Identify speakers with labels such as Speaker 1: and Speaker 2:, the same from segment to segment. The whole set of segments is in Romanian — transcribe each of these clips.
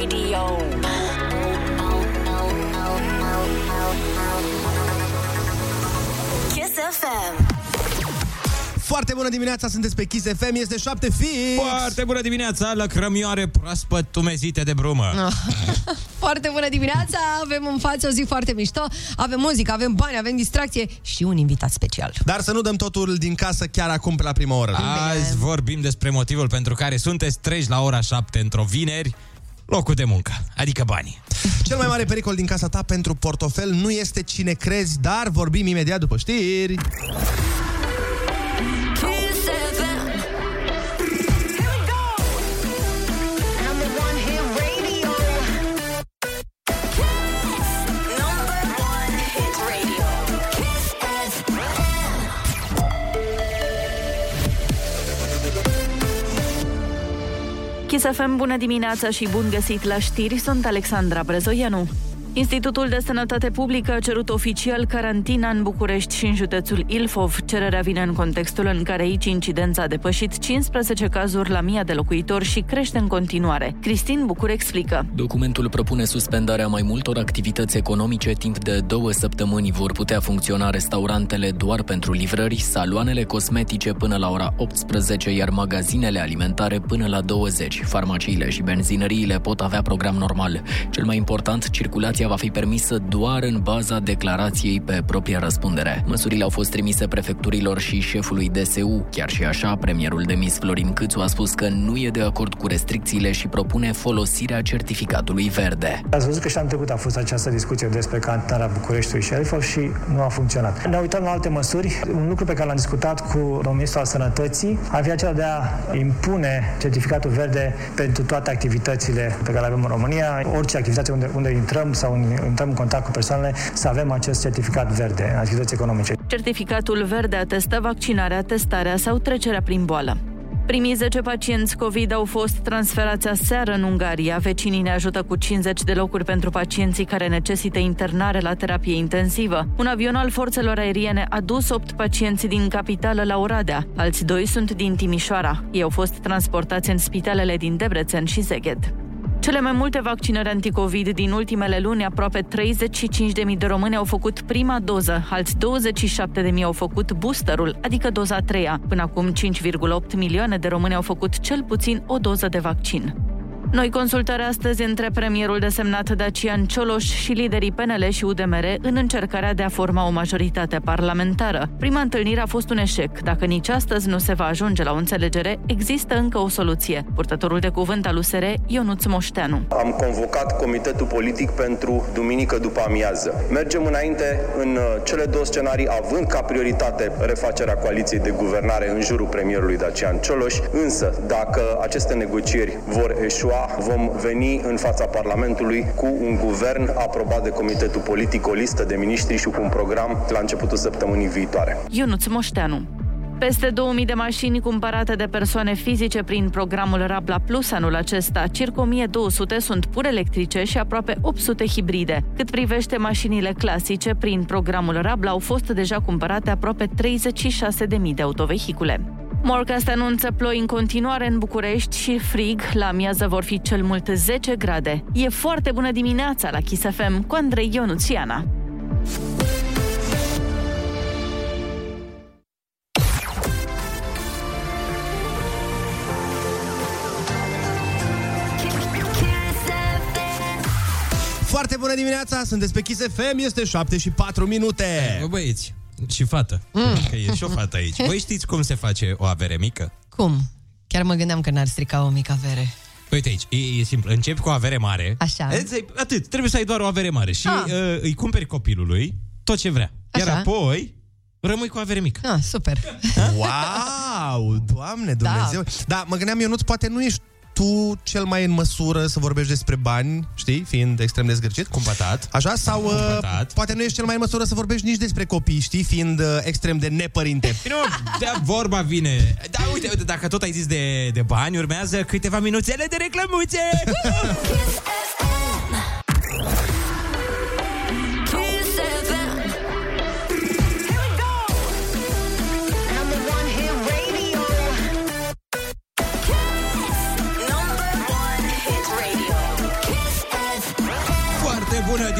Speaker 1: alone.
Speaker 2: Kiss FM.
Speaker 3: Foarte bună dimineața, sunteți pe Kiss FM, este 7 fix.
Speaker 4: Foarte bună dimineața, lăcrămioare proaspăt tumezite de brumă.
Speaker 3: Ah,
Speaker 5: Foarte bună dimineața, avem în față o zi foarte mișto, avem muzică, avem bani, avem distracție și un invitat special.
Speaker 3: Dar să nu dăm totul din casă chiar acum pe la prima oră.
Speaker 4: Azi vorbim despre motivul pentru care sunteți treji la ora 7 într-o vineri, locul de muncă, adică banii.
Speaker 3: Cel mai mare pericol din casa ta pentru portofel nu este cine crezi, dar vorbim imediat după știri.
Speaker 2: Kiss FM. Here we go. Number one hit radio. Kiss. Number one hit radio. Kiss FM.
Speaker 6: Kiss FM, bună dimineața și bun găsit la știri, sunt Alexandra Brezoianu. Institutul de Sănătate Publică a cerut oficial carantina în București și în județul Ilfov. Cererea vine în contextul în care aici incidența a depășit 15 cazuri la 1000 de locuitori și crește în continuare. Cristin Bucur explică.
Speaker 7: Documentul propune suspendarea mai multor activități economice timp de două săptămâni. Vor putea funcționa restaurantele doar pentru livrări, saloanele cosmetice până la ora 18, iar magazinele alimentare până la 20. Farmaciile și benzinăriile pot avea program normal. Cel mai important, circulația va fi permisă doar în baza declarației pe propria răspundere. Măsurile au fost trimise prefecturilor și șefului DSU. Chiar și așa, premierul demis Florin Câțu a spus că nu e de acord cu restricțiile și propune folosirea certificatului verde.
Speaker 8: Ați văzut că și anul trecut a fost această discuție despre cantinarea Bucureștiului și Elfov și nu a funcționat. Ne uităm la alte măsuri. Un lucru pe care l-am discutat cu domnul ministru al sănătății ar fi acela de a impune certificatul verde pentru toate activitățile pe care le avem în România. Orice activitate unde, unde intrăm sau în- intrăm în contact cu persoanele, să avem acest certificat verde în activități economice.
Speaker 6: Certificatul verde atestă vaccinarea, testarea sau trecerea prin boală. Primii 10 pacienți COVID au fost transferați aseară în Ungaria. Vecinii ne ajută cu 50 de locuri pentru pacienții care necesită internare la terapie intensivă. Un avion al forțelor aeriene a dus 8 pacienți din capitală la Oradea. Alți doi sunt din Timișoara. Ei au fost transportați în spitalele din Debrecen și Zeghed. Cele mai multe vaccinări anticovid din ultimele luni, aproape 35.000 de români au făcut prima doză, alți 27.000 au făcut boosterul, adică doza a treia. Până acum, 5,8 milioane de români au făcut cel puțin o doză de vaccin. Noi consultări astăzi între premierul desemnat Dacian Cioloș și liderii PNL și UDMR în încercarea de a forma o majoritate parlamentară. Prima întâlnire a fost un eșec. Dacă nici astăzi nu se va ajunge la o înțelegere, există încă o soluție. Purtătorul de cuvânt al USR, Ionuț Moșteanu.
Speaker 9: Am convocat comitetul politic pentru duminică după amiază. Mergem înainte în uh, cele două scenarii, având ca prioritate refacerea coaliției de guvernare în jurul premierului Dacian Cioloș, însă dacă aceste negocieri vor eșua, vom veni în fața Parlamentului cu un guvern aprobat de comitetul politic, o listă de miniștri și cu un program la începutul săptămânii viitoare.
Speaker 6: Ionuț Moșteanu. Peste 2000 de mașini cumpărate de persoane fizice prin programul Rabla Plus anul acesta, circa 1200 sunt pur electrice și aproape 800 hibride. Cât privește mașinile clasice, prin programul Rabla au fost deja cumpărate aproape 36.000 de autovehicule. Morcast anunță ploi în continuare în București și frig. La amiază vor fi cel mult 10 grade. E foarte bună dimineața la Kiss FM cu Andrei Ionuțiana.
Speaker 2: Kiss FM.
Speaker 3: Foarte bună dimineața, sunteți pe Kiss FM, este 7 și 4 minute.
Speaker 4: Bă, băieți, și fată, mm. că e și o fată aici. Voi știți cum se face o avere mică?
Speaker 5: Cum? Chiar mă gândeam că n-ar strica o mică avere.
Speaker 4: Uite aici, e, e simplu. Începi cu o avere mare.
Speaker 5: Așa.
Speaker 4: Îți- Atât, trebuie să ai doar o avere mare. Și
Speaker 5: Ah.
Speaker 4: uh, îi cumperi copilului tot ce vrea. Iar
Speaker 5: Așa.
Speaker 4: apoi rămâi cu o avere mică.
Speaker 5: Ah, super.
Speaker 3: Wow, Doamne Dumnezeu! Da. da, mă gândeam, Ionuț, poate nu ești tu cel mai în măsură să vorbești despre bani, știi, fiind extrem de zgârcit.
Speaker 4: Cumpătat.
Speaker 3: Așa? Sau uh,
Speaker 4: Cumpătat.
Speaker 3: poate nu ești cel mai în măsură să vorbești nici despre copii, știi, fiind uh, extrem de nepărinte.
Speaker 4: Bine, mă, de vorba vine. Da, uite, uite, dacă tot ai zis de, de bani, urmează câteva minuțele de reclămuțe.
Speaker 2: Kiss FM. Kiss FM. Here we go. Number one hit radio. Kiss. Number one hit radio. Kiss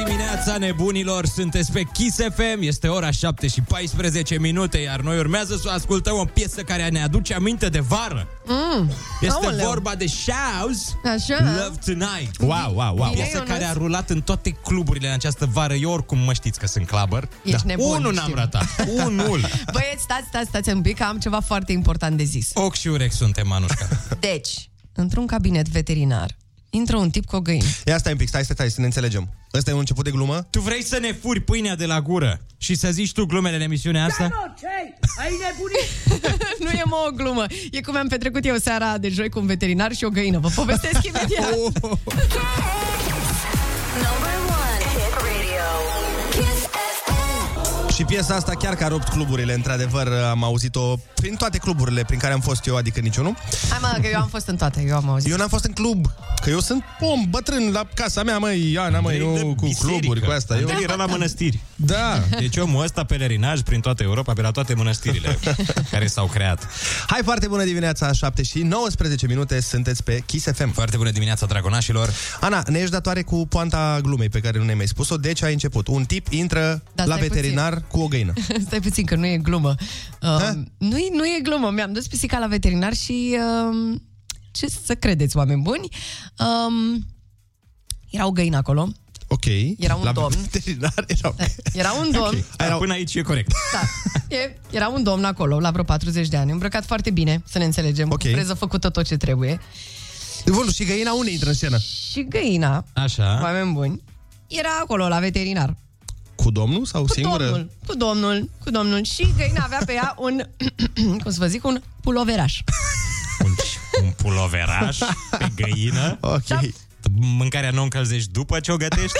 Speaker 4: dimineața nebunilor, sunteți pe Kiss FM, este ora 7 și 14 minute, iar noi urmează să ascultăm o piesă care ne aduce aminte de vară.
Speaker 5: Mm.
Speaker 4: Este
Speaker 5: Aoleu.
Speaker 4: vorba de Shouse
Speaker 5: Așa.
Speaker 4: Love Tonight.
Speaker 3: Wow, wow, wow.
Speaker 5: Da. Bine.
Speaker 4: Piesă
Speaker 5: Ionuț?
Speaker 4: care a rulat în toate cluburile în această vară. Eu oricum mă știți că sunt clubber. Da.
Speaker 5: Ești nebun,
Speaker 4: Unul n-am
Speaker 5: știm.
Speaker 4: ratat. Unul.
Speaker 5: Băieți, stați, stați, stați un pic, că am ceva foarte important de zis.
Speaker 4: Ochi și urechi suntem, Manușca.
Speaker 5: Deci, într-un cabinet veterinar, intră un tip cu o găină.
Speaker 3: Ia stai un pic, stai, stai, stai, să ne înțelegem. Ăsta e un început de glumă?
Speaker 4: Tu vrei să ne furi pâinea de la gură și să zici tu glumele în emisiunea
Speaker 5: Da,
Speaker 4: asta?
Speaker 5: nu e mă o glumă. E cum am petrecut eu seara de joi cu un veterinar și o găină. Vă povestesc imediat.
Speaker 3: Oh.
Speaker 2: Number one hit radio. Kiss FM.
Speaker 3: Și piesa asta chiar că a rupt cluburile, într-adevăr uh, am auzit-o prin toate cluburile prin care am fost eu, adică niciunul.
Speaker 5: Hai mă, că eu am fost în toate, eu am auzit.
Speaker 3: Eu n-am fost în club, că eu sunt om bătrân la casa mea, măi, Ana, măi,
Speaker 4: Andrei de
Speaker 3: nu cu
Speaker 4: biserică.
Speaker 3: cluburi, cu asta. Eu,
Speaker 4: Andrei era la mănăstiri.
Speaker 3: da.
Speaker 4: Deci omul ăsta pelerinaj prin toată Europa, pe la toate mănăstirile care s-au creat.
Speaker 3: Hai, foarte bună dimineața, 7 și 19 minute, sunteți pe Kiss FM.
Speaker 4: Foarte bună dimineața, dragonașilor!
Speaker 3: Ana, ne ești datoare cu poanta glumei pe care nu ne-ai mai spus-o, deci ai început. Un tip intră
Speaker 5: Da,
Speaker 3: la
Speaker 5: stai
Speaker 3: veterinar cu o găină.
Speaker 5: Stai puțin că nu e glumă.
Speaker 3: Ha?
Speaker 5: Um, nu, e, nu e glumă. Mi-am dus pisica la veterinar și um, ce să credeți, oameni buni? Um, era o găină acolo.
Speaker 3: Ok.
Speaker 5: Era un
Speaker 3: la
Speaker 5: domn.
Speaker 3: veterinar erau...
Speaker 5: Era un domn. Okay.
Speaker 4: Dar până aici e corect.
Speaker 5: Da. E, era un domn acolo, la vreo 40 de ani, îmbrăcat foarte bine, să ne înțelegem,
Speaker 3: Ok.
Speaker 5: okay. cu freză făcută tot ce trebuie.
Speaker 3: Bun, și găina unde intră în scenă?
Speaker 5: Și găina,
Speaker 3: Ah?
Speaker 4: Așa.
Speaker 5: oameni buni, era acolo la veterinar.
Speaker 3: Cu domnul sau
Speaker 5: Cu
Speaker 3: singură?
Speaker 5: domnul, cu domnul, cu domnul. Și găina avea pe ea un, cum să vă zic, un puloveraș.
Speaker 4: Un, un puloveraș pe găină.
Speaker 3: Ok. Da.
Speaker 4: Mâncarea nu o încălzești după ce o gătești?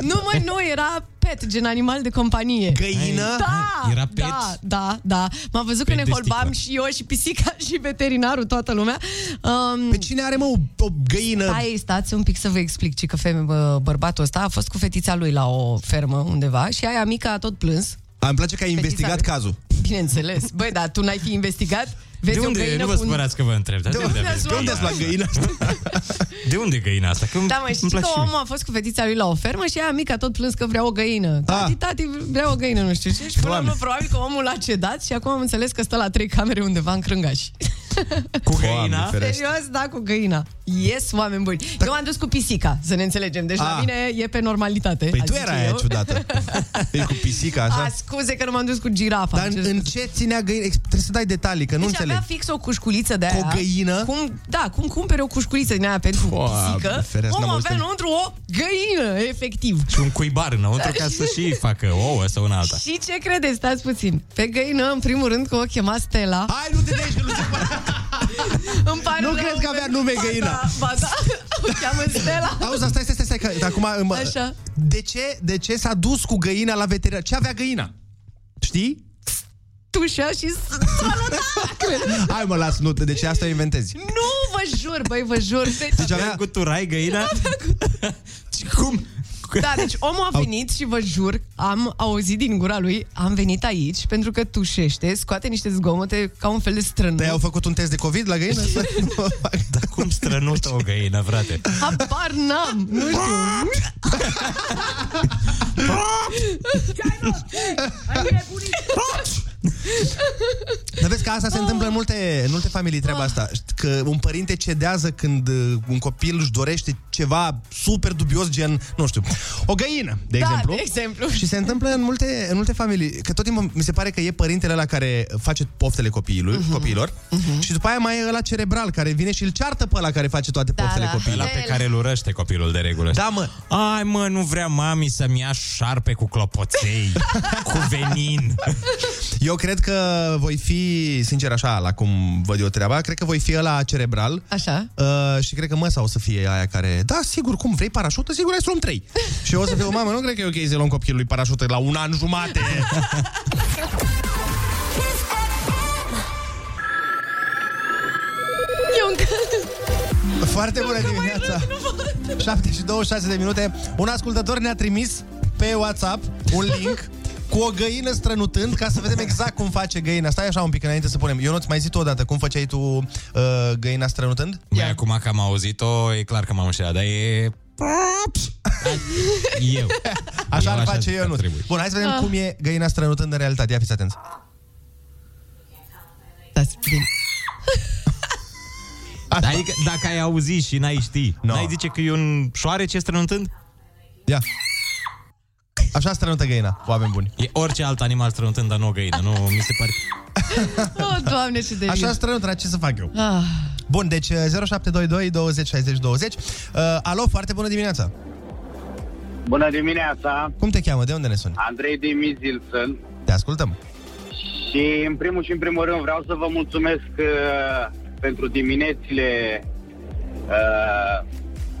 Speaker 5: Nu, mă, nu, era pet, gen animal de companie.
Speaker 3: Găină?
Speaker 5: Da,
Speaker 4: Era pet?
Speaker 5: da, da, da. M-am văzut că
Speaker 4: Pet
Speaker 5: ne
Speaker 4: de sticlă.
Speaker 5: holbam și eu și pisica și veterinarul, toată lumea. Um,
Speaker 3: Pe cine are, mă, o, o găină?
Speaker 5: Stai, stați un pic să vă explic ci că feme, bă, bărbatul ăsta a fost cu fetița lui la o fermă undeva și aia mica a tot plâns.
Speaker 3: A, Îmi place că
Speaker 5: Păi,
Speaker 3: ai investigat
Speaker 5: Fetița
Speaker 3: cazul.
Speaker 5: Bineînțeles. Băi, dar tu n-ai fi investigat? Vezi
Speaker 4: De
Speaker 5: o
Speaker 4: unde?
Speaker 5: găină
Speaker 4: Nu vă
Speaker 5: cu un-
Speaker 4: spărați că vă întreb. Dar de, unde aveți
Speaker 3: De unde
Speaker 4: găina
Speaker 3: ați luat
Speaker 4: asta?
Speaker 3: găina asta?
Speaker 4: De unde e găina asta? Că
Speaker 5: Da, mă, știi
Speaker 4: îmi place
Speaker 5: că
Speaker 4: și mie.
Speaker 5: omul a fost cu fetița lui la o fermă și aia mica tot plâns că vrea o găină. Tati, tati, vrea o găină, nu știu ce. Și până la urmă,
Speaker 3: Ah. Doamne.
Speaker 5: probabil că omul a cedat și acum am înțeles că stă la trei camere undeva în Crângaș.
Speaker 4: Cu
Speaker 3: Doamne,
Speaker 4: găina?
Speaker 3: ferește. Da.
Speaker 5: Serios, da, cu găina. Yes, oameni buni. Eu am dus cu pisica, să ne înțelegem. Deci la
Speaker 3: Ah.
Speaker 5: mine e pe normalitate.
Speaker 3: Păi
Speaker 5: aș
Speaker 3: tu
Speaker 5: zice
Speaker 3: erai aia
Speaker 5: eu.
Speaker 3: ciudată. Deci cu pisica, așa.
Speaker 5: A, scuze că nu m-am dus cu girafa.
Speaker 3: Dar
Speaker 5: Am
Speaker 3: în,
Speaker 5: încercat.
Speaker 3: în ce ținea găina? Ex- Trebuie să dai detalii, că Adică nu
Speaker 5: deci
Speaker 3: înțeleg.
Speaker 5: avea fix o cușculiță de
Speaker 3: Cu
Speaker 5: aia.
Speaker 3: o găină?
Speaker 5: Cum, da, cum cumpere o cușculiță din aia pentru
Speaker 3: Doamne,
Speaker 5: pisică?
Speaker 3: ferească,
Speaker 5: Omul
Speaker 3: n-am auzit.
Speaker 5: avea înăuntru o găină, efectiv.
Speaker 4: Și un cuibar înăuntru ca să și facă ouă sau una alta.
Speaker 5: Și ce credeți? Stați puțin. Pe găină, în primul rând, că o chema Stella.
Speaker 3: Hai, nu te dai și nu te
Speaker 5: Îmi pare
Speaker 3: Nu
Speaker 5: rău
Speaker 3: cred că avea
Speaker 5: pentru-
Speaker 3: nume
Speaker 5: Ba
Speaker 3: găina.
Speaker 5: Da, ba da, o cheamă Stella.
Speaker 3: Auzi, dar stai, stai, stai, stai, că acum... Mă,
Speaker 5: Așa.
Speaker 3: De ce, de ce s-a dus cu găina la veterinar? Ce avea găina? Știi?
Speaker 5: Tușa și salutat.
Speaker 3: Hai mă, las, nu, deci asta o inventezi.
Speaker 5: Nu vă jur, băi, vă jur. Deci,
Speaker 3: Deci
Speaker 4: Avea
Speaker 3: avea...
Speaker 4: cu turai găina? Și cum?
Speaker 5: da, deci omul a venit și vă jur, am auzit din gura lui, am venit aici pentru că tușește, scoate niște zgomote ca un fel de strănut.
Speaker 3: Te-au făcut un test de COVID la găină? Să-
Speaker 4: Dar cum strănută o găină, frate?
Speaker 5: Habar n-am, nu știu.
Speaker 3: Dar vezi că asta se întâmplă în multe, în multe familii, treaba asta. Că un părinte cedează când uh, un copil își dorește ceva super dubios, gen, nu știu, o găină, de
Speaker 5: Da,
Speaker 3: exemplu.
Speaker 5: de exemplu.
Speaker 3: Și se întâmplă în multe, în multe familii. Că tot timpul mi se pare că e părintele la care face poftele copiilor,
Speaker 5: Mhm.
Speaker 3: copiilor și după aia mai e ăla cerebral care vine și îl ceartă pe ăla care face toate
Speaker 5: Da,
Speaker 3: poftele
Speaker 5: da.
Speaker 3: copiilor.
Speaker 4: Ăla pe care îl urăște copilul de regulă.
Speaker 3: Da, mă.
Speaker 4: Ai, mă, nu vrea mami să-mi ia șarpe cu clopoței, cu venin.
Speaker 5: Deci-
Speaker 3: Eu cred că voi fi, sincer așa, la cum văd eu treaba, cred că voi fi ăla cerebral.
Speaker 5: Așa.
Speaker 3: Uh, și cred că măsa o să fie aia care Da, sigur, cum vrei parașută? Sigur, ai să luăm trei Și eu o să fiu, mamă, nu cred că e ok să luăm copilului parașută La un an jumate
Speaker 2: Kiss FM.
Speaker 5: Eu încă...
Speaker 3: Foarte bună dimineața 7 și 26 de minute Un ascultător ne-a trimis pe WhatsApp Un link cu o găină strănutând Ca să vedem exact cum face găina Stai așa un pic înainte să punem Eu nu-ți mai zi tu odată cum făceai tu uh, găina strănutând?
Speaker 4: Mai acum că am auzit-o, e clar că m-am înșelat, dar e Eu.
Speaker 3: Așa
Speaker 4: Eu
Speaker 3: ar face
Speaker 4: zic că ar
Speaker 3: Ionut.
Speaker 4: trebui.
Speaker 3: Bun, hai să
Speaker 5: Ah.
Speaker 3: vedem cum e găina strănutând în realitate. Ia fiți atenți.
Speaker 5: Stați, bine.
Speaker 4: Adică dacă ai auzit și n-ai ști,
Speaker 3: No.
Speaker 4: n-ai zice că e un șoarece strănutând?
Speaker 3: Ia. Așa strănută găina, oameni buni.
Speaker 4: E orice alt animal strănutând, dar nu o găină. Nu mi se pare...
Speaker 5: Oh, doamne, ce de
Speaker 3: Așa
Speaker 5: Așa...
Speaker 3: strănută, dar ce să fac eu?
Speaker 5: Ah,
Speaker 3: Bun, deci uh, 0722 20 60 20. Uh, alo, foarte bună dimineața.
Speaker 1: Bună dimineața,
Speaker 3: Cum te cheamă? De unde ne suni?
Speaker 1: Andrei din Mizil sunt
Speaker 3: Te ascultăm.
Speaker 1: și în primul și în primul rând vreau să vă mulțumesc uh, pentru diminețile uh,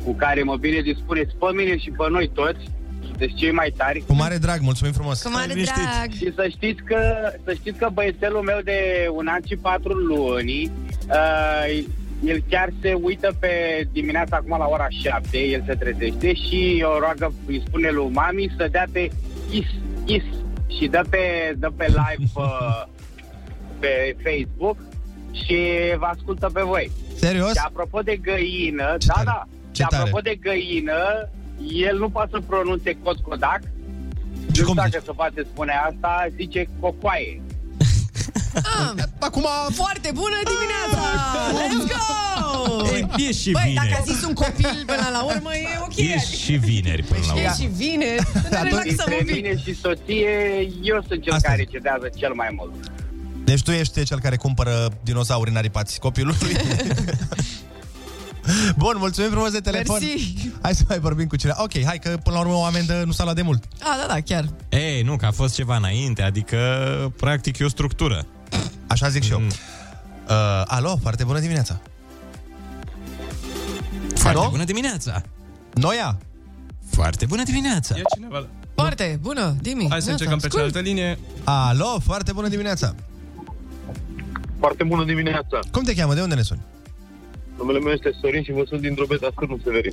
Speaker 1: cu care mă bine dispuneți pe mine și pe noi toți, sunteți cei mai tari.
Speaker 3: Cu mare drag, mulțumim frumos.
Speaker 5: cu mare
Speaker 4: liniștit.
Speaker 5: drag.
Speaker 1: Și să știți că, să știți că băiețelul meu de un an și patru luni, uh, el chiar se uită pe dimineața acum la ora 7, el se trezește și o roagă, îi spune lui mami să dea pe is, is și dă pe, dă pe live uh, pe Facebook și vă ascultă pe voi.
Speaker 3: Serios?
Speaker 1: Și apropo de găină,
Speaker 3: Ce
Speaker 1: da,
Speaker 3: tare,
Speaker 1: da,
Speaker 3: ce
Speaker 1: și apropo
Speaker 3: tare.
Speaker 1: de găină, el nu poate să pronunțe cot codac,
Speaker 3: Și
Speaker 1: nu
Speaker 3: cum
Speaker 1: știu
Speaker 3: zici?
Speaker 1: dacă se poate spune asta, zice cocoaie.
Speaker 5: Ah,
Speaker 3: Acum... Ah,
Speaker 5: foarte bună dimineața! Let's go!
Speaker 4: E, e și
Speaker 5: Băi, dacă
Speaker 4: vineri.
Speaker 5: a zis un copil până la urmă, e ok.
Speaker 4: E și vineri până la
Speaker 5: E
Speaker 4: urmă.
Speaker 5: și vine.
Speaker 3: Da,
Speaker 5: Să ne relaxăm
Speaker 1: Dintre
Speaker 5: un pic.
Speaker 1: mine și soție, eu sunt cel
Speaker 3: Asta
Speaker 1: care
Speaker 3: zic.
Speaker 1: cedează cel mai mult.
Speaker 3: Deci tu ești cel care cumpără dinosauri în aripați copilului. Bun, mulțumim frumos de telefon.
Speaker 5: Mersi.
Speaker 3: Hai să mai vorbim cu cineva. Ok, hai că până la urmă o amendă nu s-a luat de mult.
Speaker 5: A, da, da, chiar.
Speaker 4: Ei, nu, că a fost ceva înainte, adică practic e o structură.
Speaker 3: Așa zic și eu.
Speaker 4: Mm.
Speaker 3: Uh, alo, foarte bună dimineața.
Speaker 4: Foarte
Speaker 3: Alo?
Speaker 4: bună dimineața!
Speaker 3: Noia,
Speaker 4: Foarte bună dimineața!
Speaker 10: E cineva.
Speaker 5: Foarte bună, Dimi.
Speaker 10: Hai să
Speaker 5: Ia
Speaker 10: încercăm pe
Speaker 5: ascult.
Speaker 10: cealaltă linie.
Speaker 3: alo, foarte bună dimineața.
Speaker 1: Foarte bună dimineața.
Speaker 3: Cum te cheamă? De unde ne suni?
Speaker 1: Numele meu este Sorin și vă sunt din Drobeta, ascult nu Severin.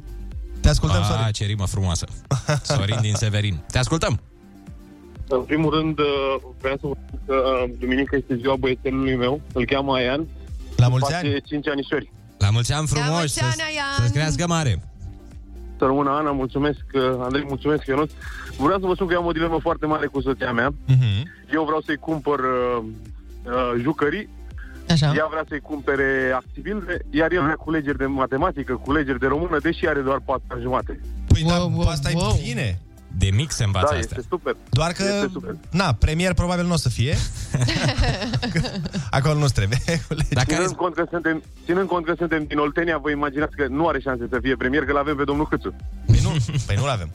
Speaker 3: Te ascultăm,
Speaker 4: Ah,
Speaker 3: Sorin.
Speaker 4: ce rimă frumoasă! Sorin din Severin. Te ascultăm!
Speaker 1: În primul rând, uh, vreau să vă spun că uh, duminică este ziua băiețelului meu, îl cheamă Aian,
Speaker 3: La mulți ani.
Speaker 1: 5 anișori.
Speaker 4: La mulți ani
Speaker 5: La
Speaker 4: frumoși!
Speaker 5: mulți ani,
Speaker 4: Să,
Speaker 5: Aian!
Speaker 4: să crească mare!
Speaker 1: Să rămână Ana, mulțumesc, uh, Andrei, mulțumesc, Ionut. Vreau să vă spun că eu am o dilemă foarte mare cu soția mea.
Speaker 3: Mhm.
Speaker 1: Eu vreau să-i cumpăr uh, uh, jucării,
Speaker 5: Așa.
Speaker 1: ea vrea să-i cumpere actibil, iar el vrea culegeri de matematică, culegeri de română, deși are doar 4 ani jumate.
Speaker 3: Păi
Speaker 5: Wow,
Speaker 3: wow,
Speaker 5: wow,
Speaker 3: da, asta
Speaker 5: wow.
Speaker 3: e bine.
Speaker 4: De mic se învață
Speaker 1: Da,
Speaker 4: asta.
Speaker 1: este super.
Speaker 3: Doar că,
Speaker 1: Este super.
Speaker 3: na, premier probabil nu o să fie. Că Acolo nu trebuie. colegi.
Speaker 4: Dar care
Speaker 1: Deci, Ținând cont, că suntem, ținând cont că suntem din Oltenia, vă imaginați că nu are șanse să fie premier, că l-avem pe domnul Câțu.
Speaker 3: Păi nu, păi nu-l avem.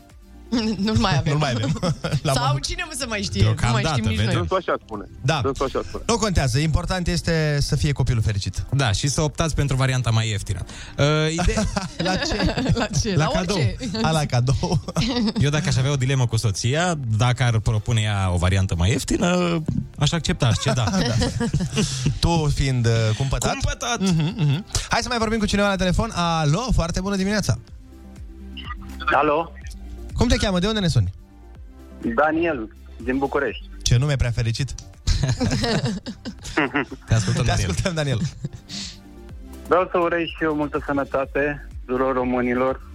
Speaker 5: Nu-l mai avem.
Speaker 3: Nu-l mai avem. La
Speaker 5: Sau
Speaker 3: moment.
Speaker 5: cine mă să mai știe? Nu mai
Speaker 4: Deocamdată,
Speaker 5: știm nici
Speaker 4: vedem.
Speaker 5: noi.
Speaker 1: Dânsul așa spune.
Speaker 3: Da.
Speaker 1: Dânsul așa spune.
Speaker 3: Nu contează, important este să fie copilul fericit.
Speaker 4: Da, și să optați pentru varianta mai ieftină. Uh, ide-
Speaker 3: La ce?
Speaker 5: La ce?
Speaker 4: La
Speaker 5: La, orice.
Speaker 3: A, la cadou.
Speaker 4: Eu dacă aș avea o dilemă cu soția, dacă ar propune ea o variantă mai ieftină, aș accepta, aș ceda. da.
Speaker 3: tu fiind uh, cumpătat.
Speaker 4: Cumpătat!
Speaker 3: Mhm, Hai să mai vorbim cu cineva la telefon. Alo, foarte bună dimineața.
Speaker 1: Alo,
Speaker 3: Cum te cheamă? De unde ne suni?
Speaker 1: Daniel, din București.
Speaker 3: Ce nume prea fericit.
Speaker 4: Te ascultăm,
Speaker 3: Te
Speaker 4: Daniel.
Speaker 3: ascultăm, Daniel.
Speaker 1: Vreau să urez și eu multă sănătate tuturor românilor,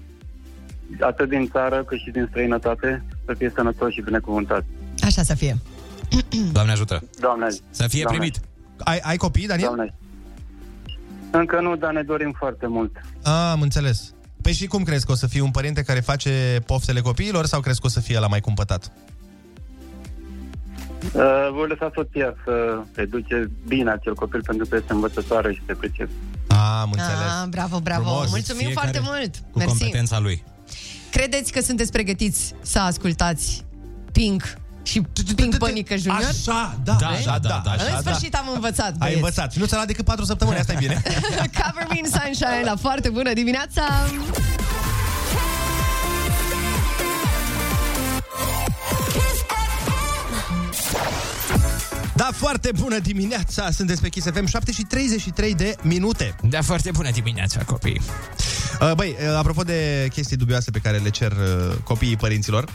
Speaker 1: atât din țară cât și din străinătate, să fie sănătoși și binecuvântați.
Speaker 5: Așa să fie.
Speaker 4: Doamne ajută!
Speaker 1: Doamne,
Speaker 4: Să fie
Speaker 1: Doamne.
Speaker 4: primit!
Speaker 3: Ai, ai copii, Daniel?
Speaker 1: doamne. Încă nu, dar ne dorim foarte mult.
Speaker 3: Ah, am înțeles. Păi și cum crezi că o să fii un părinte care face poftele copiilor sau crezi că o să fie la mai cumpătat?
Speaker 1: Uh, voi lăsa soția să educe bine acel copil pentru că este învățătoare și se pricepe.
Speaker 3: Ah, am înțeles.
Speaker 5: Ah, bravo, bravo.
Speaker 3: Frumos.
Speaker 5: Mulțumim
Speaker 4: Fiecare
Speaker 5: foarte mult.
Speaker 4: Cu
Speaker 5: Mersi.
Speaker 4: competența lui.
Speaker 5: Credeți că sunteți pregătiți să ascultați Pink și Pink Panică Junior?
Speaker 3: Așa, da, da, da, da, da,
Speaker 5: În
Speaker 3: așa, da.
Speaker 5: sfârșit am învățat,
Speaker 3: Ai
Speaker 5: băieți.
Speaker 3: învățat. Și nu ți-a luat decât 4 săptămâni, asta e bine.
Speaker 5: Cover Me in Sunshine la foarte bună dimineața!
Speaker 3: Da, foarte bună dimineața! Sunteți pe Kiss FM, 7 și 33 de minute.
Speaker 4: Da, foarte bună dimineața, copii!
Speaker 3: Uh, Băi, uh, apropo de chestii dubioase pe care le cer uh, copiii părinților,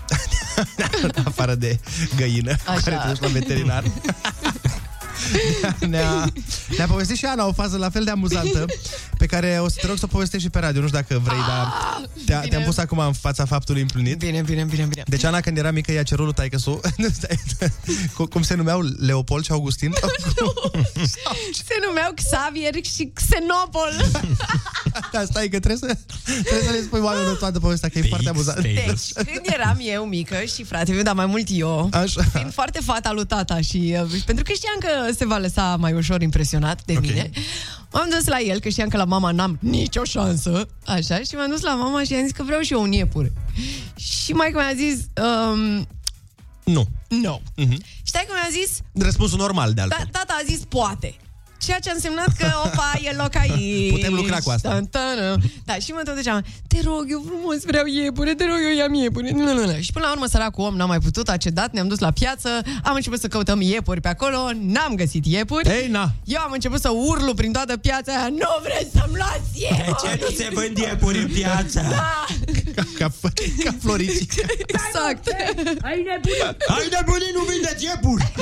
Speaker 3: în afară de găină, Așa.
Speaker 5: Așa.
Speaker 3: care te duci la veterinar, ne-a, ne-a povestit și Ana o fază la fel de amuzantă pe care o să te rog să o povestești și pe radio. Nu știu dacă vrei, dar te-a,
Speaker 5: Ah, bine.
Speaker 3: te-am pus acum în fața faptului împlinit.
Speaker 5: Bine, bine, bine, bine.
Speaker 3: Deci Ana când era mică i-a cerut lui taică Cum se numeau? Leopold și Augustin?
Speaker 5: Se numeau Xavier și Xenopol.
Speaker 3: da, stai că trebuie să, trebuie să le spui oamenilor toată povestea Că e
Speaker 4: Pe
Speaker 3: foarte
Speaker 4: X
Speaker 3: amuzant
Speaker 4: te-ai dus.
Speaker 5: Deci, când eram eu mică și fratele meu, dar mai mult eu,
Speaker 3: Așa.
Speaker 5: fiind foarte fata lui tata și uh, și pentru că știam că se va lăsa mai ușor impresionat de
Speaker 3: Ok.
Speaker 5: mine, m-am dus la el, că știam că la mama n-am nicio șansă, așa, și m-am dus la mama și i-am zis că vreau și eu un iepure. Și mai mi-a zis, um,
Speaker 3: Nu,
Speaker 5: no. Uh-huh. Și că mi-a zis,
Speaker 3: răspunsul normal de
Speaker 5: da,
Speaker 3: altfel
Speaker 5: tata a zis poate. Ceea ce a însemnat că, opa, e loc aici.
Speaker 3: Putem lucra cu asta.
Speaker 5: Tantană. Da, și mă tot ziceam, te rog, eu frumos vreau iepure, te rog, eu i-am iepure. Nu, nu, nu. Și până la urmă, săracul om n-a mai putut, a cedat, ne-am dus la piață, am început să căutăm iepuri pe acolo, n-am găsit iepuri.
Speaker 3: Ei, na
Speaker 5: Eu am început să urlu prin toată piața aia, nu vreți să-mi luați iepuri!
Speaker 4: nu se vând iepuri în piață?
Speaker 5: Da.
Speaker 3: Ca, ca, ca florici
Speaker 5: Exact.
Speaker 4: Hai nebunii, nu vindeți iepuri!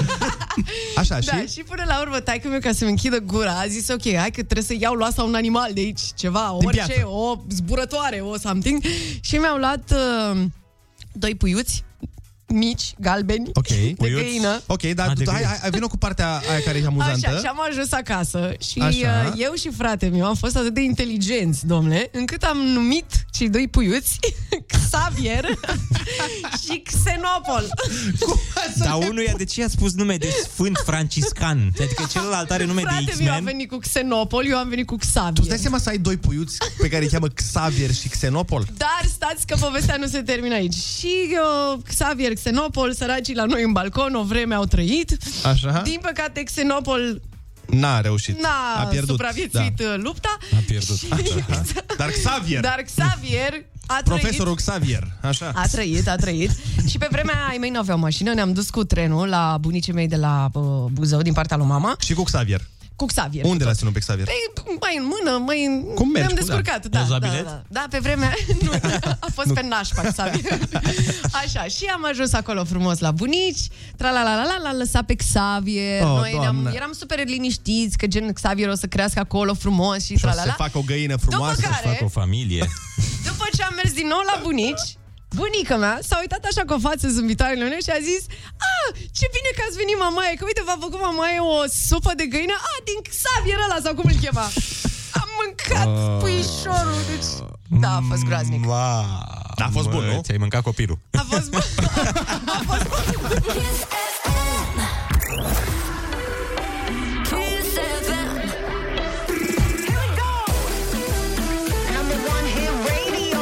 Speaker 3: Așa, și?
Speaker 5: Da, și până la urmă, taică meu ca să-mi închidă gura, a zis, ok, hai că trebuie să iau luasa un animal de aici, ceva,
Speaker 3: Din
Speaker 5: orice,
Speaker 3: piață.
Speaker 5: o zburătoare, o something. Și mi-am luat uh, doi puiuți mici, galbeni,
Speaker 3: Ok
Speaker 5: de găină.
Speaker 3: Ok, dar
Speaker 4: A,
Speaker 3: tu,
Speaker 4: Ah, de
Speaker 3: hai,
Speaker 4: găină.
Speaker 3: hai, hai, vină cu partea aia care e amuzantă
Speaker 5: Așa, și am ajuns acasă și
Speaker 3: Așa.
Speaker 5: uh, eu și fratele meu am fost atât de inteligenți, domnule, încât am numit cei doi puiuți Xavier și Xenopol.
Speaker 4: Dar unuia de ce i-a spus nume de sfânt franciscan? Adică celălalt are nume de
Speaker 5: Fratele meu a
Speaker 4: X-Men.
Speaker 5: venit cu Xenopol, eu am venit cu Xavier.
Speaker 3: Tu îți dai seama să ai doi puiuți pe care îi cheamă Xavier și Xenopol?
Speaker 5: Dar stați că povestea nu se termină aici. Și uh, Xavier Xenopol, săracii la noi în balcon, o vreme au trăit.
Speaker 3: Așa?
Speaker 5: Din păcate, Xenopol
Speaker 3: N-a reușit
Speaker 5: n-a
Speaker 3: A pierdut
Speaker 5: supraviețuit da. lupta.
Speaker 4: A pierdut.
Speaker 5: Și,
Speaker 3: da. Dar Xavier
Speaker 5: dar Xavier a trăit
Speaker 3: Profesorul Xavier, așa
Speaker 5: a trăit, a trăit. Și pe vremea aia, ai mei nu aveau mașină, ne-am dus cu trenul la bunicii mei de la uh, Buzău, din partea lui mama,
Speaker 3: Și cu Xavier
Speaker 5: cu Păi, Xavier.
Speaker 3: Unde l-a ținut pe Xavier?
Speaker 5: Pe, mai în mână, mai în...
Speaker 3: Cum mergi?
Speaker 5: Ne-am
Speaker 3: Cum
Speaker 5: descurcat,
Speaker 4: da?
Speaker 5: da,
Speaker 4: I-ați
Speaker 5: da,
Speaker 4: luat
Speaker 5: da,
Speaker 4: bilet?
Speaker 5: da, da. pe vremea... Nu, a fost pe nașpa, Xavier. Așa, și am ajuns acolo frumos la bunici, tra la la la la l-a lăsat pe Xavier.
Speaker 3: Oh,
Speaker 5: Noi eram,
Speaker 3: Doamne.
Speaker 5: eram super liniștiți că gen Xavier o să crească acolo frumos
Speaker 3: Și
Speaker 5: și
Speaker 3: o
Speaker 5: tra
Speaker 3: să
Speaker 5: la
Speaker 3: se
Speaker 5: la.
Speaker 3: facă o găină frumoasă
Speaker 5: După care-
Speaker 4: Fac o familie.
Speaker 5: După ce am mers din nou la bunici, bunica mea s-a uitat așa cu o față zâmbitoare la noi și a zis A, ce bine că ați venit mamaie, că uite v-a făcut mamaie o supă de găină A, din Xavier ăla sau cum îl chema Am mâncat puișorul, deci da, a fost groaznic.
Speaker 4: Wow.
Speaker 3: A fost bun, nu?
Speaker 4: Ți-ai mâncat copilul.
Speaker 5: A fost bun. a fost bun.
Speaker 2: Kiss FM. Kiss FM. Here we go. Number one hit radio.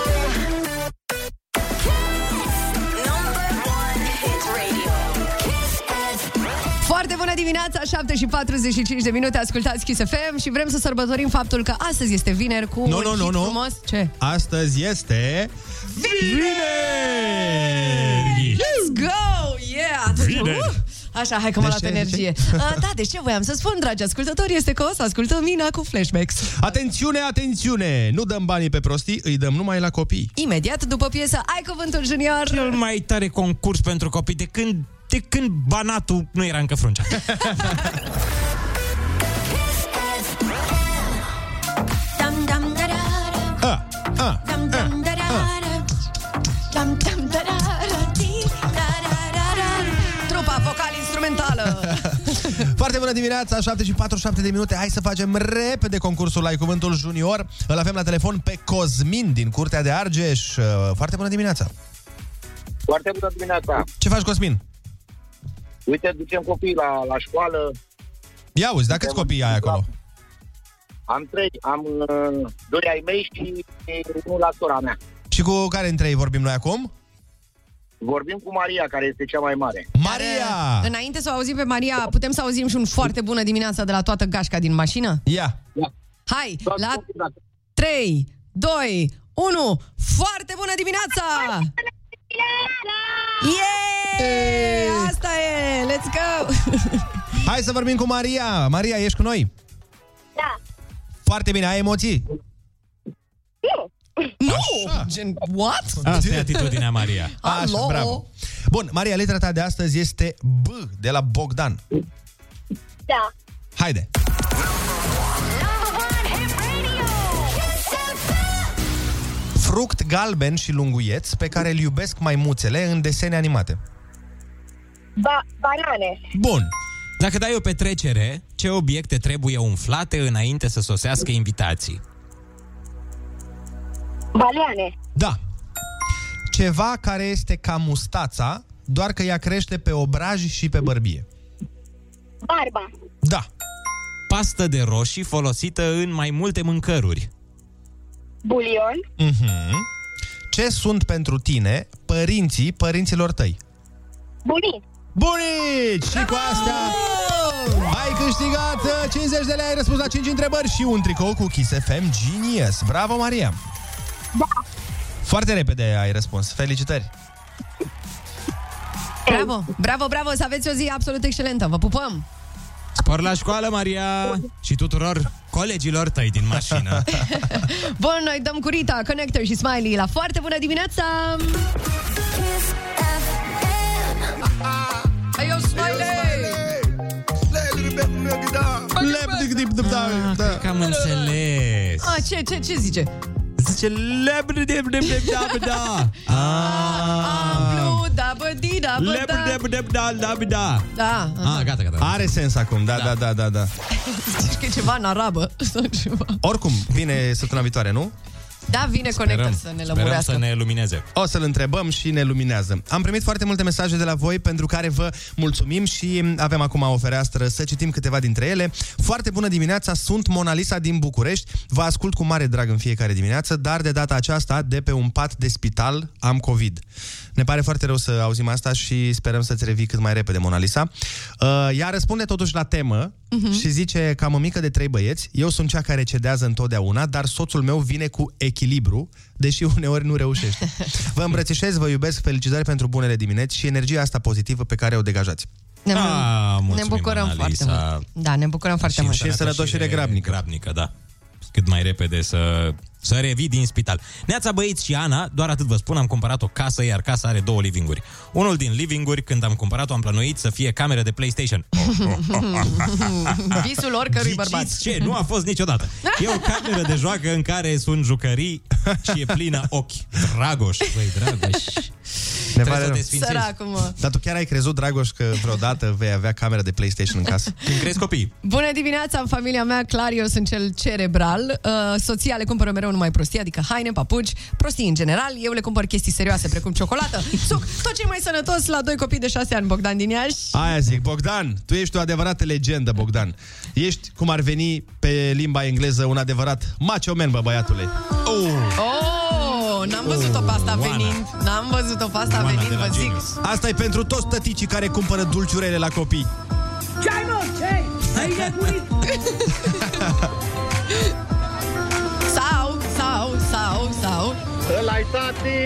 Speaker 2: Kiss. Number one hit radio. Kiss FM.
Speaker 5: Foarte bună dimineața, 7 și 45 de minute, ascultați Kiss FM și vrem să sărbătorim faptul că astăzi este vineri cu
Speaker 3: Nu,
Speaker 5: un
Speaker 3: nu,
Speaker 5: hit
Speaker 3: nu, nu.
Speaker 5: frumos. Ce?
Speaker 3: Astăzi este Vineri!
Speaker 5: Let's go! Yeah! Atunci, uh, așa, hai că m-a
Speaker 3: De
Speaker 5: luat
Speaker 3: ce,
Speaker 5: energie.
Speaker 3: de ce?
Speaker 5: Uh, da, deci ce voiam să spun, dragi ascultători, este că o să ascultăm Mina cu flashbacks.
Speaker 3: Atențiune, atențiune! Nu dăm banii pe prostii, îi dăm numai la copii.
Speaker 5: Imediat după piesa Ai Cuvântul Junior.
Speaker 4: Cel mai tare concurs pentru copii de când de când banatul nu era încă fruncea.
Speaker 2: Kiss FM. Dum dum da
Speaker 3: A,
Speaker 2: da da.
Speaker 3: a,
Speaker 2: Dum dum da da
Speaker 5: Ah.
Speaker 2: da. Dum dum da da da. Dee da da da da.
Speaker 5: Trupa vocal-instrumentală.
Speaker 3: Foarte bună dimineața, 7 și 47 de minute. Hai să facem repede concursul la cuvântul junior. Îl avem la telefon pe Cosmin din Curtea de Argeș. Uh, Foarte bună dimineața!
Speaker 1: Foarte bună dimineața.
Speaker 3: Ce faci, Cosmin?
Speaker 1: Uite, ducem copiii la, la școală.
Speaker 3: Ia uzi, dacă câți copii ai acolo?
Speaker 1: Am trei, am uh, doi ai mei și unul la sora mea.
Speaker 3: Și cu care dintre ei vorbim noi acum?
Speaker 1: Vorbim cu Maria, care este cea mai mare.
Speaker 3: Maria!
Speaker 5: Dar, Înainte să o auzim pe Maria, putem să auzim și un foarte bună dimineața de la toată gașca din mașină?
Speaker 3: Ia!
Speaker 5: Hai, la 3, 2, 1, foarte bună dimineața! Yeah! Asta e! Let's go!
Speaker 3: Hai să vorbim cu Maria! Maria, ești cu noi?
Speaker 10: Da.
Speaker 3: Foarte bine, ai emoții?
Speaker 5: Nu! Gen, what?
Speaker 3: Ah,
Speaker 4: Asta e atitudinea Maria.
Speaker 3: Așa,
Speaker 5: Alo?
Speaker 3: Ah, bravo. Bun, Maria, litera ta de astăzi este B, de la Bogdan.
Speaker 10: Da.
Speaker 3: Haide!
Speaker 2: Number one hit radio.
Speaker 3: Fruct galben și lunguieț pe care îl iubesc maimuțele în desene animate.
Speaker 10: Ba- banane.
Speaker 3: Bun.
Speaker 4: Dacă dai o petrecere, ce obiecte trebuie umflate înainte să sosească invitații?
Speaker 10: Baleane.
Speaker 3: Da. Ceva care este ca mustața, doar că ea crește pe obraj și pe bărbie.
Speaker 10: Barba.
Speaker 3: Da.
Speaker 4: Pastă de roșii folosită în mai multe mâncăruri.
Speaker 10: Bulion.
Speaker 3: Mhm. Ce sunt pentru tine părinții părinților tăi?
Speaker 10: Bunii.
Speaker 3: Bunici! Și cu astea ai câștigat uh, 50 de lei, ai răspuns la 5 întrebări și un tricou cu Kiss FM Genius. Bravo, Maria! Foarte repede ai răspuns. Felicitări!
Speaker 5: Bravo, bravo, bravo, să aveți o zi absolut excelentă. Vă pupăm!
Speaker 4: Spor la școală, Maria! Și tuturor colegilor tăi din mașină.
Speaker 5: Bun, noi dăm cu Rita, Connector și Smiley la foarte bună dimineața! Eu, Smiley!
Speaker 3: Da, da.
Speaker 4: Ah, Că am înțeles.
Speaker 5: A, Ah, ce, ce, ce zice?
Speaker 4: Zice lebredebredebdabda. Ah.
Speaker 5: Amplu, da, bă, di, da, bă, da.
Speaker 4: Lebredebredebdabda.
Speaker 5: Da,
Speaker 4: Ah, gata, gata.
Speaker 3: Are sens acum, da, da, da, da, da.
Speaker 5: zici că e ceva în arabă sau ceva.
Speaker 3: Oricum, vine săptămâna viitoare, nu?
Speaker 5: Da, vine Connector să ne
Speaker 4: sperăm
Speaker 5: lămurească.
Speaker 4: să ne lumineze.
Speaker 3: O să-l întrebăm și ne luminează. Am primit foarte multe mesaje de la voi pentru care vă mulțumim și avem acum o fereastră să citim câteva dintre ele. Foarte bună dimineața, sunt Mona Lisa din București. Vă ascult cu mare drag în fiecare dimineață, dar de data aceasta de pe un pat de spital am COVID. Ne pare foarte rău să auzim asta și sperăm să-ți revii cât mai repede, Mona Lisa. Uh, Ea răspunde totuși la temă
Speaker 5: Mhm.
Speaker 3: uh-huh. și zice, ca mămică de trei băieți, eu sunt cea care cedează întotdeauna, dar soțul meu vine cu echilibru, deși uneori nu reușește. Vă îmbrățișez, vă iubesc, felicitări pentru bunele dimineți și energia asta pozitivă pe care o degajați.
Speaker 5: Ne,
Speaker 4: Ah,
Speaker 5: ne
Speaker 4: mulțumim,
Speaker 5: bucurăm
Speaker 4: Ana
Speaker 5: foarte
Speaker 4: Lisa.
Speaker 5: mult. Da, ne bucurăm foarte mult.
Speaker 3: și în sănătoșire grabnică.
Speaker 4: Grabnică, da. Cât mai repede să, să revii din spital. Neața băieți și Ana, doar atât vă spun, am cumpărat o casă, iar casa are două livinguri. Unul din livinguri, când am cumpărat-o, am plănuit să fie cameră de PlayStation.
Speaker 5: Visul oricărui bărbat.
Speaker 4: Ghiciți ce? Nu a fost niciodată. E o cameră de joacă în care sunt jucării și e plină ochi. Dragoș, băi, Dragoș.
Speaker 3: Ne
Speaker 4: Trebuie
Speaker 3: pare
Speaker 4: să
Speaker 3: rău.
Speaker 4: desfințezi.
Speaker 5: Săracu, mă.
Speaker 3: Dar tu chiar ai crezut, Dragoș, că vreodată vei avea camera de PlayStation în casă?
Speaker 4: Când crezi copii?
Speaker 5: Bună dimineața, în familia mea, clar, eu sunt cel cerebral. Uh, soția le cumpără mereu numai prostii, adică haine, papuci, prostii în general. Eu le cumpăr chestii serioase, precum ciocolată, suc, tot ce e mai sănătos la doi copii de șase ani, Bogdan din Iași.
Speaker 3: Aia zic, Bogdan, tu ești o adevărată legendă, Bogdan. Ești, cum ar veni pe limba engleză, un adevărat macho man, bă, băiatule. Oh.
Speaker 5: Oh, n-am văzut-o pe asta
Speaker 4: Oana.
Speaker 5: venind. N-am văzut-o pe asta
Speaker 4: Oana
Speaker 5: venind,
Speaker 4: de la
Speaker 5: vă zic.
Speaker 4: Genius.
Speaker 3: Asta e pentru toți tăticii care cumpără dulciurele la copii.
Speaker 5: Sau, sau, sau, sau.
Speaker 1: Ăla-i tati!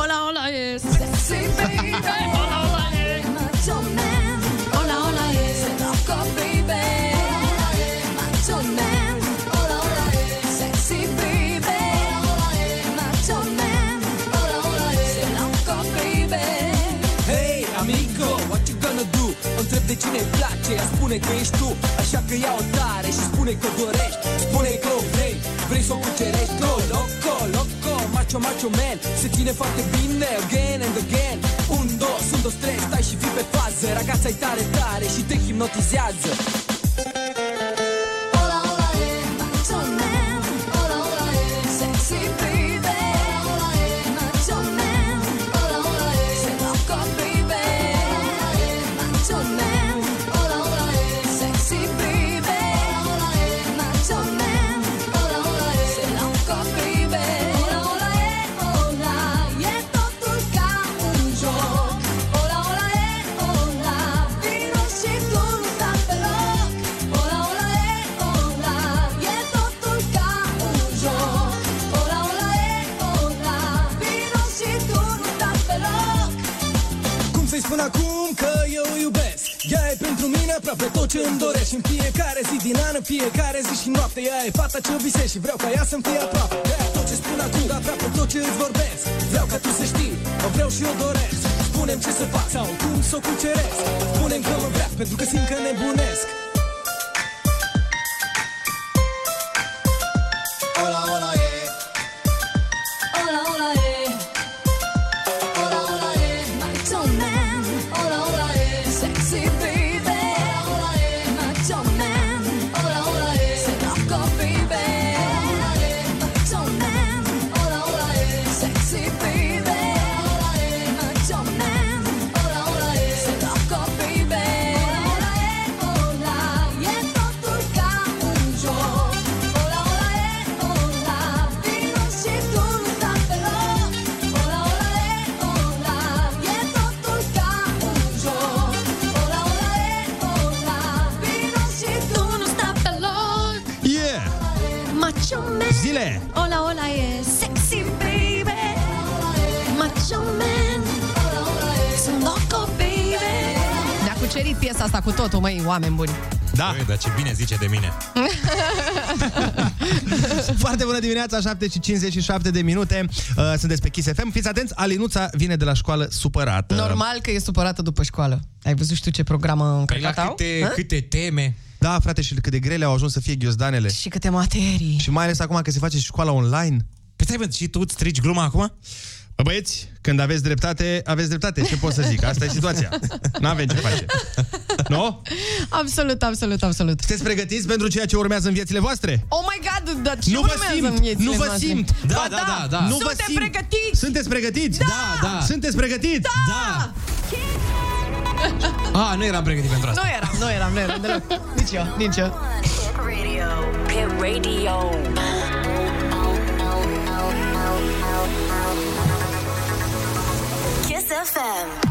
Speaker 5: Ola, ola, yes.
Speaker 2: Hola, hola, yes. Loco, baby. Macho man. Hola, hola, yes. Sexy baby. Hola, hola, yes. Macho man. Hola, hola, yes. Loco, baby.
Speaker 11: Hey, amico, what you gonna do? O întreb de cine îi place, ea spune că ești tu Așa că ia-o tare și spune că o dorești spune că o vrei, vrei să o cucerești Go, loco, loco, macho, macho man Se ține foarte bine, again and again Un, dos, un, dos, trei, stai și fii pe fază Ragazza-i tare, tare și te hipnotizează
Speaker 2: Hola, hola, yes. Macho man. Hola, hola, yes. Sexy baby. Hola, hola, yes. Macho man. Hola, hola, yes. Loco, baby. Hola, hola, yes. Macho man. Hola, hola, yes. Sexy baby. Hola, hola, yes. Macho man. Hola, hola, yes. Loco, baby. Hola, hola, yes. Hola, e totul ca un joc. Hola, hola, yes. eh, Hola, vino și tu nu stai pe loc. Hola, hola, yes. Hola, e totul ca un joc. Hola, hola, yes. Hola, vino și tu nu stai pe loc.
Speaker 11: Cum să-i spun acum că eu o iubesc Ea e pentru mine aproape tot ce îmi doresc Și în fiecare zi din an, în fiecare zi și noapte Ea e fata ce visez și vreau ca ea să-mi fie aproape de tot ce spun acum, aproape tot ce îți vorbesc Vreau ca tu să știi, o vreau și o doresc Spunem ce să fac sau cum să o cuceresc Spunem că mă vrea pentru că simt că nebunesc
Speaker 2: eh. eh. sexy baby. Hola, hola, macho man. eh. Hola, hola, c'est narco baby. Hola, hola, macho man. Hola, hola, sexy baby. Hola, hola, macho man. eh. Hola, hola, c'est narco baby. Hola, hola, e totul ca un joc. Hola, hola, hola, vino și tu nu tapeloc. Hola, hola, hola, e totul ca un joc. Hola, hola, hola, vino și tu nu tapeloc.
Speaker 3: Yeah!
Speaker 2: Macho man.
Speaker 3: Zile!
Speaker 2: Hola, hola, e sexy baby. Macho man. Sunt loco baby.
Speaker 5: Ne-a cucerit piesa asta cu totul, măi, oameni buni.
Speaker 4: Da. Băi, dar ce bine zice de mine.
Speaker 3: Foarte bună dimineața, 7 și 57 de minute. Uh, sunteți pe Kiss FM. Fiți atenți, Alinuța vine de la școală supărată.
Speaker 5: Normal că e supărată după școală. Ai văzut și tu ce programă
Speaker 4: Păi la
Speaker 5: încărcat au?
Speaker 4: câte,
Speaker 5: Hă?
Speaker 4: câte teme.
Speaker 3: Da, frate, și cât de grele au ajuns să fie ghiozdanele.
Speaker 5: Și câte materii.
Speaker 3: Și mai ales acum că se face și școala online.
Speaker 4: Păi stai, bă, și tu îți strici gluma acum?
Speaker 3: Bă, Băieți, când aveți dreptate, aveți dreptate. Ce pot să zic? Asta e situația. N-avem ce face. Nu?
Speaker 5: Absolut, absolut, absolut.
Speaker 3: Sunteți pregătiți pentru ceea ce urmează în viețile voastre?
Speaker 5: Oh my god, dar ce
Speaker 3: Nu vă
Speaker 5: urmează
Speaker 3: simt,
Speaker 5: în viețile
Speaker 3: nu vă
Speaker 5: noastre?
Speaker 3: simt.
Speaker 4: Da,
Speaker 5: Ba
Speaker 4: da, da, da.
Speaker 3: Nu vă
Speaker 5: Suntem
Speaker 3: simt.
Speaker 5: pregătiți!
Speaker 3: Sunteți pregătiți?
Speaker 4: Da, da.
Speaker 3: Sunteți pregătiți? Da!
Speaker 4: Da! A, nu eram pregătit pentru asta.
Speaker 5: Nu eram, nu eram, nu eram deloc. Nici eu, nici eu.
Speaker 2: Hit radio. Hit radio. Kiss FM.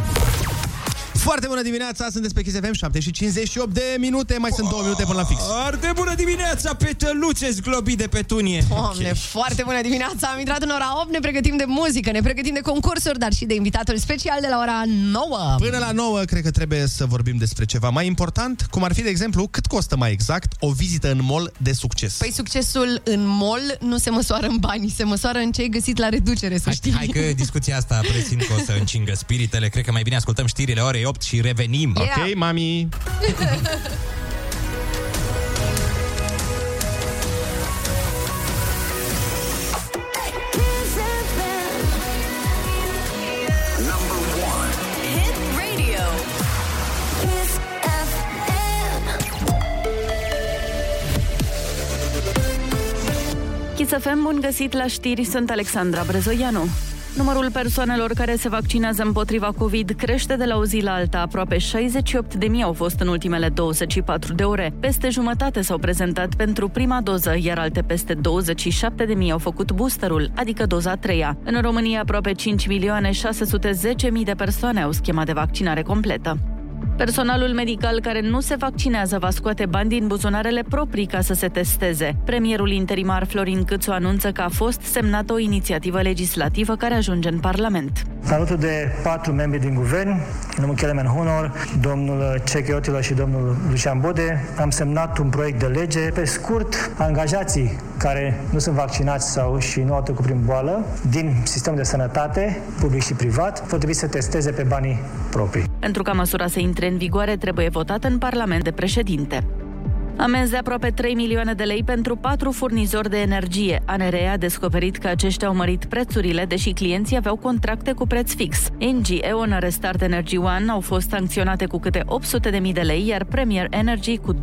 Speaker 3: Foarte bună dimineața, sunteți pe Kiss FM 7 și 58 de minute, mai sunt 2 minute până la fix.
Speaker 4: Foarte bună dimineața, petăluțe zglobi de petunie.
Speaker 5: Doamne, okay. foarte bună dimineața! Am intrat în ora 8, ne pregătim de muzică, ne pregătim de concursuri, dar și de invitatul special de la ora 9.
Speaker 3: Până la 9, cred că trebuie să vorbim despre ceva mai important, cum ar fi, de exemplu, cât costă mai exact o vizită în mall de succes.
Speaker 5: Păi succesul în mall nu se măsoară în bani, se măsoară în ce ai găsit la reducere, să
Speaker 4: Hai,
Speaker 5: știi.
Speaker 4: hai că Adică discuția asta presimt că o să încingă spiritele. Cred că mai bine ascultăm știrile orei 8 și revenim.
Speaker 5: Yeah.
Speaker 3: Ok, mami.
Speaker 2: Kiss FM. Number one. Hit radio. Kiss FM.
Speaker 6: Chisafem, bun găsit la știri, sunt Alexandra Brezoianu. Numărul persoanelor care se vaccinează împotriva COVID crește de la o zi la alta. Aproape 68.000 au fost în ultimele 24 de ore. Peste jumătate s-au prezentat pentru prima doză, iar alte peste 27.000 au făcut boosterul, adică doza a treia. În România, aproape 5.610.000 de persoane au schema de vaccinare completă. Personalul medical care nu se vaccinează va scoate bani din buzunarele proprii ca să se testeze. Premierul interimar Florin Câțu anunță că a fost semnată o inițiativă legislativă care ajunge în Parlament.
Speaker 8: Alături de patru membri din guvern, domnul Kelemen Honor, domnul Ceche Otila și domnul Lucian Bode, am semnat un proiect de lege. Pe scurt, angajații care nu sunt vaccinați sau și nu au trecut prin boală, din sistemul de sănătate, public și privat, vor trebui să testeze pe banii proprii.
Speaker 6: Pentru ca măsura să intre în vigoare, trebuie votată în Parlament de președinte. Amenzi de aproape 3 milioane de lei pentru patru furnizori de energie. ANR a descoperit că aceștia au mărit prețurile, deși clienții aveau contracte cu preț fix. Engie, Eon, Restart Energy One au fost sancționate cu câte 800.000 de lei, iar Premier Energy cu 200.000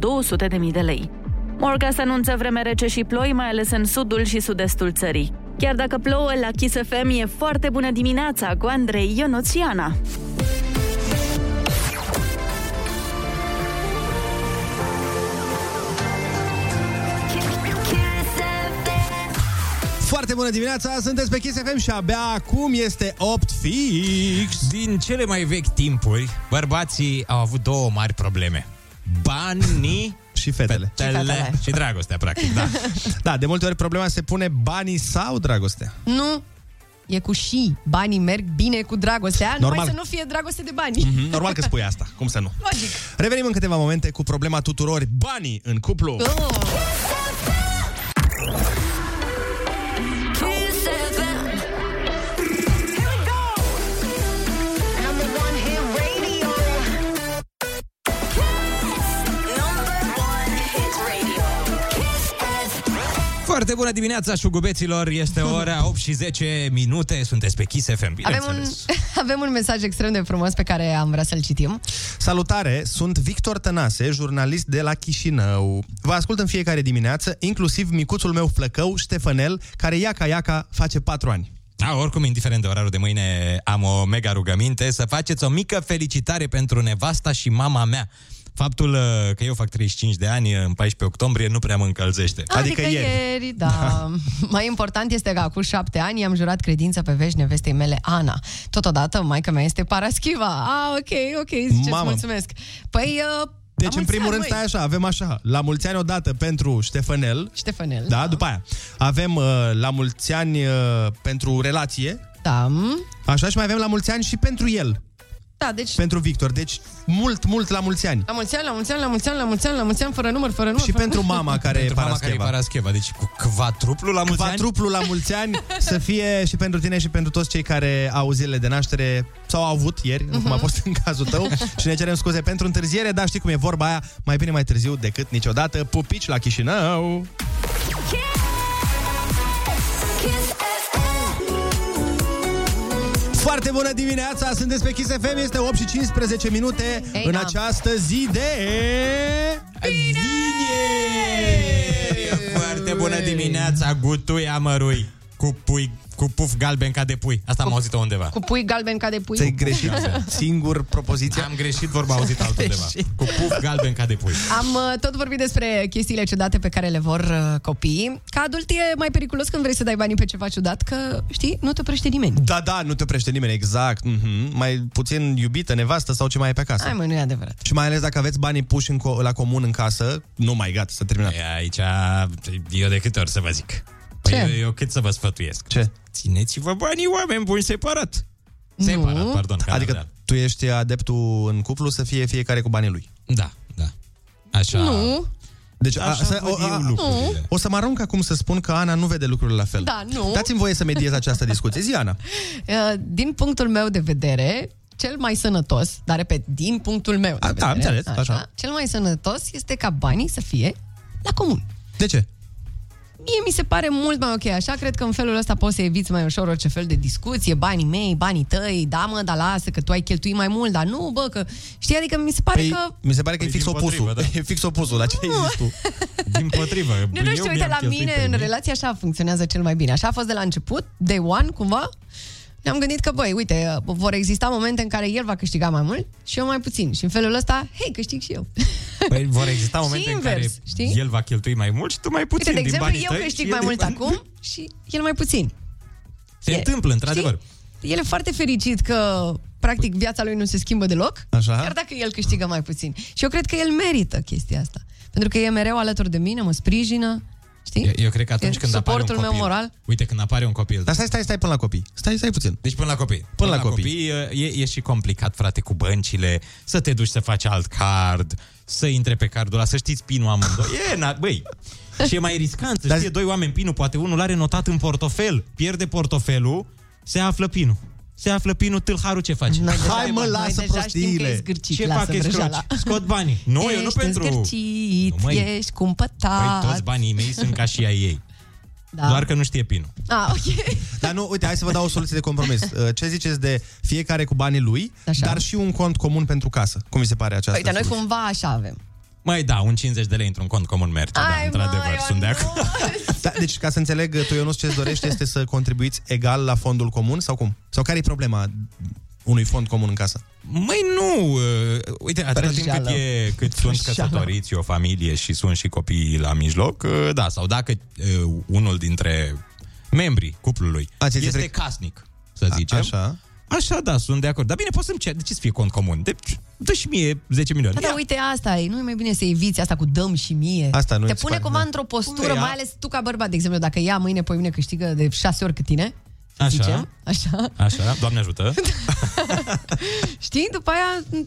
Speaker 6: de lei. Morga se anunță vreme rece și ploi, mai ales în sudul și sud-estul țării. Chiar dacă plouă, la Kiss FM e foarte bună dimineața cu Andrei Ionuț și Ana.
Speaker 2: Kiss FM.
Speaker 3: Foarte bună dimineața, sunteți pe Kiss FM și abia acum este 8 fix.
Speaker 4: Din cele mai vechi timpuri, bărbații au avut două mari probleme. Banii
Speaker 3: Și fetele.
Speaker 4: fetele
Speaker 5: Și fetele.
Speaker 4: și dragostea, practic, da.
Speaker 3: Da, de multe ori problema se pune banii sau dragostea.
Speaker 5: Nu, e cu și. Banii merg bine cu dragostea,
Speaker 3: Normal.
Speaker 5: numai să nu fie dragoste de bani. Mm-hmm.
Speaker 3: Mhm, Normal că spui asta, cum să nu.
Speaker 5: Logic.
Speaker 3: Revenim în câteva momente cu problema tuturor, banii în cuplu.
Speaker 5: Oh.
Speaker 2: Kiss FM. Here we go. Number one hit radio. Number one hit radio. Kiss FM.
Speaker 4: Foarte bună dimineața, șugubeților! Este ora 8 și 10 minute, sunteți pe Kiss FM,
Speaker 5: Avem un,
Speaker 4: bineînțeles.
Speaker 5: avem un mesaj extrem de frumos pe care am vrea să-l citim.
Speaker 3: Salutare, sunt Victor Tănase, jurnalist de la Chișinău. Vă ascult în fiecare dimineață, inclusiv micuțul meu flăcău, Ștefanel, care iaca-iaca face patru ani.
Speaker 4: Da, oricum, indiferent de orarul de mâine, am o mega rugăminte să faceți o mică felicitare pentru nevasta și mama mea. Faptul uh, că eu fac 35 de ani în 14 octombrie nu prea mă încălzește.
Speaker 3: Ah, adică
Speaker 4: Adică
Speaker 5: ieri da. da. Mai important este că acum șapte ani i-am jurat credință pe vești nevestei mele, Ana. Totodată, maica mea este paraschiva. Ah, ok, ok, ziceți,
Speaker 3: Mamă.
Speaker 5: mulțumesc. Păi, uh,
Speaker 3: Deci,
Speaker 5: la
Speaker 3: în
Speaker 5: mulți
Speaker 3: primul
Speaker 5: ani,
Speaker 3: rând,
Speaker 5: măi.
Speaker 3: stai așa, avem așa, la mulți ani odată pentru Ștefanel,
Speaker 5: Ștefanel.
Speaker 3: da, după aia avem uh, la mulți ani uh, pentru relație,
Speaker 5: Da,
Speaker 3: așa, și mai avem la mulți ani și pentru el,
Speaker 5: da deci...
Speaker 3: pentru Victor, deci mult, mult la mulți ani.
Speaker 5: La mulți ani, la mulți ani, la mulți ani, la mulți ani, la mulți ani, fără număr, fără număr.
Speaker 3: Și
Speaker 5: fără...
Speaker 3: pentru mama care e
Speaker 4: Pentru mama
Speaker 3: Parascheva.
Speaker 4: care e Parascheva, deci cu quadruplu la mulți ani?
Speaker 3: Quadruplu la mulți ani să fie și pentru tine și pentru toți cei care au zilele de naștere sau au avut ieri, uh-huh.
Speaker 4: Mhm.
Speaker 3: cum a fost în cazul tău, și ne cerem scuze pentru întârziere, dar știi cum e vorba aia, mai bine mai târziu decât niciodată. Pupici la Chișinău! Foarte bună dimineața, sunteți pe Kiss FM, este 8 și 15 minute
Speaker 5: Ei,
Speaker 3: în
Speaker 5: da.
Speaker 3: această zi de...
Speaker 4: Bine! Foarte bună dimineața, gutui amărui, cu pui, cu puf galben ca de pui. Asta am auzit-o undeva.
Speaker 5: Cu pui galben ca de pui.
Speaker 3: Ți-ai greșit singur propoziția?
Speaker 4: Am greșit, vorba auzit altundeva.
Speaker 3: Greșit.
Speaker 4: Cu puf galben ca de pui.
Speaker 5: Am uh, tot vorbit despre chestiile ciudate pe care le vor uh, copiii. Ca adult e mai periculos când vrei să dai banii pe ceva ciudat, că, știi, nu te oprește nimeni.
Speaker 3: Da, da, nu te oprește nimeni, exact. Mm-hmm. Mai puțin iubită, nevastă sau ce mai e pe acasă.
Speaker 5: Hai mă, nu e adevărat.
Speaker 3: Și mai ales dacă aveți banii puși în co- la comun în casă, nu mai gata, să terminat.
Speaker 4: E, Aici, eu de câte ori să vă zic?
Speaker 5: Ce?
Speaker 4: Păi eu, eu cât să vă sfătuiesc?
Speaker 3: Ce?
Speaker 4: Țineți-vă banii oameni buni separat. Separat,
Speaker 5: Nu.
Speaker 4: pardon. că n-am
Speaker 3: Adică
Speaker 4: real.
Speaker 3: tu ești adeptul în cuplu să fie fiecare cu banii lui.
Speaker 4: Da, da. Așa...
Speaker 5: Nu,
Speaker 3: Deci,
Speaker 4: Așa
Speaker 3: să,
Speaker 4: văd eu lucrurile.
Speaker 3: o să mă arunc acum să spun că Ana nu vede lucrurile la fel.
Speaker 5: Da, nu.
Speaker 3: Dați-mi voie să mediez această discuție. Zi, Ana.
Speaker 5: uh, din punctul meu de vedere, cel mai sănătos, dar repet, din punctul meu
Speaker 3: A,
Speaker 5: de vedere,
Speaker 3: da, am înțeles, așa.
Speaker 5: cel mai sănătos este ca banii să fie la comun.
Speaker 3: De ce?
Speaker 5: Mie mi se pare mult mai ok așa, cred că în felul ăsta poți să eviți mai ușor orice fel de discuție, banii mei, banii tăi, da mă, dar lasă că tu ai cheltuit mai mult, dar nu, bă, că știi, adică mi se pare
Speaker 3: Păi,
Speaker 5: că...
Speaker 3: mi se pare că e
Speaker 4: Păi,
Speaker 3: fix
Speaker 4: din
Speaker 3: opusul.
Speaker 4: potrivă, da.
Speaker 3: E fix opusul la ce ai zis tu.
Speaker 4: Din potrivă.
Speaker 5: Nu, nu știu, uite, la mine, în relație așa funcționează cel mai bine. Așa a fost de la început, day one, cumva. Ne-am gândit că, băi, uite, vor exista momente în care el va câștiga mai mult și eu mai puțin. Și în felul ăsta, hei, câștig și eu.
Speaker 4: Păi vor exista momente
Speaker 5: Și
Speaker 4: în care
Speaker 5: invers, știi?
Speaker 4: el va cheltui mai mult și tu mai puțin
Speaker 5: Uite, de
Speaker 4: din
Speaker 5: exemplu,
Speaker 4: banii
Speaker 5: eu
Speaker 4: tăi și
Speaker 5: câștig
Speaker 4: el
Speaker 5: mai
Speaker 4: din
Speaker 5: mult
Speaker 4: banii-
Speaker 5: acum și el mai puțin.
Speaker 4: Se
Speaker 5: E-
Speaker 4: întâmplă, într-adevăr.
Speaker 5: Știi? El e foarte fericit că, practic, viața lui nu se schimbă deloc,
Speaker 3: Așa.
Speaker 5: chiar dacă el câștigă mai puțin. Și eu cred că el merită chestia asta. Pentru că e mereu alături de mine, mă sprijină, știi?
Speaker 4: Eu, eu cred că atunci
Speaker 5: E
Speaker 4: când apare un
Speaker 5: suportul
Speaker 4: copil...
Speaker 5: meu moral. Da,
Speaker 4: Uite, când apare un copil...
Speaker 3: Dar stai, stai, stai până la copii. Stai, stai puțin.
Speaker 4: Deci până la copii. Până,
Speaker 3: la copii.
Speaker 4: copii e, e și complicat, frate, cu băncile, să te duci să faci alt card, să intre pe cardul ăla, să știți pinul amândoi. E, na, băi, și e mai riscant să
Speaker 3: Dar-
Speaker 4: știe doi oameni pinul, poate unul l-are notat în portofel, pierde portofelul, se află pinul. Se află pinul, tâlharul ce face?
Speaker 5: Noi deja-
Speaker 3: Hai, mă,
Speaker 5: noi
Speaker 3: lasă
Speaker 5: deja știm că
Speaker 3: prostiile.
Speaker 5: e zgârcit,
Speaker 4: ce
Speaker 5: lasă
Speaker 4: fac ești
Speaker 5: vrăjeala.
Speaker 4: Scot banii. Nu, eu nu
Speaker 5: ești
Speaker 4: pentru...
Speaker 5: Zgârcit,
Speaker 4: Nu, măi.
Speaker 5: ești cumpătat.
Speaker 4: Păi toți banii mei sunt ca și ai ei.
Speaker 5: da.
Speaker 4: Doar că nu știe pinul.
Speaker 5: A, ok.
Speaker 3: Dar nu, uite, hai să vă dau o soluție de compromis. Uh, Ce ziceți de fiecare cu banii lui,
Speaker 5: Așa.
Speaker 3: dar și un cont comun pentru casă? Cum vi se pare această
Speaker 5: Uite, noi
Speaker 3: soluție?
Speaker 5: cumva așa avem.
Speaker 4: Mai da, un 50 de lei într-un cont comun merge, da, într-adevăr,
Speaker 5: măi,
Speaker 4: sunt de
Speaker 5: o
Speaker 4: acord.
Speaker 5: nu.
Speaker 3: Da, deci, ca să înțeleg, tu, Ionuț, ce-ți dorești este să contribuiți egal la fondul comun sau cum? Sau care e problema unui fond comun în casă?
Speaker 4: Măi, nu! uh, Uite, atâta timp cât,
Speaker 5: Prăjeală.
Speaker 4: e, cât sunt
Speaker 5: Prăjeală.
Speaker 4: căsătoriți, e o familie și sunt și copiii la mijloc, uh, da, sau dacă uh, unul dintre membrii cuplului
Speaker 3: A, ți- ți-
Speaker 4: este
Speaker 3: trec-
Speaker 4: casnic, să zicem.
Speaker 3: Așa.
Speaker 4: Așa, da, sunt de acord. Dar bine, poți să-mi cer. De ce să fie cont comun? Deci, dă și mie 10 milioane.
Speaker 5: Da, da,
Speaker 4: Ia.
Speaker 5: uite, asta e. Nu e mai bine să eviți asta cu dăm și mie.
Speaker 3: Asta nu
Speaker 5: Te
Speaker 3: mi se
Speaker 5: pune
Speaker 3: pare,
Speaker 5: cumva
Speaker 3: da.
Speaker 5: într-o postură,
Speaker 4: Unde ea?
Speaker 5: mai ales tu ca bărbat, de exemplu, dacă ea mâine, poi mine câștigă de șase ori cât tine, să
Speaker 4: Așa.
Speaker 5: zicem, așa,
Speaker 4: Așa, Doamne ajută.
Speaker 5: știi? După aia,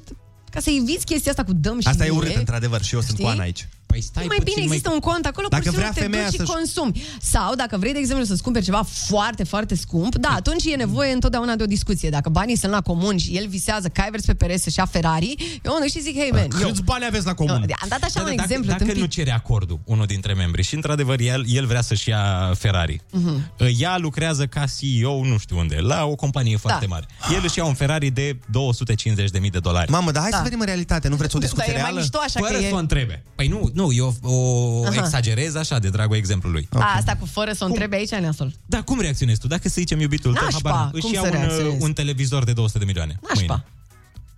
Speaker 5: ca să eviți chestia asta cu dăm și
Speaker 3: Asta e
Speaker 5: mie,
Speaker 3: urât, într-adevăr, și eu sunt
Speaker 5: știi?
Speaker 3: cu Ana aici.
Speaker 4: Păi stai
Speaker 5: mai
Speaker 4: puțin,
Speaker 5: bine există
Speaker 4: mai...
Speaker 5: un cont acolo,
Speaker 3: Dacă
Speaker 5: pur și simplu
Speaker 3: vrea
Speaker 5: te
Speaker 3: femeia
Speaker 5: duci și
Speaker 3: să-și-
Speaker 5: consumi. Sau dacă vrei, de exemplu, să-ți cumperi ceva foarte, foarte scump, da, atunci e nevoie întotdeauna de o discuție. Dacă banii sunt la comun și el visează că ai vers pe perete să-și ia Ferrari, eu mă duc și zic, hei, man, eu...
Speaker 3: Câți bani aveți la comun?
Speaker 5: Am dat așa
Speaker 4: Da, da,
Speaker 5: un
Speaker 4: dacă,
Speaker 5: exemplu
Speaker 4: dacă
Speaker 5: tâmpit.
Speaker 4: nu cere acordul unul dintre membri și într-adevăr el, el vrea să-și ia Ferrari. Uh-huh. Ea lucrează ca CEO nu știu unde, la o companie
Speaker 5: Da.
Speaker 4: foarte mare. El își ia un Ferrari de 250.000 de dolari.
Speaker 3: Mamă, dar hai să
Speaker 5: Da.
Speaker 3: vedem în realitate. Nu vreți o
Speaker 5: Dar
Speaker 3: discuție
Speaker 5: e mai
Speaker 3: reală?
Speaker 5: mișto așa
Speaker 4: fără
Speaker 5: că
Speaker 4: să
Speaker 5: e...
Speaker 4: o întrebe. Păi nu, nu, eu o Aha. exagerez așa de dragul exemplului.
Speaker 5: A, asta cu fără să o întrebe aici,
Speaker 3: Păi
Speaker 5: nasol.
Speaker 4: Dar cum reacționezi tu? Dacă să zicem iubitul tău,
Speaker 5: Nașpa,
Speaker 4: habar n-am, își
Speaker 5: cum
Speaker 4: ia
Speaker 5: să
Speaker 4: un,
Speaker 5: reacționezi?
Speaker 4: un televizor de 200 de milioane.
Speaker 5: Nașpa.
Speaker 4: Mâine.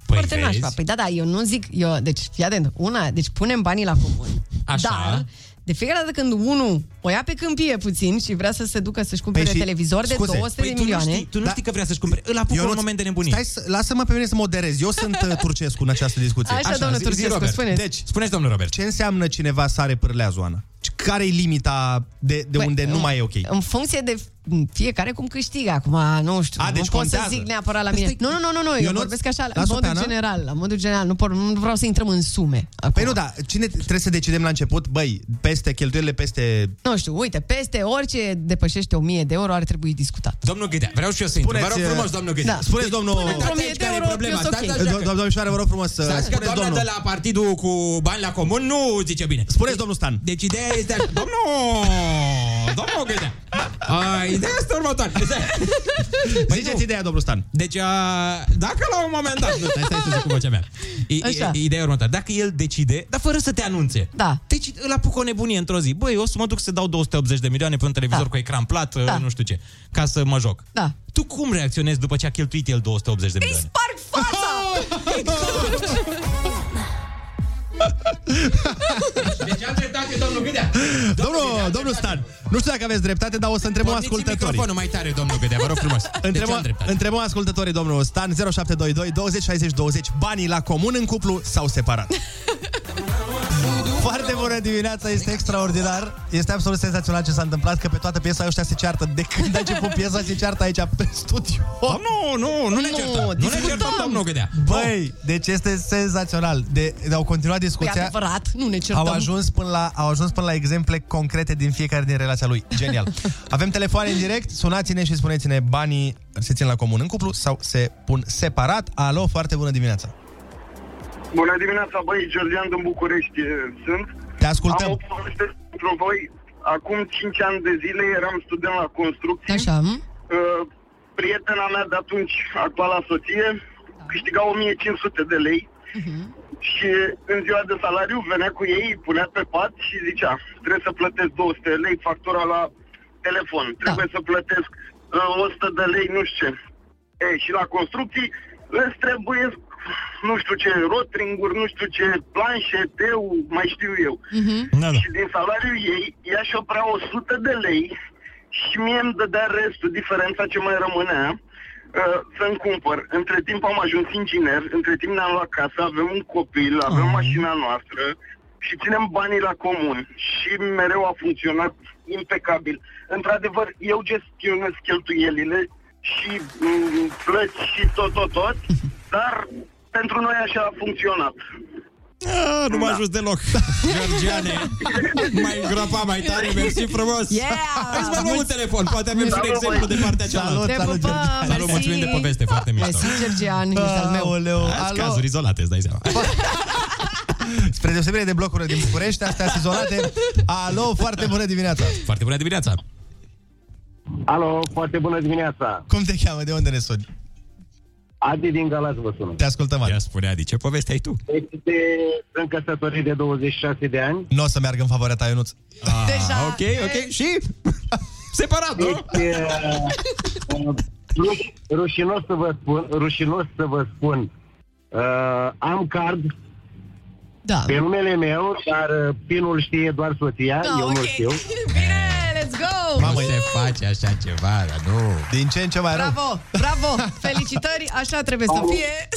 Speaker 4: Păi
Speaker 5: Foarte
Speaker 4: vezi?
Speaker 5: nașpa. Păi da, da, eu nu zic, eu, deci fii atent, una, deci punem banii la comun.
Speaker 4: Așa.
Speaker 5: Dar, de fiecare dată când unul o ia pe câmpie puțin și vrea să se ducă să-și cumpere
Speaker 3: Păi și-
Speaker 5: televizor
Speaker 3: scuze,
Speaker 5: de 200
Speaker 4: Păi
Speaker 5: de
Speaker 4: tu nu,
Speaker 5: milioane...
Speaker 4: știi, tu nu
Speaker 3: Da.
Speaker 4: știi că vrea să-și cumpere. Îl apucă un
Speaker 3: Ionuț,
Speaker 4: moment de nebunie.
Speaker 3: Stai să, lasă-mă pe mine să moderez. Eu sunt uh, Turcescu în această discuție.
Speaker 5: Așa, domnul
Speaker 4: zi- zi,
Speaker 5: Turcescu,
Speaker 4: Robert.
Speaker 5: spuneți.
Speaker 4: Deci, spuneți, domnul Robert.
Speaker 3: Ce înseamnă cineva sare pârlea zoană? Care e limita de, de
Speaker 5: Păi,
Speaker 3: unde nu
Speaker 5: în-
Speaker 3: mai e ok?
Speaker 5: În funcție de fiecare cum câștigă acum, nu știu,
Speaker 3: A, deci
Speaker 5: nu pot să
Speaker 3: contează.
Speaker 5: zic neapărat la mine.
Speaker 3: Păi Stai-
Speaker 5: Nu, nu, nu, nu, nu eu
Speaker 3: Ionuț, Da,
Speaker 5: vorbesc așa, la
Speaker 3: las-o pe
Speaker 5: modul
Speaker 3: Ana.
Speaker 5: general, la modul general, nu, por, nu vreau să intrăm în sume. Acum.
Speaker 3: Păi nu, da, cine trebuie să decidem la început? Băi, peste cheltuielile peste...
Speaker 5: Nu știu, uite, peste orice depășește 1000 de euro ar trebui discutat.
Speaker 4: Domnul Gâdea, vreau și eu să intru. Vă
Speaker 3: Spuneți,
Speaker 4: rog
Speaker 3: uh,
Speaker 4: frumos, domnul Gâdea.
Speaker 5: da.
Speaker 3: Spuneți, domnul...
Speaker 5: Până într-o
Speaker 4: Stați
Speaker 5: mie
Speaker 4: aici
Speaker 5: de
Speaker 4: care e
Speaker 5: euro,
Speaker 4: problema,
Speaker 5: eu sunt
Speaker 4: stați
Speaker 5: ok.
Speaker 4: așa.
Speaker 3: Do- do- Domnișoare, vă rog frumos să...
Speaker 4: Stați că
Speaker 3: Spuneți,
Speaker 4: doamna
Speaker 3: domnul.
Speaker 4: de la partidul cu bani la comun nu zice bine.
Speaker 3: Spuneți, domnul Stan.
Speaker 4: Deci ideea este așa. Domnul! Domnul Gâdea! A, ideea este următoare. Păi
Speaker 3: Ziceți
Speaker 4: nu.
Speaker 3: ideea, domnul Stan.
Speaker 4: Deci, a, dacă la un moment dat... Nu, stai, stai să zic cu vocea mea. I- i-
Speaker 5: Așa.
Speaker 4: ideea e următoare. Dacă el decide, dar fără să te anunțe.
Speaker 5: Da.
Speaker 4: Deci îl apucă o nebunie într-o zi. Băi, eu o să mă duc să dau 280 de milioane pe un televizor
Speaker 5: Da.
Speaker 4: cu ecran plat,
Speaker 5: Da.
Speaker 4: nu știu ce, ca să mă joc.
Speaker 5: Da.
Speaker 4: Tu cum reacționezi după ce a cheltuit el 280 de
Speaker 5: Îi
Speaker 4: milioane?
Speaker 5: sparg fața!
Speaker 4: Deci am dreptate, domnul Gâdea.
Speaker 3: Domnul, domnul Stan, nu știu dacă aveți dreptate, dar o să întrebăm
Speaker 4: Porniți
Speaker 3: ascultătorii.
Speaker 4: microfonul mai tare, domnul Gâdea, vă rog frumos. Deci am
Speaker 3: Întrebăm,
Speaker 4: dreptate.
Speaker 3: întrebăm ascultătorii, domnul Stan, 0722 20 60 20, banii la comun în cuplu sau separat. Foarte bună dimineața, este extraordinar. Este absolut senzațional ce s-a întâmplat, că pe toată piesa ăștia se ceartă. De când a început piesa, se ceartă aici, pe studio.
Speaker 4: Oh, nu, nu, nu ne certăm. Nu ne
Speaker 5: discutăm.
Speaker 4: certăm, domnul Gâdea.
Speaker 3: Băi, deci este senzațional. De, de au continuat
Speaker 5: Păi
Speaker 3: discuția.
Speaker 5: adevărat, nu ne certăm.
Speaker 3: Au ajuns, până la, au ajuns până la exemple concrete din fiecare din relația lui. Genial. Avem telefoane în direct, sunați-ne și spuneți-ne banii se țin la comun în cuplu sau se pun separat. Alo, foarte bună dimineața.
Speaker 1: Bună dimineața, băi, Georgian din București eh, sunt.
Speaker 3: Te ascultăm.
Speaker 1: Am o poveste pentru voi. Acum 5 ani de zile eram student la construcții.
Speaker 5: Așa, m?
Speaker 1: Uh, prietena mea de atunci, actuala soție, câștiga 1500 de lei și în ziua de salariu venea cu ei, îi punea pe pat și zicea trebuie să plătesc 200 de lei factura la telefon, trebuie să plătesc uh, 100 de lei, nu știu ce. E, și la construcții îți trebuie nu știu ce rotringuri, nu știu ce planșe, teu, mai știu eu.
Speaker 4: Da, da.
Speaker 1: Și din salariul ei, ea și oprea 100 de lei și mie îmi dădea restul, diferența ce mai rămânea, uh, să-mi cumpăr. Între timp am ajuns inginer, între timp ne-am luat casă, avem un copil, avem mașina noastră și ținem banii la comun. Și mereu a funcționat impecabil. Într-adevăr, eu gestionez cheltuielile și mm, plăți și tot, tot, tot, dar pentru noi așa a funcționat.
Speaker 4: Ah, nu m-a ajuns deloc. Georgiane, mai îngropa mai tare, mersi frumos.
Speaker 5: Yeah!
Speaker 4: Hai să mai luăm un telefon, poate avem și un
Speaker 1: Salut,
Speaker 4: exemplu de
Speaker 1: băi.
Speaker 4: partea cealaltă.
Speaker 5: Te
Speaker 3: Salut,
Speaker 5: pupăm,
Speaker 3: Georgian.
Speaker 4: Salut,
Speaker 5: mersi.
Speaker 4: mulțumim de poveste, foarte mișto.
Speaker 5: Mersi, Georgian, ești al meu.
Speaker 3: Aoleu,
Speaker 4: Azi
Speaker 3: alo.
Speaker 4: cazuri izolate, îți dai seama.
Speaker 3: Spre deosebire de blocurile din București, astea sunt izolate. Alo, foarte bună dimineața.
Speaker 4: Foarte bună dimineața.
Speaker 1: Alo, foarte bună dimineața!
Speaker 3: Cum te cheamă? De unde ne suni?
Speaker 1: Adi din Galați vă sună.
Speaker 3: Te ascultăm, Adi.
Speaker 4: Ia spune, Adi, ce poveste ai tu?
Speaker 1: Deci de, sunt căsătorit de 26 de ani.
Speaker 3: Nu o să meargă în favoarea ta, Ionuț.
Speaker 4: Ah,
Speaker 5: Deja
Speaker 4: ok,
Speaker 5: e-
Speaker 4: ok, și? Separat, nu?
Speaker 1: Deci, e, uh, ruș- rușinos să vă spun, rușinos să vă spun, uh, am card
Speaker 5: Da.
Speaker 1: pe numele meu, dar uh, pinul știe doar soția,
Speaker 5: Da,
Speaker 1: eu
Speaker 5: ok.
Speaker 1: nu știu.
Speaker 5: Bine, let's go!
Speaker 4: Nu se face așa ceva, dar nu.
Speaker 3: Din ce în ce mai rău.
Speaker 5: Bravo, bravo! Felicitări, așa trebuie să fie.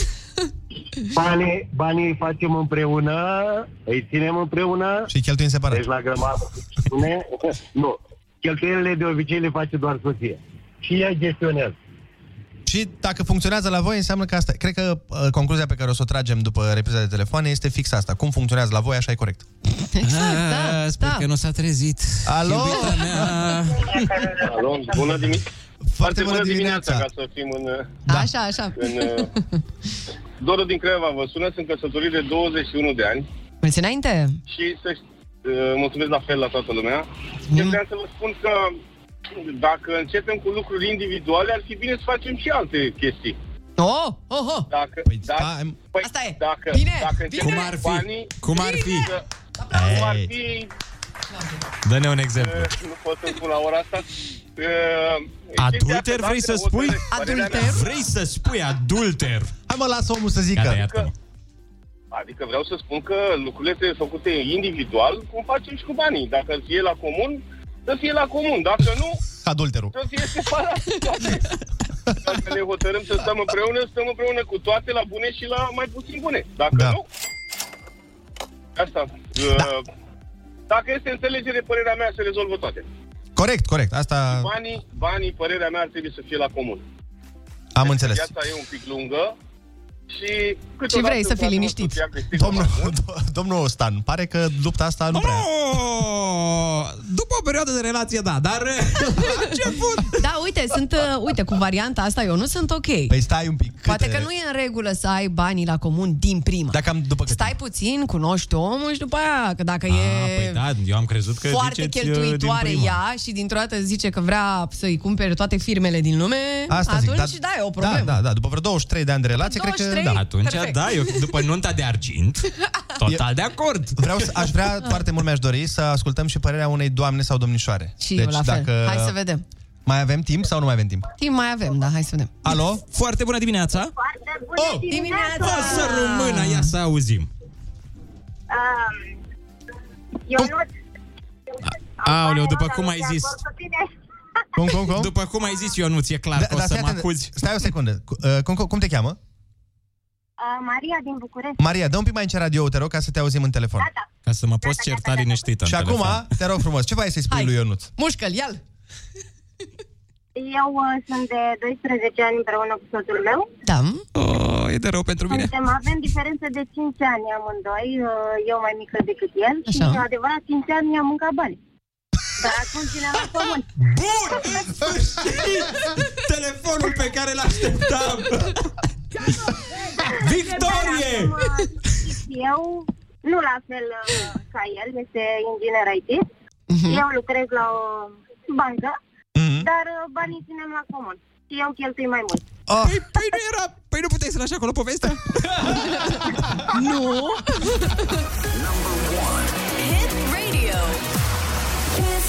Speaker 1: Banii, banii îi facem împreună, îi ținem împreună,
Speaker 3: Și cheltuim separat.
Speaker 1: deci la grămadă. Spune, nu, cheltuielile de obicei le face doar soție. Și ea gestionează.
Speaker 3: Și dacă funcționează la voi, înseamnă că asta... Cred că uh, concluzia pe care o să o tragem după repriza de telefoane este fix asta. Cum funcționează la voi, așa e corect.
Speaker 5: Exact, da,
Speaker 4: Ah, Sper
Speaker 5: da.
Speaker 4: că nu s-a trezit.
Speaker 3: Alo?
Speaker 4: Iubita mea.
Speaker 1: Alo, bună dimineața.
Speaker 3: Foarte bună dimineața!
Speaker 1: ca să fim în...
Speaker 5: da. Așa, așa.
Speaker 1: în uh, Doru din Craiova vă sună, sunt căsătorit de 21 de ani
Speaker 5: Mulți înainte.
Speaker 1: și să ș- uh, mulțumesc la fel la toată lumea.
Speaker 4: Mm.
Speaker 1: Eu vreau să vă spun că dacă începem cu lucruri individuale, ar fi bine să facem și alte chestii.
Speaker 5: Oh, oh, oh.
Speaker 1: Dacă,
Speaker 3: Păi,
Speaker 1: dacă,
Speaker 3: stai,
Speaker 1: păi,
Speaker 5: Asta e.
Speaker 1: Dacă,
Speaker 5: Bine,
Speaker 1: dacă
Speaker 5: bine.
Speaker 1: începem
Speaker 4: Cum ar
Speaker 1: cu
Speaker 4: fi?
Speaker 1: banii,
Speaker 4: Cum ar fi?
Speaker 1: că- cum ar
Speaker 4: Ei.
Speaker 1: fi,
Speaker 4: Dă-ne un exemplu.
Speaker 1: uh, nu pot să spun la ora asta, uh, chestia asta,
Speaker 4: Adulter
Speaker 1: dacă
Speaker 4: vrei să
Speaker 1: o să
Speaker 4: spui?
Speaker 1: le- părerea mea-
Speaker 5: Adulter?
Speaker 4: Vrei să spui adulter?
Speaker 3: Hai mă, lasă omul să
Speaker 4: Gata,
Speaker 3: zică.
Speaker 4: iartă-mă.
Speaker 1: Adică vreau să spun că lucrurile trebuie făcute individual, cum facem și cu banii. Dacă fie la comun, să fie la comun. Dacă nu,
Speaker 3: Adulterul.
Speaker 1: să fie separat. Dacă ne hotărâm să stăm împreună, stăm împreună cu toate la bune și la mai puțin bune. Dacă
Speaker 3: Da.
Speaker 1: da. nu, asta. Da. Dacă este înțelegere, părerea mea se rezolvă toate.
Speaker 3: Corect, corect.
Speaker 4: Ah.
Speaker 3: Asta
Speaker 1: Banii, banii, părerea mea, ar trebui să fie la comun.
Speaker 4: Deci,
Speaker 3: am înțeles.
Speaker 1: Viața e un pic lungă și... câteodată
Speaker 5: să fii
Speaker 1: poate nu
Speaker 5: liniștit.
Speaker 1: știu, ea câștigă
Speaker 3: Domnul,
Speaker 1: mai mult.
Speaker 3: do- domnul Stan, pare că lupta asta nu prea...
Speaker 4: Oh, după o perioadă de relație, da, dar la început...
Speaker 5: Da, uite, sunt, uh, uite, cu varianta asta eu nu sunt ok.
Speaker 3: Păi stai un pic. câte-
Speaker 5: Poate că nu e în regulă să ai banii la comun din prima.
Speaker 3: Dacă am după cât
Speaker 5: Stai puțin, cunoști omul și după aia, că dacă e
Speaker 4: Ah, păi da, eu am crezut că
Speaker 5: foarte
Speaker 4: ziceți, uh,
Speaker 5: cheltuitoare
Speaker 4: din prima.
Speaker 5: ea și dintr-o dată zice că vrea să-i cumpere toate firmele din lume,
Speaker 3: Asta
Speaker 5: atunci
Speaker 3: zic,
Speaker 5: da, e o problemă.
Speaker 3: Da, da, da, după vreo 23 de ani de relație, cred că
Speaker 5: 23?
Speaker 3: da.
Speaker 4: Atunci,
Speaker 5: Perfect.
Speaker 4: da, eu după nunta de argint, total de acord.
Speaker 3: Vreau să, aș vrea foarte mult mi-aș dori să ascultăm și părerea unei doamne sau domnișoare.
Speaker 5: Și eu la fel.
Speaker 3: Deci dacă
Speaker 5: Hai să vedem.
Speaker 3: Mai avem timp sau nu mai avem timp?
Speaker 5: Timp mai avem, da, hai să vedem.
Speaker 3: Alo?
Speaker 4: Foarte bună dimineața!
Speaker 3: Oh!
Speaker 10: Bună dimineața!
Speaker 5: Dimineața!
Speaker 4: O să rămână, ia să auzim.
Speaker 10: Um, Ionut,
Speaker 4: Aoleu, după
Speaker 10: dacă
Speaker 4: cum
Speaker 10: nu
Speaker 4: ai
Speaker 10: ești de
Speaker 4: zis,
Speaker 10: acord cu tine,
Speaker 3: Cum, cum, cum?
Speaker 4: după cum ai zis, Ionuț, e clar că o
Speaker 3: dar
Speaker 4: să
Speaker 3: fii
Speaker 4: mă
Speaker 3: atent.
Speaker 4: acuzi.
Speaker 3: Da, Stai o secundă. Cu- uh, Cum, cum, cum te cheamă?
Speaker 10: uh, Maria din București,
Speaker 3: Maria, dă un pic mai încet radio te rog, ca să te auzim în telefon.
Speaker 10: gata.
Speaker 4: Ca să mă poți certa liniștită
Speaker 3: Și
Speaker 4: în
Speaker 3: acum,
Speaker 4: telefon.
Speaker 3: te rog frumos, ce vrei să-i spui
Speaker 5: Hai.
Speaker 3: lui Ionuț?
Speaker 5: Mușcă-l, ia-l!
Speaker 10: Eu uh, sunt de 12 ani împreună cu soțul meu.
Speaker 5: Da,
Speaker 4: Oh, e de rău pentru mine.
Speaker 10: Suntem, avem diferență de 5 ani amândoi, uh, eu mai mică decât el și,
Speaker 5: Așa.
Speaker 10: adevărat, 5 ani mi-am mâncat bani. Dar acum cine la comun?
Speaker 4: Bun! În sfârșit! Telefonul pe care l-așteptam!
Speaker 10: Acum,
Speaker 4: Victorie!
Speaker 10: uh, Eu, nu la fel uh, ca el, este inginer IT. Eu lucrez la o bancă, dar uh, banii ținem la comun. Și eu cheltui mai mult.
Speaker 4: Păi, păi nu era... Păi nu puteai să lași acolo povestea?
Speaker 5: nu!
Speaker 2: Hit radio. Kiss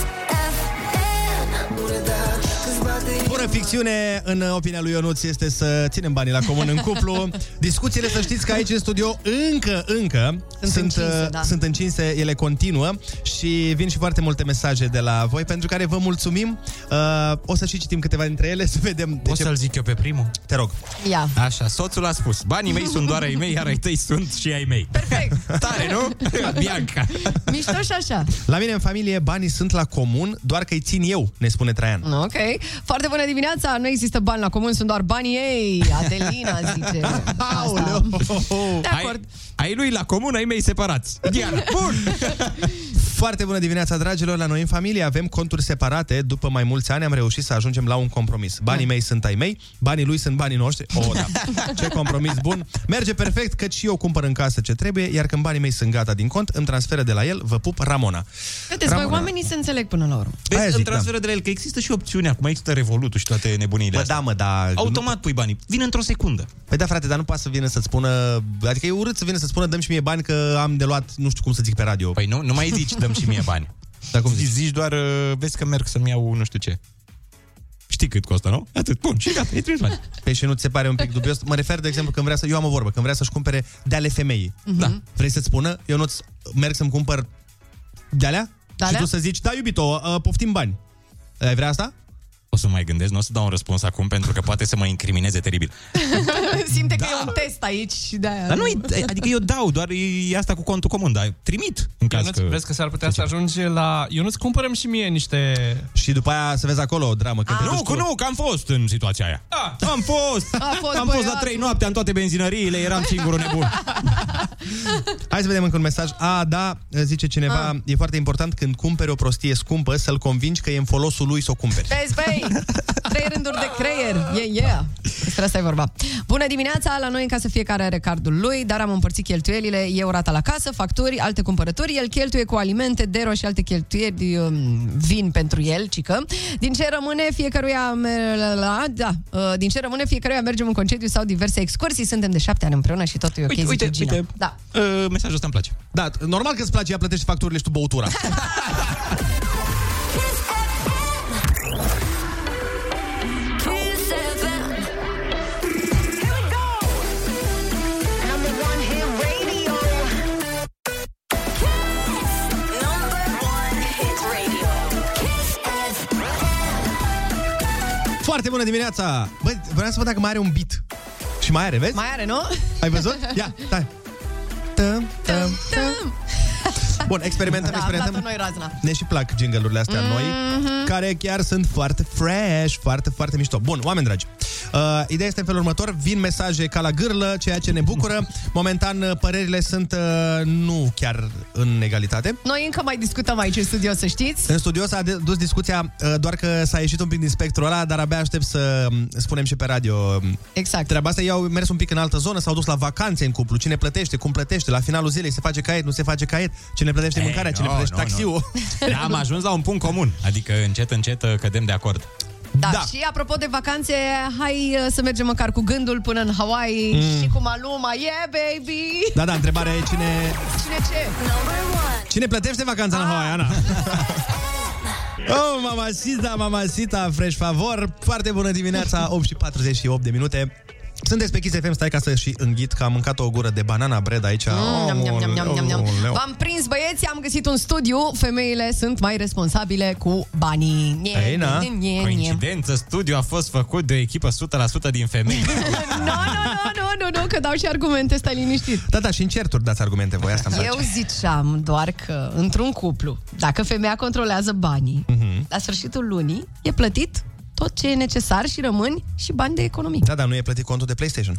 Speaker 2: FM.
Speaker 3: Bună ficțiune, în opinia lui Ionuț, este să ținem banii la comun în cuplu. Discuțiile, să știți că aici în studio încă, încă
Speaker 5: Sunt încinse,
Speaker 3: uh,
Speaker 5: da.
Speaker 3: sunt încinse, ele continuă și vin și foarte multe mesaje de la voi, pentru care vă mulțumim. Uh, o să și citim câteva dintre ele, să vedem de
Speaker 4: O
Speaker 3: ce...
Speaker 4: să-l zic eu pe primul?
Speaker 3: Te rog.
Speaker 5: Ia.
Speaker 4: Așa, soțul a spus, banii mei sunt doar ai mei, iar ai tăi sunt și ai mei.
Speaker 5: Perfect.
Speaker 4: Tare, nu? Bianca.
Speaker 5: Mișto și așa.
Speaker 3: La mine în familie banii sunt la comun, doar că îi țin eu, ne spune Traian.
Speaker 5: Ok. Foarte bună dimineața. Nu există bani la comun, sunt doar banii ei. Adelina zice. Asta. De
Speaker 4: Ai,
Speaker 5: acord.
Speaker 4: ai lui la comun, ai mei separați. Diana, bun!
Speaker 3: Foarte bună dimineața, dragilor! La noi în familie avem conturi separate. După mai mulți ani am reușit să ajungem la un compromis. Banii mei sunt ai mei, banii lui sunt banii noștri. O, da. Ce compromis bun! Merge perfect, că și eu cumpăr în casă ce trebuie, iar când banii mei sunt gata din cont, îmi transferă de la el, vă pup, Ramona.
Speaker 5: Vedeți, mai
Speaker 3: Ramona.
Speaker 5: oamenii se înțeleg până la urmă.
Speaker 4: Vezi,
Speaker 3: Aia
Speaker 4: Aia
Speaker 3: zic, da.
Speaker 4: îmi transferă de la el, că există și opțiunea, acum există Revolutul și toate nebuniile
Speaker 3: Bă,
Speaker 4: astea.
Speaker 3: da, mă, da...
Speaker 4: Automat pui banii. Vine într-o secundă.
Speaker 3: Păi da, frate, dar nu poate să vină să-ți spună... Adică e urât să vină să spună, dăm și mie bani că am de luat, nu știu cum să zic pe radio.
Speaker 4: Păi nu, nu mai zici, dăm și mie bani.
Speaker 3: Dar cum zici?
Speaker 4: zici doar, uh, vezi că merg să-mi iau nu știu ce. Știi cât costă, nu? Atât, bun, și gata, îi trimis bani.
Speaker 3: Păi și nu ți se pare un pic dubios? Mă refer, de exemplu, când vrea să... Eu am o vorbă, când vrea să-și cumpere de ale femeii.
Speaker 4: Da.
Speaker 3: Vrei să-ți spună? Eu nu-ți merg să-mi cumpăr de alea?
Speaker 5: De-alea?
Speaker 3: Și tu să zici, da, iubito, uh, poftim bani. Ai vrea asta?
Speaker 4: O să mai gândesc, nu o să dau un răspuns acum pentru că poate să mă incrimineze teribil.
Speaker 5: Simte că e un test aici și de aia.
Speaker 4: Da. Dar nu, e- adică eu dau, doar e asta cu contul comun, dar trimit în caz
Speaker 12: Ionuț,
Speaker 4: că...
Speaker 12: vezi că s-ar putea să ajungi la... Ionuț, cumpărăm și mie niște...
Speaker 3: Și după aia să vezi acolo o dramă. Când te
Speaker 4: Nu,
Speaker 3: duci Da.
Speaker 4: cu
Speaker 3: tu.
Speaker 4: nu, că am fost în situația aia.
Speaker 12: Ah.
Speaker 4: Am fost!
Speaker 5: A
Speaker 3: Da,
Speaker 5: fost
Speaker 4: am fost la
Speaker 3: păi
Speaker 5: băiatul.
Speaker 4: trei noapte, în toate benzinăriile, eram singurul nebun.
Speaker 3: Hai să vedem încă un mesaj. A, da, zice cineva, A. e foarte important când cumperi o prostie scumpă să-l convingi că e în folosul lui să o cumperi.
Speaker 5: Vezi, băi, trei rânduri de creier. Yeah, yeah. Despre asta e vorba. Bună dimineața, la noi în casă fiecare are cardul lui, dar am împărțit cheltuielile, eu rata la casă, facturi, alte cumpărături, el cheltuie cu alimente, dero și alte cheltuieli, um, vin pentru el, cică. Din ce rămâne fiecăruia, mer- la- la- da, uh, din ce rămâne fiecăruia mergem în concediu sau diverse excursii, suntem de șapte ani împreună și totul e ok,
Speaker 4: Uite,
Speaker 5: zice
Speaker 4: uite,
Speaker 5: Gina.
Speaker 4: uite.
Speaker 5: Da.
Speaker 4: Uh, mesajul ăsta îmi place.
Speaker 3: Da, normal că îți place, ea plătește facturile și tu băutura.
Speaker 2: Kiss FM. Kiss FM. Here we go. Number one hit radio. Kiss. Number one hit radio. Kiss
Speaker 3: foarte bună dimineața! Bă, vreau să văd dacă mai are un beat. Și mai are, vezi?
Speaker 5: Mai are, nu?
Speaker 3: Ai văzut? Ia, stai. Tăm, tăm, tăm. Bun, experimentăm,
Speaker 5: Da, am dat
Speaker 3: experimentăm.
Speaker 5: noi razna. Mhm.
Speaker 3: Ne și plac jingle-urile astea mm-hmm. noi, care chiar sunt foarte fresh, foarte, foarte mișto. Bun, oameni dragi, uh, ideea este în felul următor. Vin mesaje ca la gârlă, ceea ce ne bucură. Momentan, uh, părerile sunt uh, nu chiar în egalitate.
Speaker 5: Noi încă mai discutăm aici în studio, să știți.
Speaker 3: În studio s-a de- dus discuția uh, doar că s-a ieșit un pic din spectrul ăla, dar abia aștept să um, spunem și pe radio um,
Speaker 5: Exact.
Speaker 3: treaba asta. Ei au mers un pic în altă zonă, s-au dus la vacanțe în cuplu. Cine plătește, cum plătește, la finalul zilei se face caiet, nu se face caiet, cine plătește
Speaker 4: Ei,
Speaker 3: mâncarea, cine
Speaker 4: no,
Speaker 3: plătește
Speaker 4: no,
Speaker 3: taxiul.
Speaker 4: Dar am ajuns la un punct comun, adică încet, încet uh, cădem de acord.
Speaker 5: Da,
Speaker 3: Da.
Speaker 5: da, și apropo de vacanțe, hai uh, să mergem măcar cu gândul până în Hawaii mm. și cu Maluma. Yeah, baby!
Speaker 3: Da, da, întrebarea e cine,
Speaker 5: Cine ce?
Speaker 2: Number one.
Speaker 3: cine plătește vacanța în Hawaii, Ana? Oh, mamacita, mamacita, fresh favor Foarte bună dimineața, 8 și 48 de minute Sunteți pe Kiss FM, stai ca să și înghit Că am mâncat o gură de banana bread aici
Speaker 5: Mm, Niam, niam, niam, niam, niam.
Speaker 3: Aoleu.
Speaker 5: V-am prins băieți, am găsit un studiu, femeile sunt mai responsabile cu banii. Nie,
Speaker 12: Păi,
Speaker 3: Ei, na.
Speaker 5: nie, nie, nie.
Speaker 4: Coincidență, studiu a fost făcut de o echipă 100% din femei.
Speaker 5: Nu, nu, nu, nu, nu, că dau și argumente, stai liniștit.
Speaker 3: Da, da, și în certuri dați argumente voi, asta îmi place.
Speaker 5: Eu ziceam doar că într-un cuplu, dacă femeia controlează banii,
Speaker 3: Mhm.
Speaker 5: la sfârșitul lunii e plătit tot ce e necesar și rămâni și bani de economie.
Speaker 3: Da, da, nu e plătit contul de PlayStation.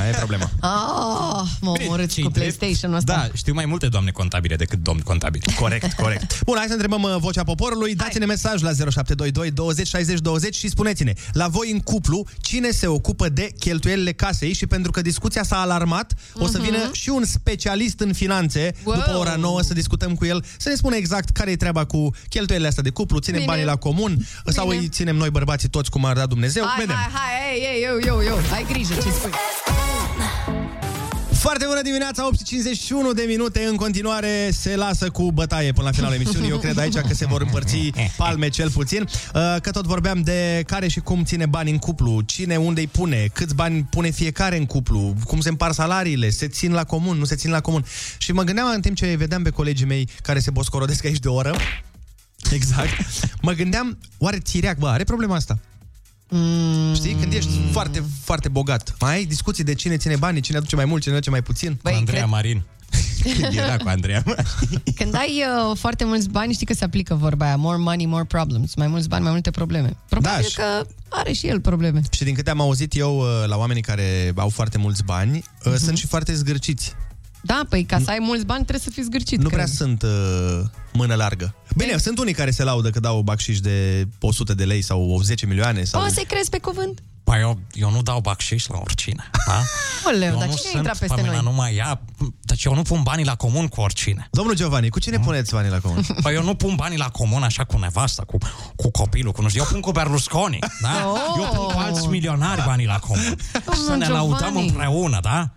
Speaker 3: Aia e problema.
Speaker 5: Ah, mă omorât
Speaker 4: Cei
Speaker 5: cu
Speaker 4: drept.
Speaker 5: PlayStation-ul ăsta.
Speaker 4: Da, știu mai multe doamne contabile decât domn contabil.
Speaker 3: Corect, corect. Bun, hai să întrebăm uh, vocea poporului. Dați-ne mesaj la 0722 20 60 20 și spuneți-ne, la voi în cuplu, cine se ocupă de cheltuielile casei și pentru că discuția s-a alarmat, o să vină și un specialist în finanțe
Speaker 5: Mhm. Wow.
Speaker 3: după ora 9 să discutăm cu el, să ne spună exact care e treaba cu cheltuielile astea de cuplu, ținem
Speaker 5: Bine.
Speaker 3: banii la comun sau
Speaker 5: Bine.
Speaker 3: îi ținem noi bărbații toți cum ar da Dumnezeu.
Speaker 5: Hai,
Speaker 3: Vedem.
Speaker 5: hai, hai, ei, ei, eu, eu, eu, ai grijă ce spui.
Speaker 3: Foarte bună dimineața, 851 de minute În continuare se lasă cu bătaie până la finalul emisiunii Eu cred aici că se vor împărți palme cel puțin Uh, Că tot vorbeam de care și cum ține bani în cuplu Cine unde îi pune, câți bani pune fiecare în cuplu Cum se împar salariile, se țin la comun, nu se țin la comun Și mă gândeam în timp ce îi vedeam pe colegii mei Care se boscorodesc aici de o oră Exact Mă gândeam, oare Țiriac, bă, are problema asta?
Speaker 5: Mm.
Speaker 3: Știi? Când ești foarte, foarte bogat Mai ai discuții de cine ține banii, cine aduce mai mult, cine aduce mai puțin
Speaker 4: Cu
Speaker 5: Băi,
Speaker 4: Andreea
Speaker 5: cred,
Speaker 4: Marin. Când era cu Andreea Marin.
Speaker 5: când ai uh, foarte mulți bani, știi că se aplică vorba aia, more money, more problems, mai mulți bani, mai multe probleme. Probabil
Speaker 3: Da, și-
Speaker 5: că are și el probleme.
Speaker 3: Și din câte am auzit eu uh, la oamenii care au foarte mulți bani,
Speaker 5: Mhm.
Speaker 3: uh, sunt și foarte zgârciți.
Speaker 5: Da, păi ca să ai mulți bani trebuie să fii zgârcit.
Speaker 3: Nu
Speaker 5: cred.
Speaker 3: prea sunt uh, mână largă. Bine,
Speaker 5: Ei.
Speaker 3: sunt unii care se laudă că dau bacșiș de 100 de lei sau 10 milioane sau...
Speaker 5: Poți să-i crezi pe cuvânt?
Speaker 4: Păi eu, eu nu dau bacșiș la oricine. Da?
Speaker 5: Oleu,
Speaker 4: eu
Speaker 5: dar
Speaker 4: nu
Speaker 5: cine a
Speaker 4: sunt
Speaker 5: intrat peste
Speaker 4: Pamela,
Speaker 5: noi?
Speaker 4: Numai ea, deci eu nu pun banii la comun cu oricine. Mm.
Speaker 3: Domnul Giovanni, cu cine puneți banii la comun?
Speaker 4: Păi eu nu pun banii la comun așa cu nevasta, cu, cu copilul, cu nu știu. Eu pun cu Berlusconi, da?
Speaker 5: Oh.
Speaker 4: Eu pun cu alți milionari banii la comun. să ne
Speaker 5: Giovanni.
Speaker 4: laudăm împreună, da?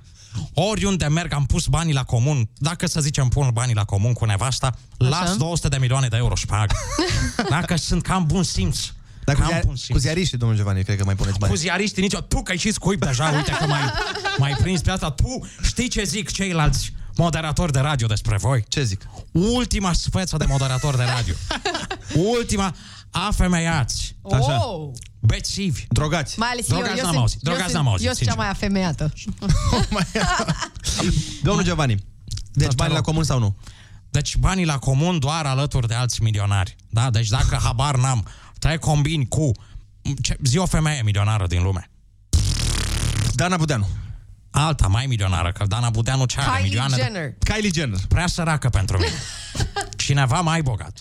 Speaker 4: Oriunde merg, am pus banii la comun. Dacă să zicem pun banii la comun cu nevasta, las 200 de milioane de euro și pag. Dacă sunt cam bun simț.
Speaker 3: Dar cu,
Speaker 4: Cam
Speaker 3: ziar,
Speaker 4: bun
Speaker 3: cu
Speaker 4: simț.
Speaker 3: ziariștii, domnul Giovanni, cred că mai puneți bani.
Speaker 4: cu ziariștii nicio... Tu că ai și scuip deja, uite că mai, mai prins pe asta. Tu știi ce zic ceilalți moderatori de radio despre voi?
Speaker 3: Ce zic?
Speaker 4: Ultima sfeță de moderator de radio. Ultima... afemeiați. Așa.
Speaker 5: Oh!
Speaker 4: Bețivi.
Speaker 13: Drogați.
Speaker 5: Mai ales
Speaker 4: Drogați
Speaker 5: eu, eu
Speaker 4: n-am
Speaker 5: sunt-
Speaker 4: auzit,
Speaker 5: eu
Speaker 4: drogați
Speaker 5: sunt-
Speaker 4: n-am auzit,
Speaker 5: Eu sunt cea
Speaker 4: sincer.
Speaker 5: mai afemeiată.
Speaker 13: Domnul Giovanni, deci bani la comun sau nu?
Speaker 4: Da, Deci banii la comun doar alături de alți milionari. Da? Deci dacă habar n-am, te combini cu ce, zi o femeie milionară din lume.
Speaker 13: Dana Budeanu.
Speaker 4: Alta mai milionară, că Dana Budeanu ce Da, are
Speaker 5: Kylie
Speaker 4: milioane? de-
Speaker 5: Jenner.
Speaker 13: Kylie Jenner.
Speaker 4: Prea săracă pentru mine. Cineva mai bogat.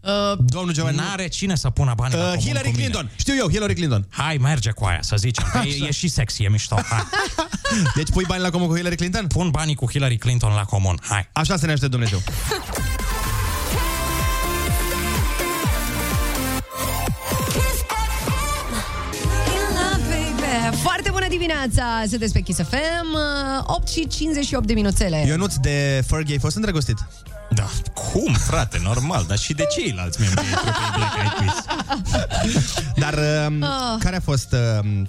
Speaker 5: Uh,
Speaker 13: Domnul Giovanni.
Speaker 4: N-are cine să pună banii la
Speaker 13: Uh,
Speaker 4: comun cu
Speaker 13: Hillary
Speaker 4: mine.
Speaker 13: Clinton. Știu eu, Hillary Clinton.
Speaker 4: Hai, merge cu aia, să zicem. Că e, e și sexy, e mișto. Hai.
Speaker 13: Deci pui bani la comun cu Hillary Clinton?
Speaker 4: Pun banii cu Hillary Clinton la comun. Hai.
Speaker 13: Așa să ne ajute Dumnezeu.
Speaker 5: Foarte bună dimineața! Sunteți pe Kiss FM, uh, 8 și 58 de minuțele.
Speaker 13: Ionuț de Fergie, ai fost îndrăgostit?
Speaker 4: Da, cum, frate, normal, dar și de ceilalți membri ai trupei Black Eyed Peas.
Speaker 13: Dar um, care a fost um,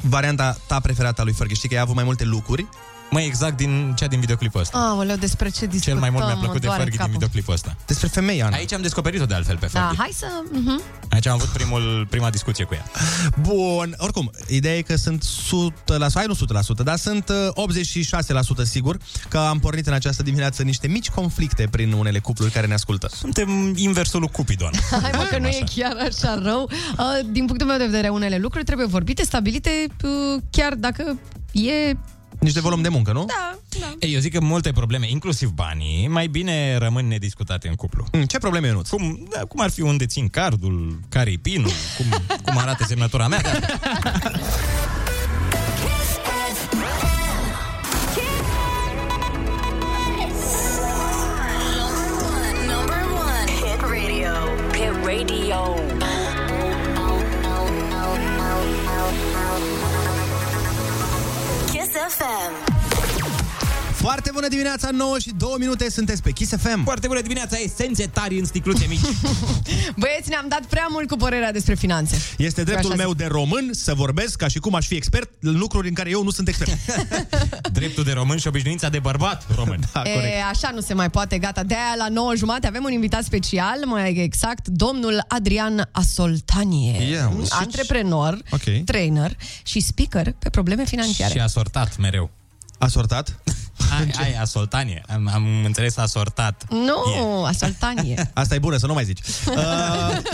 Speaker 13: varianta ta preferată a lui Fergie? Știi că ai avut mai multe lucruri.
Speaker 4: Mai exact din cea din videoclipul ăsta.
Speaker 5: Aoleu, despre ce discutăm?
Speaker 4: Oh, Cel mai mult mi-a
Speaker 5: mă
Speaker 4: plăcut de
Speaker 5: doare
Speaker 4: Fergie din
Speaker 5: capul.
Speaker 4: videoclipul ăsta.
Speaker 13: Despre femeia, Ana.
Speaker 4: Aici am descoperit-o de altfel pe
Speaker 5: Da,
Speaker 4: Fergie.
Speaker 5: hai să... mhm.
Speaker 4: Aici am avut primul, prima discuție cu ea.
Speaker 13: Bun, oricum, ideea e că sunt 100%, ai nu 100%, dar sunt uh, 86% sigur că am pornit în această dimineață niște mici conflicte prin unele cupluri care ne ascultă.
Speaker 4: Suntem inversul lui Cupidon.
Speaker 5: Hai mă, că nu e chiar așa rău. Uh, Din punctul meu de vedere, unele lucruri trebuie vorbite, stabilite, uh, chiar dacă e...
Speaker 13: Niște volum de muncă, nu?
Speaker 5: Da, da.
Speaker 4: Ei, eu zic că multe probleme, inclusiv banii, mai bine rămân nediscutate în cuplu.
Speaker 13: Mm, Ce probleme, Ionuț?
Speaker 4: Cum, da, cum ar fi unde țin cardul, care-i pinul, cum, cum arată semnătura mea. Da.
Speaker 2: Number one, hit radio. Hit radio. Kiss FM.
Speaker 13: Foarte bună dimineața, 9 și 2 minute, sunteți pe Kiss FM.
Speaker 4: Foarte bună dimineața, esențe tari în sticluțe mici.
Speaker 5: Băieți, ne-am dat prea mult cu părerea despre finanțe.
Speaker 13: Este dreptul
Speaker 5: Așa zic.
Speaker 13: meu de român să vorbesc ca și cum aș fi expert în lucruri în care eu nu sunt expert.
Speaker 4: Dreptul de român și obișnuința de bărbat român.
Speaker 13: Da, corect.
Speaker 5: E, așa nu se mai poate, gata. De-aia la 9 jumate avem un invitat special, mai exact, domnul Adrian Asoltanie.
Speaker 13: Ia,
Speaker 5: Un
Speaker 13: mă, și-
Speaker 5: antreprenor,
Speaker 13: Ok.
Speaker 5: trainer și speaker pe probleme financiare.
Speaker 4: Și a sortat mereu.
Speaker 13: A sortat?
Speaker 4: Ai, ai asoltanie. Am, am înțeles asortat.
Speaker 5: Nu,
Speaker 4: E.
Speaker 5: Asoltanie.
Speaker 13: Asta e bună, să nu mai zici. Uh,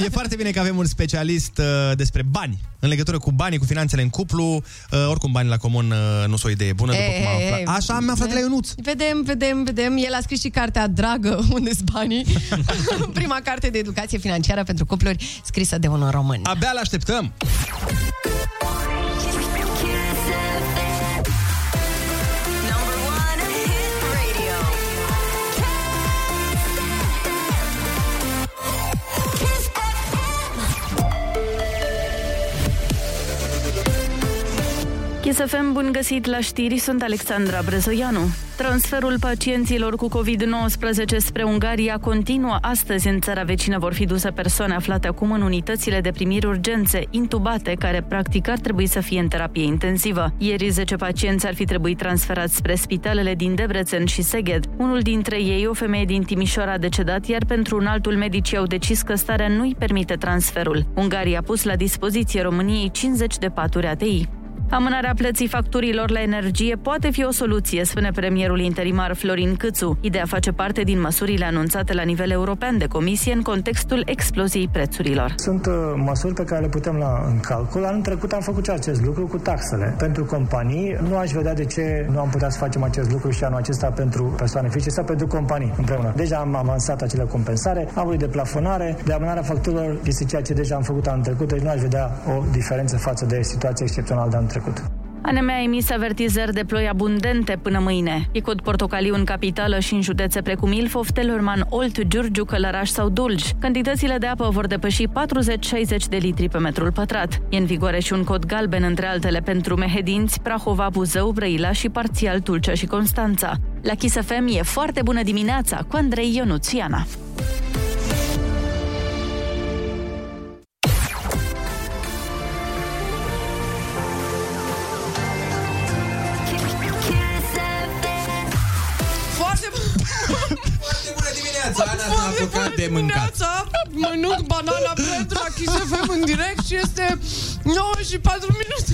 Speaker 13: e foarte bine că avem un specialist uh, despre bani, în legătură cu banii, cu finanțele în cuplu. Uh, oricum, banii la comun uh, nu sunt o idee bună, după
Speaker 5: Ei,
Speaker 13: cum am
Speaker 5: ei,
Speaker 13: aflat.
Speaker 5: ei.
Speaker 13: Așa mi-a aflat de la Ionuț.
Speaker 5: Vedem, vedem, vedem. El a scris și cartea Dragă, unde s banii? Prima carte de educație financiară pentru cupluri scrisă de un român.
Speaker 13: Abia l-așteptăm!
Speaker 2: Kiss FM. Number one, hit radio. Kiss FM.
Speaker 6: Chisafem, bun găsit la știri, sunt Alexandra Brezoianu. Transferul pacienților cu COVID-19 spre Ungaria continuă astăzi în țara vecină. Vor fi duse persoane aflate acum în unitățile de primiri urgențe, intubate, care practic ar trebui să fie în terapie intensivă. Ieri 10 pacienți ar fi trebuit transferați spre spitalele din Debrecen și Seged. Unul dintre ei, o femeie din Timișoara, a decedat, iar pentru un altul medicii au decis că starea nu-i permite transferul. Ungaria a pus la dispoziție României 50 de paturi ATI. Amânarea plății facturilor la energie poate fi o soluție, spune premierul interimar Florin Câțu. Ideea face parte din măsurile anunțate la nivel european de comisie în contextul exploziei prețurilor.
Speaker 8: Sunt uh, măsuri pe care le putem lua în calcul. Anul trecut am făcut și acest lucru cu taxele. Pentru companii nu aș vedea de ce nu am putea să facem acest lucru și anul acesta pentru persoane fizice sau pentru companii împreună. Deja am avansat acele compensare, am vorbit de plafonare, de amânarea facturilor este ceea ce deja am făcut anul trecut, deci nu aș vedea o diferență față de situația excepțională de anul trecut.
Speaker 6: ANM a emis avertizări de ploi abundente până mâine. E cod portocaliu în capitală și în județe precum Ilfov, Telorman, Olt, Giurgiu, Călăraș sau Dulj. Cantitățile de apă vor depăși 40-60 de litri pe metrul pătrat. E în vigoare și un cod galben, între altele, pentru Mehedinți, Prahova, Buzău, Brăila și parțial Tulcea și Constanța. La Kiss FM e foarte bună dimineața cu Andrei Ionuțiana.
Speaker 2: Kiss FM.
Speaker 5: Foarte bun!
Speaker 4: Bună dimineața!
Speaker 2: dimineața Ana s-a apucat de mâncat.
Speaker 5: dimineața mănânc banana bread la Kiss FM în direct și este 9 și 4 minute.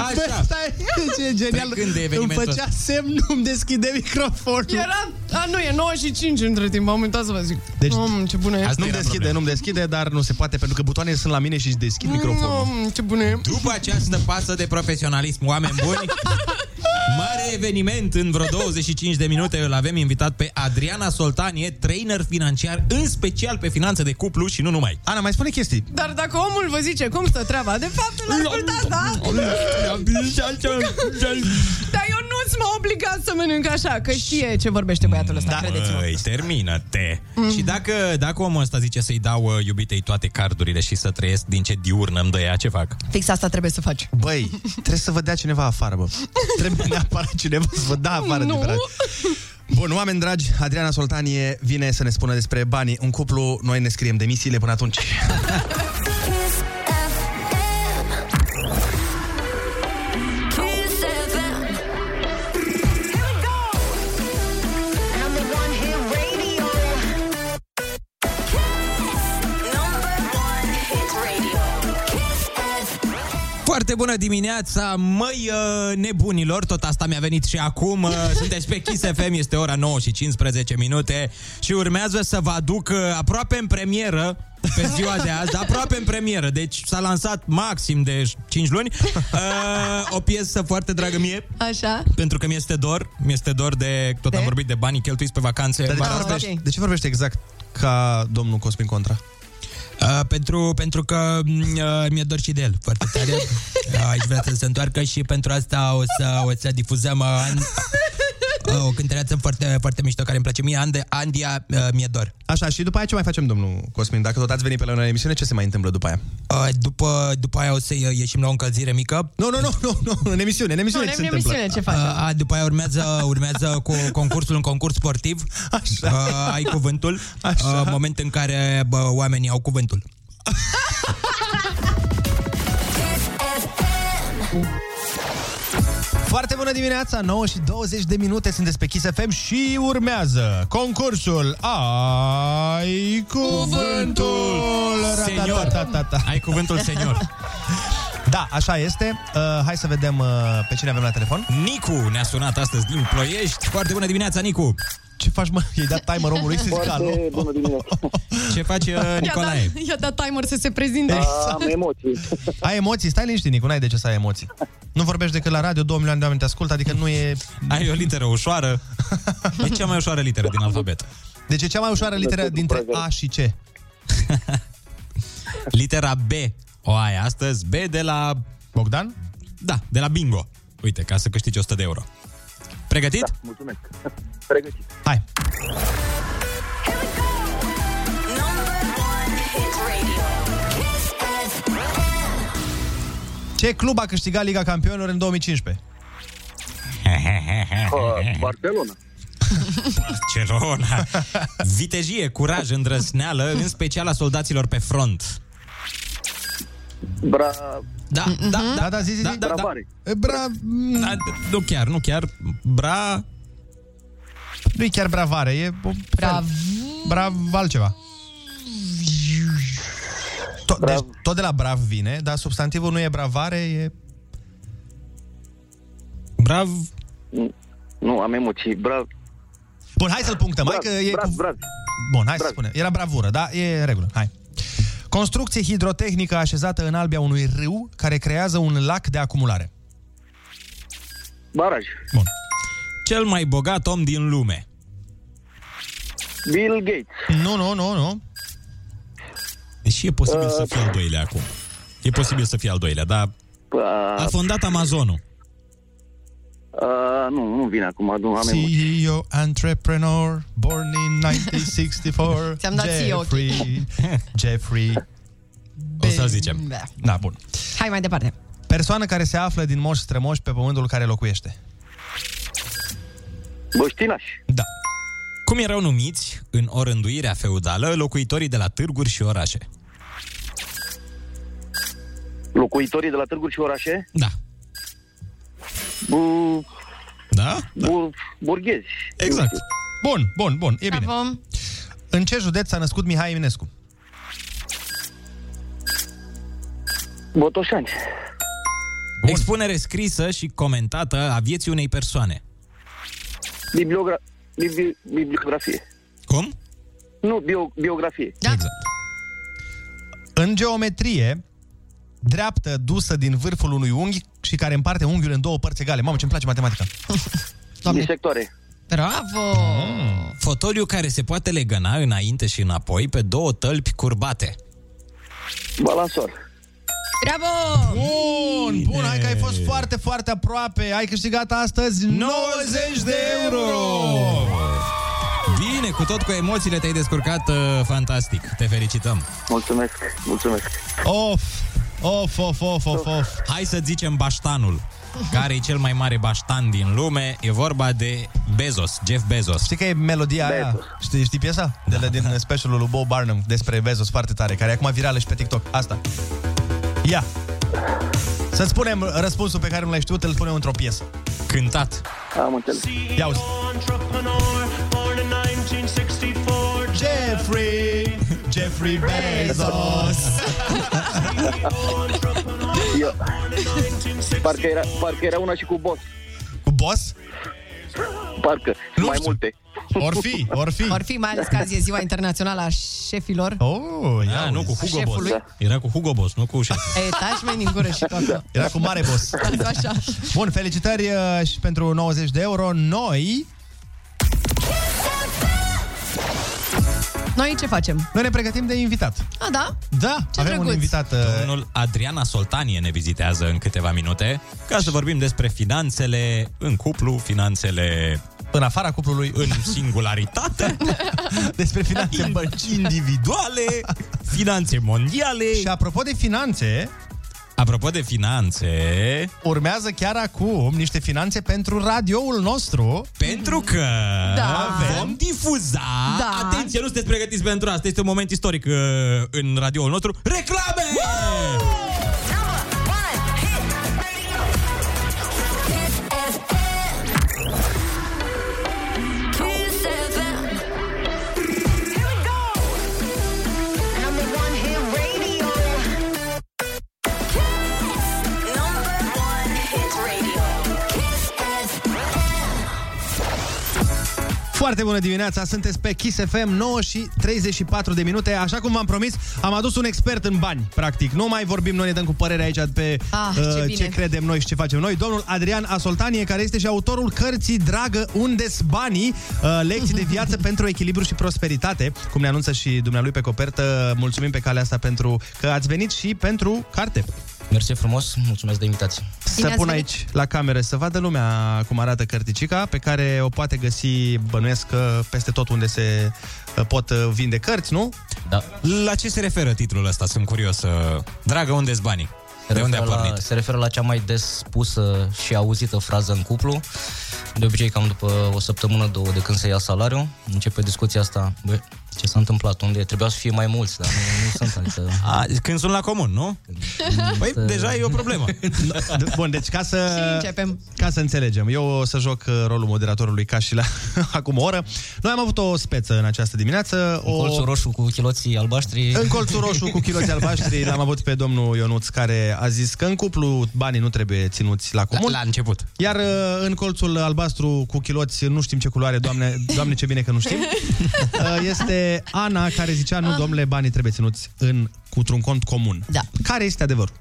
Speaker 2: Așa.
Speaker 3: Stai, ce
Speaker 5: Păi
Speaker 3: e genial.
Speaker 2: Trecând de
Speaker 3: Îmi
Speaker 2: evenimentul
Speaker 3: făcea semn, nu-mi deschide microfonul.
Speaker 5: Era, a, nu, e 9 și 5 între timp, am uitat să vă zic. Deci, mm, ce bună e.
Speaker 3: nu-mi deschide, nu-mi deschide, dar nu se poate, pentru că butoanele sunt la mine și își deschid microfonul.
Speaker 5: Mm, ce bună e.
Speaker 4: După această pasă de profesionalism, oameni buni, mare eveniment în vreo 25 de minute îl avem invitat pe Adriana Soltanie, trainer financiar, în special pe finanțe de cuplu și nu numai.
Speaker 3: Ana, mai spune chestii.
Speaker 5: Dar dacă omul vă zice cum stă treaba, de fapt îl ascultați, da? Dar eu nu-ți m-a obligat să mănânc așa, că știe ce vorbește băiatul
Speaker 3: Da.
Speaker 5: ăsta, credeți-mă.
Speaker 4: Băi, Da, termină-te! Și dacă, dacă omul ăsta zice să-i dau uh, iubitei toate cardurile și să trăiesc din ce diurnă îmi dă ea, ce fac?
Speaker 5: Fix asta trebuie să faci.
Speaker 3: Băi, trebuie să vă dea cineva afară, bă. Trebuie neapărat cineva să vă dea afară
Speaker 5: Nu.
Speaker 3: nu. neapărat. Bun, oameni dragi, Adriana Soltanie vine să ne spună despre banii. Un cuplu, noi ne scriem demisiile până atunci.
Speaker 4: Foarte bună dimineața, măi uh, nebunilor, tot asta mi-a venit și acum. uh, Sunteți pe Kiss FM, este ora 9 și 15 minute și urmează să vă aduc uh, aproape în premieră pe ziua de azi, aproape în premieră, deci s-a lansat maxim de 5 luni, uh, o piesă foarte dragă mie,
Speaker 5: Așa?
Speaker 4: pentru că mi-este dor, mi-este dor de, tot de? am
Speaker 5: De?
Speaker 4: vorbit de banii cheltuiți pe vacanțe.
Speaker 3: Dar de, ce
Speaker 4: Bara-
Speaker 3: vorbești,
Speaker 5: ok.
Speaker 3: de ce vorbești exact ca domnul Cosmin Contra?
Speaker 4: Uh, pentru, pentru că m, uh, mi-e dor și de el foarte tare. Uh, Aș vrea să se întoarcă și pentru asta o să, o să difuzăm uh, an, uh, o cântăreață foarte, foarte mișto care îmi place mie, Ande, Andia uh, mi-e dor.
Speaker 3: Așa, și după aia ce mai facem, domnul Cosmin? Dacă tot ați venit pe la noi în emisiune, ce se mai întâmplă după aia?
Speaker 4: Uh, după, după aia o să ie- ieșim la o încălzire mică.
Speaker 3: Nu, nu, nu, nu, nu în emisiune, în emisiune
Speaker 5: Nu,
Speaker 3: ce
Speaker 5: în
Speaker 3: se întâmplă?
Speaker 5: emisiune ce
Speaker 4: Uh,
Speaker 5: faci?
Speaker 4: a, după aia urmează, urmează cu concursul, un concurs sportiv. Așa. Uh, ai cuvântul.
Speaker 3: Așa.
Speaker 4: Uh, moment în care bă, oamenii au cuvântul.
Speaker 3: Foarte bună dimineața, 9 și 20 de minute sunteți pe Kiss FM și urmează concursul Ai Cuvântul!
Speaker 4: Senior.
Speaker 3: Ra-ta-ta-ta-ta-ta.
Speaker 4: Ai cuvântul, senior.
Speaker 3: Da, așa este. Uh, hai să vedem uh, pe cine avem la telefon.
Speaker 4: Nicu ne-a sunat astăzi din Ploiești. Foarte bună dimineața, Nicu!
Speaker 3: Ce faci, mă? I-ai dat timer omului să zic alo?
Speaker 1: Foarte bună dimineața.
Speaker 4: Ce faci, uh,
Speaker 5: I-a dat,
Speaker 4: Nicolae?
Speaker 5: i-a dat timer să se prezinte.
Speaker 3: Da,
Speaker 1: Am emoții.
Speaker 3: Ai emoții? Stai liniștit, Nicu, n-ai de ce să ai emoții. Nu vorbești decât la radio, 2 milioane de oameni te ascultă, adică nu e...
Speaker 4: Ai o literă ușoară. E Păi cea mai ușoară literă din alfabet.
Speaker 3: Deci e cea mai ușoară literă dintre A și C.
Speaker 4: Litera B o ai astăzi. B de la...
Speaker 3: Bogdan?
Speaker 4: Da, de la bingo. Uite, ca să câștigi 100 de euro. Pregătit?
Speaker 1: Mulțumesc. Pregătit.
Speaker 3: Hai! Ce club a câștigat Liga Campionilor în 2015?
Speaker 1: Barcelona.
Speaker 4: Barcelona. Vitejie, curaj, îndrăsneală, în special a soldaților pe front.
Speaker 1: Bra...
Speaker 4: Da, da, da,
Speaker 3: Da, da, zi, zi,
Speaker 4: da,
Speaker 3: zi.
Speaker 4: da, da,
Speaker 1: Bravare.
Speaker 3: E, Bra...
Speaker 4: da, nu chiar, nu chiar. Bra...
Speaker 3: Nu-i chiar bravare, e... o-
Speaker 5: Brav.
Speaker 3: Brav altceva. Tot, deci, tot de la brav vine, dar substantivul nu e bravare, e...
Speaker 4: Brav...
Speaker 1: Nu, am emoții. Brav.
Speaker 3: Bun, hai să-l punctăm. Hai că e...
Speaker 1: Brav, brav.
Speaker 3: Bun, hai să
Speaker 1: brav.
Speaker 3: spunem. Era bravură, da? E în regulă. Hai. Construcție hidrotehnică așezată în albia unui râu care creează un lac de acumulare.
Speaker 1: Baraj.
Speaker 3: Bun.
Speaker 4: Cel mai bogat om din lume.
Speaker 1: Bill Gates.
Speaker 3: Nu, nu, nu, nu.
Speaker 4: Deși e posibil
Speaker 1: Uh.
Speaker 4: să fie al doilea acum. E posibil să fie al doilea, dar a
Speaker 1: Pa,
Speaker 4: fondat Amazonul.
Speaker 1: a, Uh, nu, nu vine acum, nu am emoții.
Speaker 3: CEO, entrepreneur, born in 1964.
Speaker 5: Ți-am dat ție ochii.
Speaker 3: Jeffrey, Jeffrey.
Speaker 4: O să-l zicem.
Speaker 5: Da.
Speaker 3: Da, bun.
Speaker 5: Hai mai departe.
Speaker 3: Persoană care se află din moși strămoși pe pământul care locuiește.
Speaker 1: Băștinaș.
Speaker 3: Da.
Speaker 4: Cum erau numiți în orânduirea feudală locuitorii de la târguri și orașe?
Speaker 1: Locuitorii de la târguri și orașe?
Speaker 4: Da.
Speaker 14: Mm,
Speaker 1: Bu,
Speaker 4: Da?
Speaker 1: bu, burghezi.
Speaker 4: Exact.
Speaker 3: Bun, bun, bun, e bine.
Speaker 5: Bravo.
Speaker 3: În ce județ s-a născut Mihai Eminescu?
Speaker 4: Botoșani. Expunere scrisă și comentată a vieții unei persoane.
Speaker 14: Bibliogra- bibli- bibliografie.
Speaker 4: Cum?
Speaker 14: Nu, bio- biografie.
Speaker 3: Da. Exact. În geometrie, dreaptă dusă din vârful unui unghi și care împarte unghiul în două părți egale. Mamă, ce-mi place matematica.
Speaker 14: Sectoare.
Speaker 5: Bravo!
Speaker 4: Mm. Fotoliu care se poate legăna înainte și înapoi pe două tălpi curbate.
Speaker 14: Balansor.
Speaker 5: Bravo!
Speaker 3: Bun, bun, hai că ai fost foarte, foarte aproape. Ai câștigat astăzi 90 de euro.
Speaker 4: Bine, cu tot cu emoțiile te-ai descurcat uh, fantastic. Te felicităm.
Speaker 14: Mulțumesc, mulțumesc.
Speaker 3: Of, of, of, of, of, of.
Speaker 4: Hai să zicem baștanul care e cel mai mare baștan din lume. E vorba de Bezos, Jeff Bezos.
Speaker 3: Știi că e melodia aia? Știi, știi piesa? De la, din specialul lui Bob Barnum despre Bezos foarte tare, care e acum virală și pe TikTok. Asta. Ia. Să spunem răspunsul pe care nu l-ai știut, îl punem într-o piesă.
Speaker 4: Cântat.
Speaker 14: Am înțeles.
Speaker 3: Ia uzi. Jeffrey, Jeffrey Bezos.
Speaker 14: Eu. Parcă era, parcă era una și cu boss.
Speaker 3: Cu boss?
Speaker 14: Parcă, nu mai multe.
Speaker 3: Or fi, or fi.
Speaker 5: Or fi, mai ales că azi e ziua internațională a șefilor.
Speaker 3: Oh,
Speaker 4: ia Ah, nu cu Hugo
Speaker 5: Șefului.
Speaker 4: Boss. Da. Era cu Hugo Boss, nu cu șef.
Speaker 5: E, taci mai din gură și toată.
Speaker 3: Era cu mare boss.
Speaker 5: Da. Așa.
Speaker 3: Bun, felicitări uh, și pentru 90 de euro. Noi
Speaker 5: Noi ce facem?
Speaker 3: Noi ne pregătim de invitat.
Speaker 5: A, da?
Speaker 3: Da,
Speaker 5: Ce
Speaker 3: avem
Speaker 5: drăguț.
Speaker 3: un invitat. uh,
Speaker 4: Domnul Adriana Soltanie ne vizitează în câteva minute ca să vorbim despre finanțele în cuplu, finanțele
Speaker 3: în afara cuplului,
Speaker 4: în singularitate,
Speaker 3: despre finanțe
Speaker 4: bănci individuale, finanțe mondiale.
Speaker 3: Și apropo de finanțe,
Speaker 4: apropo de finanțe,
Speaker 3: urmează chiar acum niște finanțe pentru radioul nostru.
Speaker 4: pentru că
Speaker 3: Da.
Speaker 4: vom difuza,
Speaker 3: Da.
Speaker 4: atenție, nu sunteți pregătiți pentru asta, este un moment istoric uh, în radioul nostru, reclame!
Speaker 3: Foarte bună dimineața, sunteți pe Kiss FM 9 și 34 de minute. Așa cum v-am promis, am adus un expert în bani, practic. Nu mai vorbim, noi ne dăm cu părere aici pe uh,
Speaker 5: Ah, ce bine.
Speaker 3: ce credem noi și ce facem noi. Domnul Adrian Asoltanie, care este și autorul cărții Dragă, unde-s banii? Uh, Lecții de viață pentru echilibru și prosperitate, cum ne anunță și dumnealui pe copertă. Mulțumim pe calea asta pentru că ați venit și pentru carte.
Speaker 15: Mersi frumos, mulțumesc de invitație.
Speaker 3: Să pun aici la cameră să vadă lumea cum arată cărticica pe care o poate găsi, bănuiesc, că peste tot unde se uh, pot uh, vinde cărți, nu?
Speaker 15: Da.
Speaker 4: La ce se referă titlul ăsta? Sunt curios. uh, Dragă, unde-s banii?
Speaker 15: Se
Speaker 4: De unde a
Speaker 15: referă
Speaker 4: pornit?
Speaker 15: La, se referă la cea mai des spusă și auzită frază în cuplu. De obicei, cam după o săptămână, două de când se ia salariul, începe discuția asta. Bă, ce s-a întâmplat? Unde? Trebuia să fie mai mulți, dar nu, nu sunt. Adică...
Speaker 4: A, când sunt la comun, nu? Păi, deja e o problemă.
Speaker 3: Bun, deci ca să,
Speaker 5: începem.
Speaker 3: ca să înțelegem, eu o să joc uh, rolul moderatorului ca și la acum o oră. Noi am avut o speță în această dimineață.
Speaker 15: O...
Speaker 3: o...
Speaker 15: Colțul roșu cu chiloții albaștri.
Speaker 3: În colțul roșu cu chiloți albaștri l-am avut pe domnul Ionuț care a zis că în cuplu banii nu trebuie ținuți la comun.
Speaker 4: La- la început.
Speaker 3: Iar uh, în colțul albastru cu chiloți, nu știm ce culoare, doamne, doamne ce bine că nu știm, uh, este Ana care zicea,
Speaker 4: Ah.
Speaker 3: nu domnule, banii trebuie ținuți în, într-un cont comun.
Speaker 5: Da.
Speaker 3: Care este adevărul?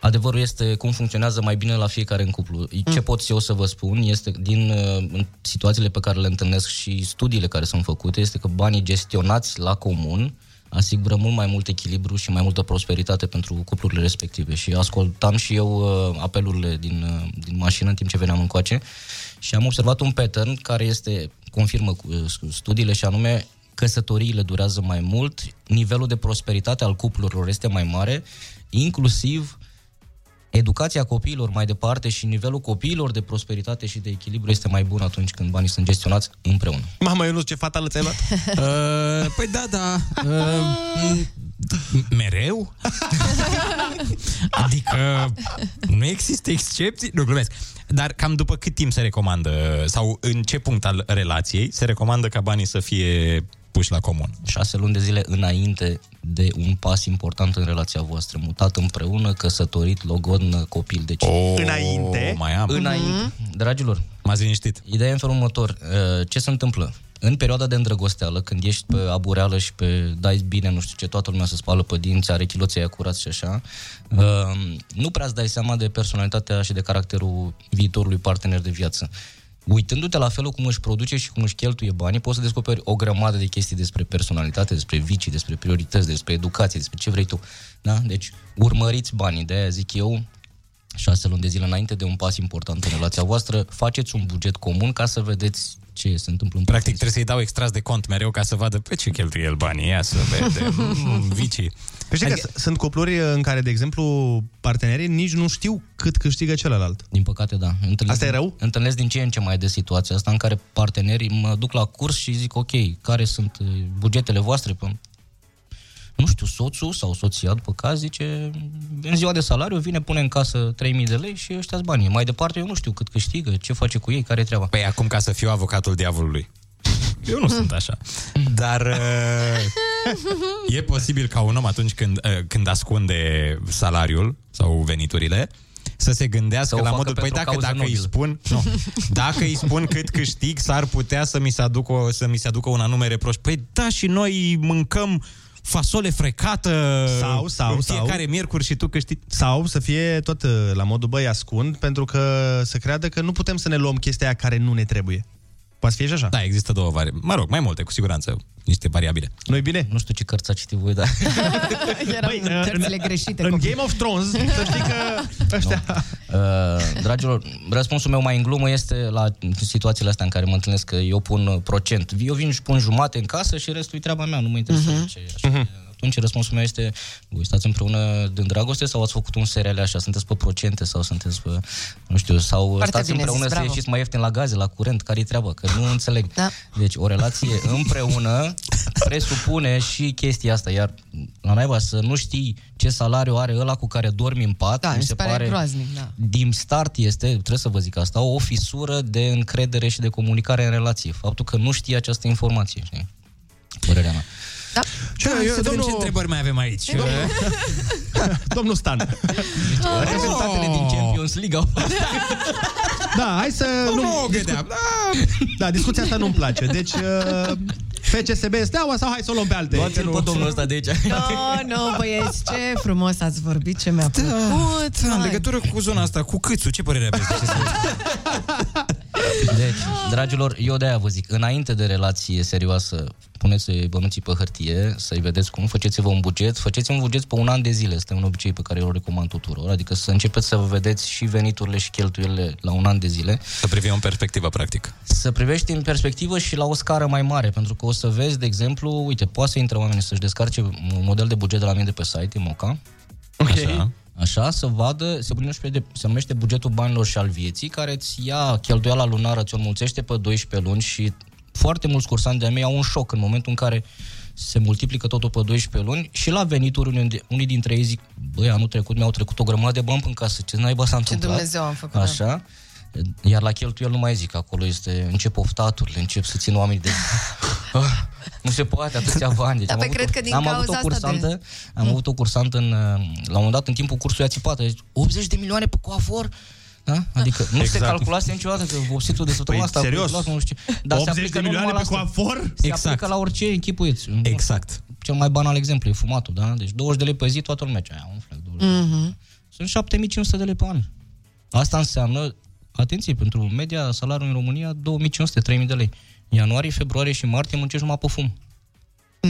Speaker 15: Adevărul este cum funcționează mai bine la fiecare în cuplu. Ce pot eu să vă spun este din uh, în situațiile pe care le întâlnesc și studiile care sunt făcute, este că banii gestionați la comun asigură mult mai mult echilibru și mai multă prosperitate pentru cuplurile respective. Și ascultam și eu uh, apelurile din, uh, din mașină în timp ce veneam încoace și am observat un pattern care este confirmă cu uh, studiile și anume căsătoriile durează mai mult, nivelul de prosperitate al cuplurilor este mai mare, inclusiv educația copiilor mai departe și nivelul copiilor de prosperitate și de echilibru este mai bun atunci când banii sunt gestionați împreună.
Speaker 3: Mamă, eu nu știu ce fata lă ți-ai luat.
Speaker 4: Uh, păi da, da. Uh, m- Mereu? Adică nu există excepții? Nu, glumesc. Dar cam după cât timp se recomandă, sau în ce punct al relației, se recomandă ca banii să fie puși la comun?
Speaker 15: șase luni de zile înainte de un pas important în relația voastră. Mutat împreună, căsătorit, logodnă, copil. Deci
Speaker 4: Oh, Înainte? mai am.
Speaker 15: Înainte. Mhm. Dragilor.
Speaker 4: M-ați liniștit.
Speaker 15: Ideea e în felul următor. Uh, Ce se întâmplă? În perioada de îndrăgosteală, când ești pe abureală și pe dai bine, nu știu ce, toată lumea se spală pe dinți, are chiloții aia curați și așa, uh, nu prea îți dai seama de personalitatea și de caracterul viitorului partener de viață. Uitându-te la felul cum își produce și cum își cheltuie banii, poți să descoperi o grămadă de chestii despre personalitate, despre vicii, despre priorități, despre educație, despre ce vrei tu. Da? Deci, urmăriți banii. De aia zic eu, șase luni de zile înainte de un pas important în relația voastră, faceți un buget comun ca să vedeți ce se întâmplă în
Speaker 4: Practic trebuie să-i dau extras de cont mereu ca să vadă pe ce cheltuie el banii. Ia să vedem. Mm, Vicii.
Speaker 13: Păi
Speaker 4: Adică
Speaker 13: știi că s- sunt cupluri
Speaker 3: uh,
Speaker 13: în care, de exemplu, partenerii nici nu știu cât câștigă celălalt.
Speaker 15: Din păcate, da. Întâlnesc,
Speaker 13: Asta e rău?
Speaker 15: Întâlnesc din ce în ce mai des situația asta în care partenerii mă duc la curs și zic, ok, care sunt uh, bugetele voastre? Păi, nu știu, soțul sau soția, după caz, zice, în ziua de salariu vine, pune în casă 3000 de lei și ăștia banii. Mai departe, eu nu știu cât câștigă, ce face cu ei, care e treaba. Mm.
Speaker 4: Păi acum, ca să fiu avocatul diavolului, eu nu sunt așa. Dar uh, e posibil ca un om atunci când, uh, când ascunde salariul sau veniturile să se gândească
Speaker 15: Să o
Speaker 4: la
Speaker 15: facă
Speaker 4: modul, păi
Speaker 15: pentru o
Speaker 4: dacă,
Speaker 15: cauză
Speaker 4: dacă îi
Speaker 15: nobilă."
Speaker 4: spun, nu, dacă îi spun cât câștig, s-ar putea să mi se aducă, o- să mi se aducă un anume reproș. Păi da, și noi mâncăm fasole frecată
Speaker 13: Sau, sau,
Speaker 4: în
Speaker 13: sau.
Speaker 4: fiecare miercuri și tu câștigi.
Speaker 13: Sau să fie tot uh, la modul, băi, ascund, pentru că să creadă că nu putem să ne luăm chestia aia care nu ne trebuie. Poate să fie și așa.
Speaker 4: Da, există două vari. Mă rog, mai multe, cu siguranță, niște variabile.
Speaker 13: Nu-i bine?
Speaker 15: Nu știu ce cărți a citit voi, dar...
Speaker 5: Erau Băi, cărțile greșite.
Speaker 13: uh, În
Speaker 5: copii.
Speaker 13: Game of Thrones, să știi că ăștia...
Speaker 15: Uh, dragilor, răspunsul meu mai în glumă este la situațiile astea în care mă întâlnesc că eu pun uh, procent. Eu vin și pun jumate în casă și restul e treaba mea, nu
Speaker 7: Mhm.
Speaker 15: mă interesează uh-huh. ce e așa. Atunci răspunsul meu este, voi stați împreună din dragoste sau ați făcut un SRL așa, sunteți pe procente sau sunteți pe, nu știu, sau
Speaker 7: Foarte
Speaker 15: stați
Speaker 7: bine
Speaker 15: împreună
Speaker 7: zis,
Speaker 15: să
Speaker 7: bravo.
Speaker 15: ieșiți mai ieftin la gaze, la curent, care e treaba, că nu înțeleg. Da. Deci o relație împreună presupune și chestia asta, iar la naiba să nu știi ce salariu are ăla cu care dormi în pat,
Speaker 5: Da,
Speaker 15: mi se
Speaker 5: pare,
Speaker 15: pare
Speaker 5: groaznic, da.
Speaker 15: din start este, trebuie să vă zic asta, o fisură de încredere și de comunicare în relație. Faptul că nu știi această informație, știi? Părerea mea.
Speaker 13: Ce, eu,
Speaker 4: Da, să vedem
Speaker 13: domnul-
Speaker 4: ce întrebări mai avem aici.
Speaker 13: Domnul Stan.
Speaker 15: Rezultatele din Champions League au fost.
Speaker 13: Da, hai să... Nu, nu gândeam. Da. da, discuția asta nu-mi place. Deci, uh, FCSB Steaua sau hai să o luăm pe alte?
Speaker 15: Luați-l pe domnul ăsta de aici.
Speaker 5: No, no, băieți, ce frumos ați vorbit, ce mi-a plăcut.
Speaker 4: Da, în
Speaker 5: mai.
Speaker 4: legătură cu zona asta, cu câțu, ce părere aveți? de ce se-
Speaker 15: Deci, dragilor, eu de-aia vă zic, înainte de relație serioasă, puneți bănuții pe hârtie, să-i vedeți cum, faceți-vă un buget, faceți un buget pe un an de zile, este un obicei pe care eu îl recomand tuturor, adică să începeți să vă vedeți și veniturile și cheltuielile la un an de zile,
Speaker 4: Să privim în perspectivă, practic.
Speaker 15: să privești în perspectivă și la o scară mai mare, pentru că o să vezi, de exemplu, uite, poate să intre oamenii să-și descarce un model de buget de la mine de pe site, e Moca,
Speaker 4: Așa.
Speaker 15: Așa, să vadă, se, numește, de- se numește bugetul banilor și al vieții, care îți ia cheltuiala lunară, ți-o înmulțește pe 12 luni și foarte mulți cursanți de-a mei au un șoc în momentul în care se multiplică totul pe 12 luni și la venituri unii, unii dintre ei zic, băi, anul trecut mi-au trecut o grămadă de bani în casă, ce naiba s-a întâmplat?
Speaker 5: Dumnezeu am făcut, da.
Speaker 15: Așa. Iar la cheltuiel nu mai zic, acolo este, încep oftaturile, încep să țin oamenii de... Ah, nu se poate, atâția bani. Deci
Speaker 5: Da,
Speaker 15: am
Speaker 5: păi
Speaker 15: avut
Speaker 5: cred
Speaker 15: o-
Speaker 5: că din
Speaker 15: am
Speaker 5: cauza
Speaker 15: avut o
Speaker 5: asta de-
Speaker 15: cursantă, am avut o cursantă în, uh, la un moment dat, în timpul cursului a țipat. Deci, 80 de milioane pe coafor? Da? Adică nu exact. se
Speaker 4: Exact.
Speaker 15: calculase niciodată că vopsitul de săptămâna
Speaker 4: Păi,
Speaker 15: asta...
Speaker 4: serios?
Speaker 15: băi, nu știu. ce. Dar
Speaker 13: 80
Speaker 15: se aplică
Speaker 13: de
Speaker 15: nu
Speaker 13: milioane
Speaker 15: numai
Speaker 13: pe
Speaker 15: la asta.
Speaker 13: coafor?
Speaker 15: Se
Speaker 4: Exact.
Speaker 15: aplică la orice, închipuiți.
Speaker 4: Exact.
Speaker 15: Cel mai banal exemplu e fumatul, da? Deci 20 de lei pe zi, toată lumea ce aia, umflă,
Speaker 5: Mhm.
Speaker 15: sunt 7500 de lei pe an. Asta înseamnă, atenție, pentru media salariul în România 2500-3000 de lei. Ianuarie, februarie și martie muncești numai pe fum.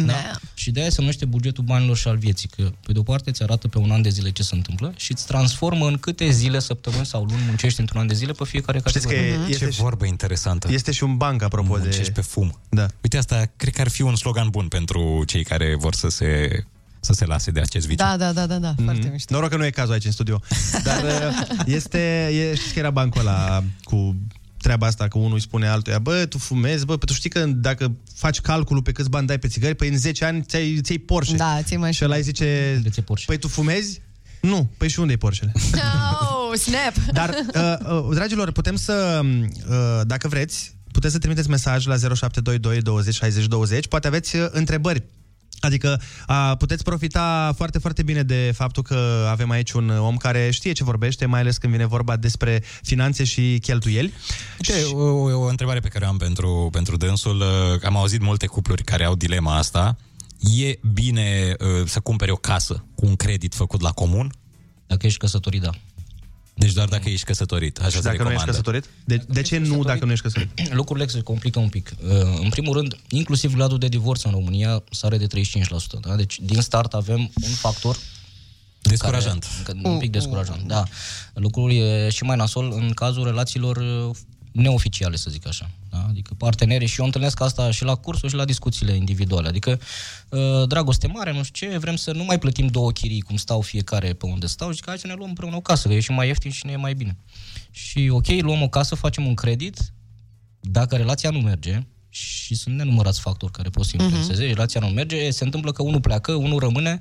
Speaker 15: Da? Și de aia se numește bugetul banilor și al vieții, că pe de o parte îți arată pe un an de zile ce se întâmplă și îți transformă în câte zile, săptămâni sau luni muncești într-un an de zile pe fiecare
Speaker 13: Știți că
Speaker 15: categorie.
Speaker 13: e-
Speaker 4: Ce
Speaker 13: este, și,
Speaker 4: vorbă interesantă.
Speaker 13: este și un banc, apropo de...
Speaker 4: Muncești pe fum.
Speaker 13: Da.
Speaker 4: Uite, asta cred că ar fi un slogan bun pentru cei care vor să se, să se lase de acest viciu.
Speaker 5: Da, da, da, da, da, foarte mișto.
Speaker 13: Noroc că nu e cazul aici în studio. Dar uh, este, e, știți că era bancul ăla cu treaba asta că unul îi spune altuia, bă, tu fumezi, bă, pe tu știi că dacă faci calculul pe câți bani dai pe țigări, păi în 10 ani ți-ai, ți-ai Porsche.
Speaker 5: Da, ți-ai mai
Speaker 13: Și ăla îi zice, păi tu fumezi? Nu, păi și unde e Porsche?
Speaker 5: No, snap!
Speaker 13: Dar, uh, uh, dragilor, putem să, uh, dacă vreți, puteți să trimiteți mesaj la 0722 20 60 20. Poate aveți uh, întrebări. Adică a, puteți profita foarte, foarte bine de faptul că avem aici un om care știe ce vorbește, mai ales când vine vorba despre finanțe și cheltuieli.
Speaker 4: Ce, o, o, o întrebare pe care o am pentru, pentru dânsul. uh, Am auzit multe cupluri care au dilema asta. E bine uh, să cumperi o casă cu un credit făcut la comun?
Speaker 15: Dacă ești căsătorit, da.
Speaker 4: Deci doar dacă ești căsătorit, așa
Speaker 13: Și
Speaker 4: se
Speaker 13: dacă nu
Speaker 4: recomandă.
Speaker 13: ești căsătorit? De, de ce nu dacă nu ești căsătorit?
Speaker 15: Lucrurile se complică un pic. Uh, În primul rând, inclusiv gradul de divorț în România sare de 35%. Da? Deci, din start avem un factor
Speaker 4: Descurajant.
Speaker 15: Care, un pic descurajant, da. Lucrul e și mai nasol în cazul relațiilor uh, neoficiale, să zic așa. Da? Adică partenere și eu întâlnesc asta și la cursuri și la discuțiile individuale. Adică uh, dragoste mare, nu știu ce, vrem să nu mai plătim două chirii cum stau fiecare pe unde stau și că hai să ne luăm împreună o casă, că e și mai ieftin și ne e mai bine. Și ok, luăm o casă, facem un credit, dacă relația nu merge, și sunt nenumărați factori care pot să influențeze, uh-huh. relația nu merge, se întâmplă că unul pleacă, unul rămâne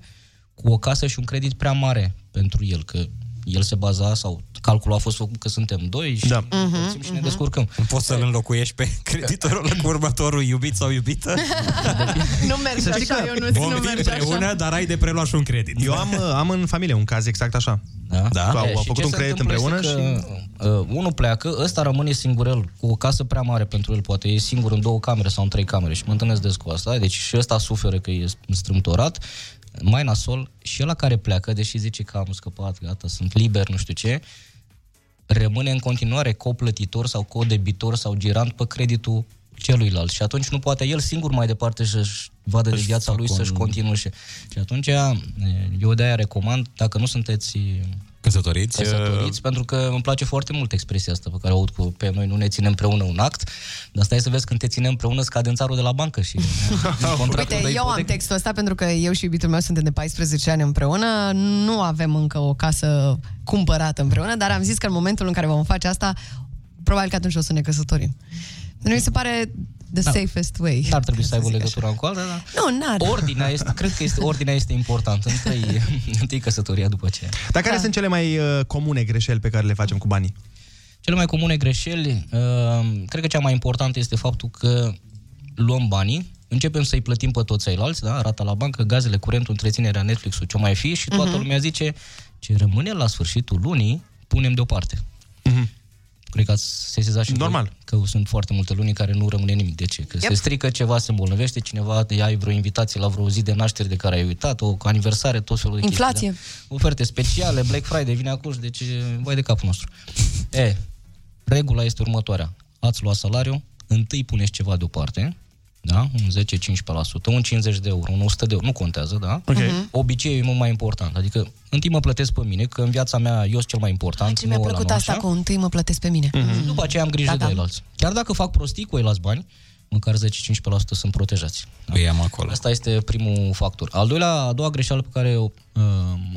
Speaker 15: cu o casă și un credit prea mare pentru el, că el se baza sau calculul a fost făcut că suntem doi și, da. uh-huh, și ne descurcăm.
Speaker 4: Poți să-l înlocuiești pe creditorul cu următorul iubit sau iubită?
Speaker 5: Nu merge
Speaker 13: Să știi
Speaker 5: așa,
Speaker 13: că
Speaker 5: eu nu, nu
Speaker 4: Vom fi
Speaker 5: merge așa.
Speaker 4: împreună, dar ai de preluat și un credit.
Speaker 13: Eu am, uh, am în familie un caz exact așa.
Speaker 15: Da?
Speaker 13: da? Au,
Speaker 15: Și
Speaker 13: au
Speaker 15: ce
Speaker 13: făcut un
Speaker 15: se
Speaker 13: credit
Speaker 15: întâmplă
Speaker 13: împreună
Speaker 15: este
Speaker 13: și...
Speaker 15: că, Uh, unul pleacă, ăsta rămâne singurel cu o casă prea mare pentru el, poate e singur în două camere sau în trei camere și mă întâlnesc des cu asta, deci și ăsta suferă că e strâmtorat, mai nasol și ăla care pleacă, deși zice că am scăpat, gata, sunt liber, nu știu ce, rămâne în continuare coplătitor sau codebitor sau girant pe creditul celuilalt și atunci nu poate el singur mai departe să-și vadă de
Speaker 4: Să-și
Speaker 15: viața lui,
Speaker 4: facă
Speaker 15: să-și
Speaker 4: un-
Speaker 15: continue și, și atunci e, eu de-aia recomand, dacă nu sunteți uh,
Speaker 4: Căsătoriți, uh,
Speaker 15: căsătoriți, pentru că îmi place foarte mult expresia asta pe care o aud cu pe noi nu ne ținem împreună un act, dar stai să vezi când te ținem împreună scadențarul de la bancă și contractul
Speaker 5: Uite,
Speaker 15: de
Speaker 5: eu am
Speaker 15: ipotecă.
Speaker 5: textul ăsta pentru că eu și iubitul meu suntem de 14 ani împreună, nu avem încă o casă cumpărată împreună, dar am zis că în momentul în care vom face asta, probabil că atunci o să ne căsătorim. Nu mi se pare the
Speaker 15: Da.
Speaker 5: safest way.
Speaker 15: N-ar trebui să aibă legătura cu alta, dar...
Speaker 5: Nu, n-ar.
Speaker 15: da? Ordinea este, cred că este, ordinea este importantă. Întâi, întâi căsătoria după aceea.
Speaker 13: Dar
Speaker 4: Da.
Speaker 13: care sunt cele mai uh, comune greșeli pe care le facem cu banii?
Speaker 15: Cele mai comune greșeli, uh, cred că cea mai importantă este faptul că luăm banii, începem să-i plătim pe toți ceilalți, da? rata la bancă, gazele, curentul, întreținerea, Netflix-ul, ce mai fi și toată
Speaker 5: Mhm.
Speaker 15: uh-huh. lumea zice ce rămâne la sfârșitul lunii, punem deoparte. Uh-huh. Cred că ați sesizat și Normal. că sunt foarte multe luni în care nu rămâne nimic. De ce? Că yep. se strică ceva, se îmbolnăvește cineva, te ai vreo invitație la vreo zi de naștere de care ai uitat, o aniversare, tot felul de
Speaker 5: Inflație.
Speaker 15: chestii. Da? Oferte speciale, Black Friday vine acum, și deci e, vai de capul nostru. E, regula este următoarea. Ați luat salariul, întâi puneți ceva deoparte, da? un 10-15%, un 50 de euro, un 100 de euro, nu contează, da?
Speaker 13: Ok.
Speaker 15: Mhm. Obiceiul e mult mai important. Adică, întâi mă plătesc pe mine, că în viața mea eu sunt cel mai important.
Speaker 5: Ce mi-a
Speaker 15: nu ăla,
Speaker 5: plăcut
Speaker 15: nu
Speaker 5: asta
Speaker 15: așa.
Speaker 5: cu întâi mă plătesc pe mine.
Speaker 15: Și După aceea am grijă
Speaker 5: Da,
Speaker 15: da,
Speaker 5: da.
Speaker 15: de ceilalți. Chiar dacă fac prostii cu ceilalți bani, măcar 10-15% sunt protejați. Da?
Speaker 4: Îi am acolo.
Speaker 15: Asta este primul factor. Al doilea, a doua greșeală pe care o uh,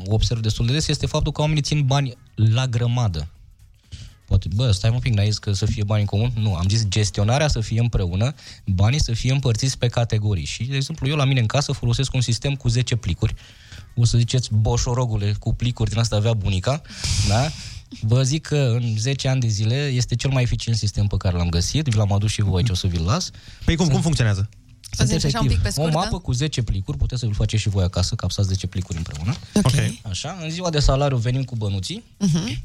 Speaker 15: o observ destul de des este faptul că oamenii țin bani la grămadă. Poate, bă, stai un pic, n-ai zis că să fie bani în comun? Nu, am zis gestionarea să fie împreună, banii să fie împărțiți pe categorii. Și, de exemplu, eu la mine în casă folosesc un sistem cu 10 plicuri. O să ziceți, boșorogule, cu plicuri din asta avea bunica, da? Vă zic că în 10 ani de zile este cel mai eficient sistem pe care l-am găsit, vi l-am adus și voi ce o să vi-l las.
Speaker 13: Păi cum, cum funcționează?
Speaker 5: Să zici așa un pic pe scurt,
Speaker 15: o
Speaker 5: da?
Speaker 15: mapă cu 10 plicuri, puteți să-l faceți și voi acasă, capsați 10 plicuri împreună.
Speaker 5: Ok.
Speaker 15: Așa, în ziua de salariu venim cu bănuții,
Speaker 5: Mhm.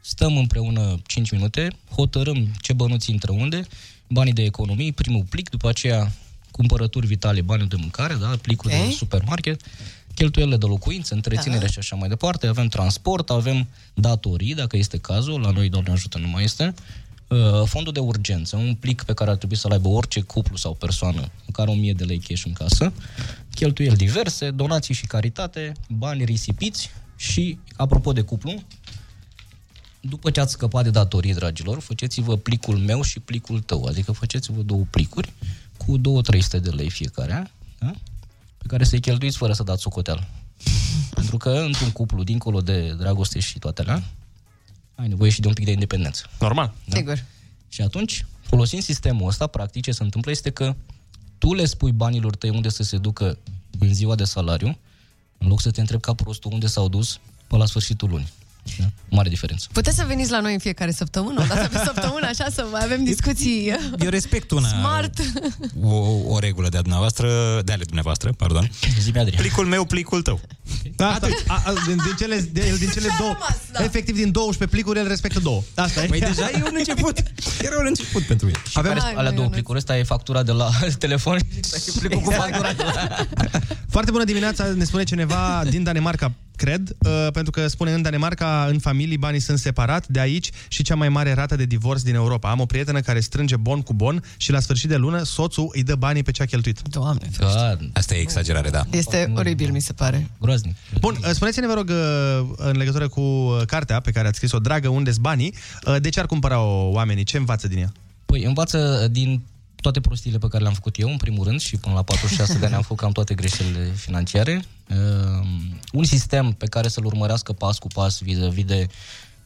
Speaker 15: stăm împreună 5 minute, hotărâm ce bănuți intră unde, banii de economii, primul plic, după aceea cumpărături vitale, banii de mâncare, da, plicul
Speaker 5: Ok.
Speaker 15: de supermarket, cheltuielile de locuință, întreținere
Speaker 5: Da.
Speaker 15: și așa mai departe, avem transport, avem datorii, dacă este cazul, la noi, Doamne ajută, nu mai este, Uh, fondul de urgență, un plic pe care ar trebui să-l aibă orice cuplu sau persoană, măcar 1000 de lei cash în casă, cheltuieli diverse, donații și caritate, bani risipiți și, apropo de cuplu, după ce ați scăpat de datorii, dragilor, faceți-vă plicul meu și plicul tău. Adică faceți-vă două plicuri cu 2-300 de lei fiecare, da? pe care să-i cheltuiți fără să dați socoteală. Pentru că într-un cuplu, dincolo de dragoste și toate alea, ai nevoie și de un pic de independență. Da?
Speaker 13: Normal.
Speaker 5: Sigur.
Speaker 15: Și atunci, folosind sistemul ăsta, practic ce se întâmplă este că tu le spui banilor tăi unde să se ducă în ziua de salariu, în loc să te întrebi ca prostul unde s-au dus până la sfârșitul lunii. Da? Mare diferență.
Speaker 5: Puteți să veniți la noi în fiecare săptămână, o dată pe săptămână, așa să mai avem discuții
Speaker 4: Eu respect una,
Speaker 5: smart.
Speaker 4: o, o, regulă de-a dumneavoastră, de ale dumneavoastră, pardon.
Speaker 15: Zi,
Speaker 4: Plicul meu, plicul tău.
Speaker 13: Da,
Speaker 3: Asta, a, a, din, din cele, de, el din cele două, da. efectiv din 12 plicuri, el respectă două. Asta e.
Speaker 4: Păi deja e un început. Era un început pentru mine.
Speaker 15: Și Avem care, alea două plicuri, ăsta e factura de la telefon Exact. și ăsta e plicul cu factura de la...
Speaker 3: Foarte bună dimineața, ne spune cineva din Danemarca, cred, uh, pentru că spune în Danemarca, în familii, banii sunt separat de aici și cea mai mare rată de divorț din Europa. Am o prietenă care strânge bon cu bon și la sfârșit de lună soțul îi dă banii pe ce a cheltuit.
Speaker 5: Doamne,
Speaker 4: Asta e exagerare, da.
Speaker 5: Este oribil, mi se pare.
Speaker 15: Groaznic.
Speaker 3: Bun, uh, spuneți-ne, vă rog, uh, în legătură cu uh, cartea pe care ați scris-o, Dragă, unde banii? uh, De ce ar cumpăra-o oamenii? Ce învață din ea?
Speaker 15: Păi învață din toate prostiile pe care le-am făcut eu, în primul rând, și până la 46 de ani am făcut cam toate greșelile financiare. Uh, un sistem pe care să-l urmărească pas cu pas vis-a-vis de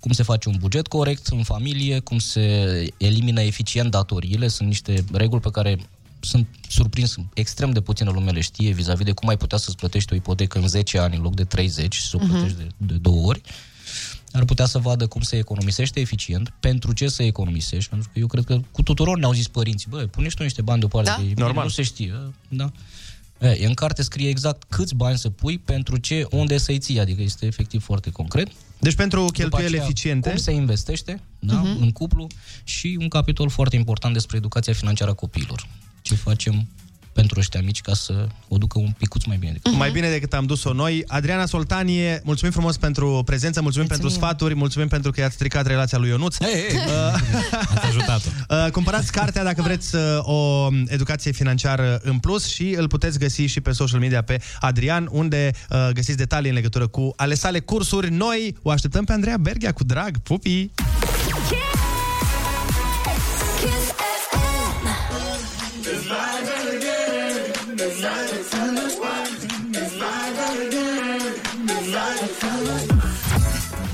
Speaker 15: cum se face un buget corect în familie, cum se elimină eficient datoriile. Sunt niște reguli pe care sunt surprins, extrem de puțină lume le știe vis-a-vis de cum ai putea să-ți plătești o ipotecă în 10 ani în loc de 30 și să o
Speaker 1: Mhm.
Speaker 15: plătești de, de două ori ar putea să vadă cum se economisește eficient, pentru ce să economisești, pentru că eu cred că cu tuturor ne-au zis părinții, bă, puneți tu niște bani deoparte,
Speaker 1: Da?
Speaker 15: e bine,
Speaker 1: Normal.
Speaker 15: nu se știe, da. E, în carte scrie exact câți bani să pui, pentru ce, unde să-i ții, adică este efectiv foarte concret.
Speaker 3: Deci pentru
Speaker 15: După
Speaker 3: cheltuieli
Speaker 15: aceea,
Speaker 3: eficiente-
Speaker 15: Cum se investește da,
Speaker 3: Mhm.
Speaker 15: uh-huh. în cuplu și un capitol foarte important despre educația financiară a copiilor. Ce facem pentru ăștia mici ca să o ducă un picuț mai bine decât
Speaker 3: Mai bine decât am dus-o noi. Adriana Soltanie, mulțumim frumos pentru prezență, mulțumim, pentru sfaturi, mulțumim pentru că i-ați stricat relația lui Ionuț. Hey, hey.
Speaker 4: Ați ajutat-o.
Speaker 3: Uh, cumpărați cartea dacă vreți uh, o educație financiară în plus și îl puteți găsi și pe social media pe Adrian, unde uh, găsiți detalii în legătură cu ale sale cursuri. Noi o așteptăm pe Andreea Berghia cu drag. Pupii!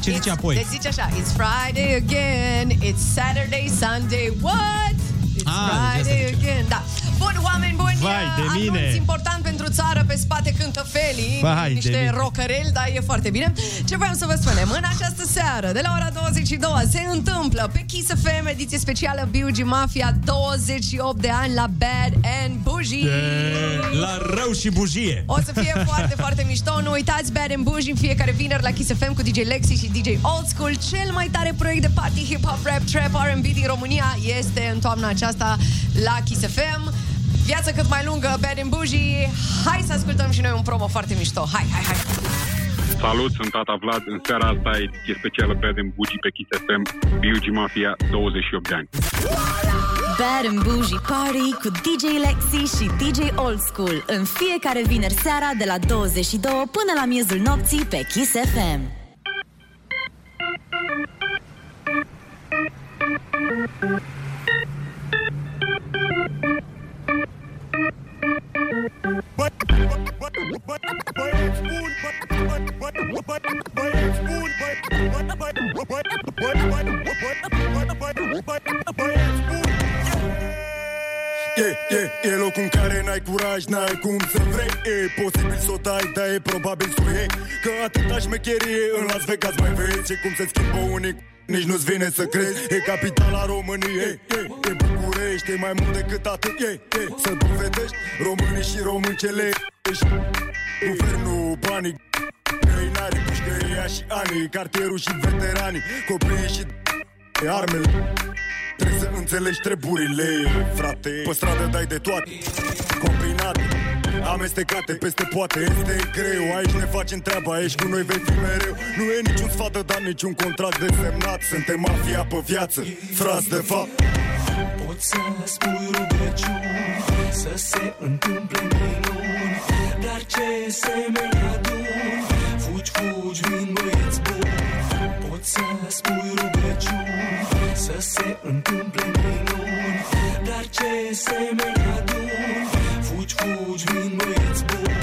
Speaker 4: Ce zice
Speaker 3: Deci
Speaker 5: Le
Speaker 4: apoi?
Speaker 5: zici Deci așa, it's Friday again, it's Saturday, Sunday, what? It's
Speaker 4: Ah,
Speaker 5: Friday again, da. Bun, oameni buni,
Speaker 3: deci Vai de
Speaker 5: uh,
Speaker 3: mine!
Speaker 5: anunț important pentru țară, pe spate cântă Feli,
Speaker 3: Vai de
Speaker 5: niște
Speaker 3: mine!
Speaker 5: rocăreli, dar e foarte bine. Ce voiam să vă spunem, în această seară, de la ora 22, se întâmplă pe Kiss FM, ediție specială Biugi Mafia, 28 de ani la Bad and Bougie.
Speaker 4: La rău și bujie.
Speaker 5: O să fie foarte, foarte mișto. Nu uitați Bad and Bougie în fiecare vineri la Kiss FM cu DJ Lexi și DJ Old School. Cel mai tare proiect de party hip-hop, rap, trap, R&B din România este în toamna aceasta la Kiss FM. Viața cât mai lungă, Bad and Bougie. Hai să ascultăm și noi un promo foarte mișto. Hai, hai, hai.
Speaker 3: Deci
Speaker 16: Salut, sunt Tata Vlad. În seara asta e ediție specială Bad and Bougie pe Kiss FM. Biugi Mafia, 28 de ani.
Speaker 6: Bad and Bougie Party cu DJ Lexi și DJ Old School în fiecare vineri seara de la 22 până la miezul nopții pe Kiss FM.
Speaker 17: E, e, e locul în care n-ai curaj, n-ai cum să vrei E posibil să o dai, dar e probabil să o iei Că atâta șmecherie în Las Vegas mai vezi E cum se schimbă unii nici nu-ți vine să crezi E capitala României E, e, e București, e mai mult decât atât E, e, să dovedești românii și româncele Ești guvernul, banii Găinarii, pușcăria și anii Cartierul și veteranii Copiii și armele Trebuie să înțelegi treburile, frate Pe stradă dai de toate Combinate, amestecate peste poate Este greu, aici ne facem treaba Ești cu noi, vei fi mereu Nu e niciun sfat, dar niciun contract desemnat Suntem mafia pe viață, frați de fapt
Speaker 11: Poți să spui rugăciuni Să se întâmple minuni Dar ce semeni adun Fugi, fugi, vin băieți buni Poți să spui rugăciuni Să se întâmple minuni Dar ce semeni adun Fugi, fugi, vin băieți buni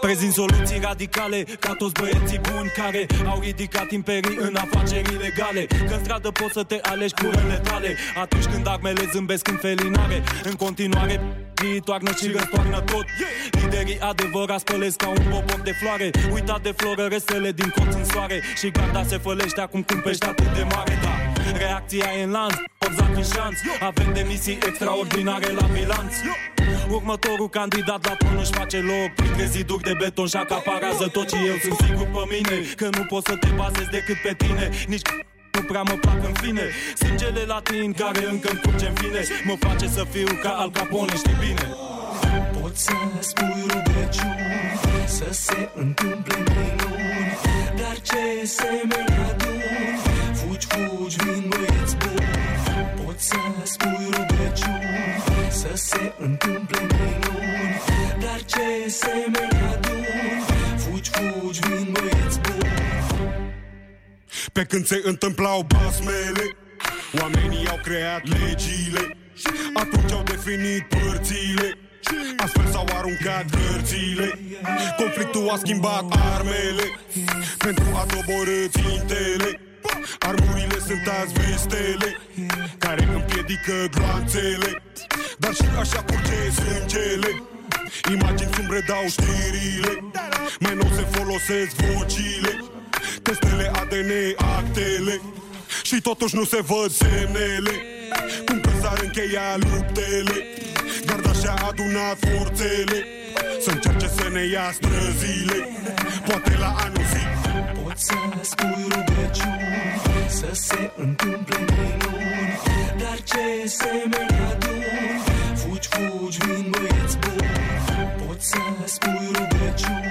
Speaker 4: Păi
Speaker 18: Prezint soluții radicale Ca toți băieții buni care Au ridicat imperii în afaceri ilegale Că în stradă poți să te alegi curele tale Atunci când armele zâmbesc în felinare În continuare Ei toarnă și răstoarnă tot Liderii adevărați spălesc ca un popor de floare Uitat de floră restele din colț în soare Și garda se fălește acum cum pești atât de mare Da, reacția e în lanț Obzac în șanț Avem demisii extraordinare la bilanț Următorul candidat la tron își face loc Printre ziduri de beton și acaparează tot ce eu sunt sigur pe mine Că nu poți să te bazezi decât pe tine Nici nu prea mă plac în fine Sângele latin care încă îmi curge în vine Mă face să fiu ca Al Capone, știi bine
Speaker 11: Poți să spui rugăciuni Să se întâmple minuni Dar ce semeni adun Fugi, fugi, vin băieți buni Poți să spui rugăciuni Să se întâmple minuni Dar ce semeni adun Fugi, fugi, vin băieți buni
Speaker 19: Pe când se întâmplau basmele Oamenii au creat legile Atunci au definit părțile Astfel s-au aruncat cărțile Conflictul a schimbat armele Pentru a doborâ țintele Armurile sunt azi vestele Care împiedică gloanțele Dar și așa curge sângele Imagini cum redau știrile Mai nou se folosesc vocile Testele ADN, actele Și totuși nu se văd semnele Cum că s-ar încheia luptele Garda și-a adunat forțele Să încerce să ne ia străzile Poate la anul zi
Speaker 11: Poți să spui rugăciuni Să se întâmple minuni Dar ce semeni adun Fugi, fugi, vin băieți buni Poți să spui rugăciuni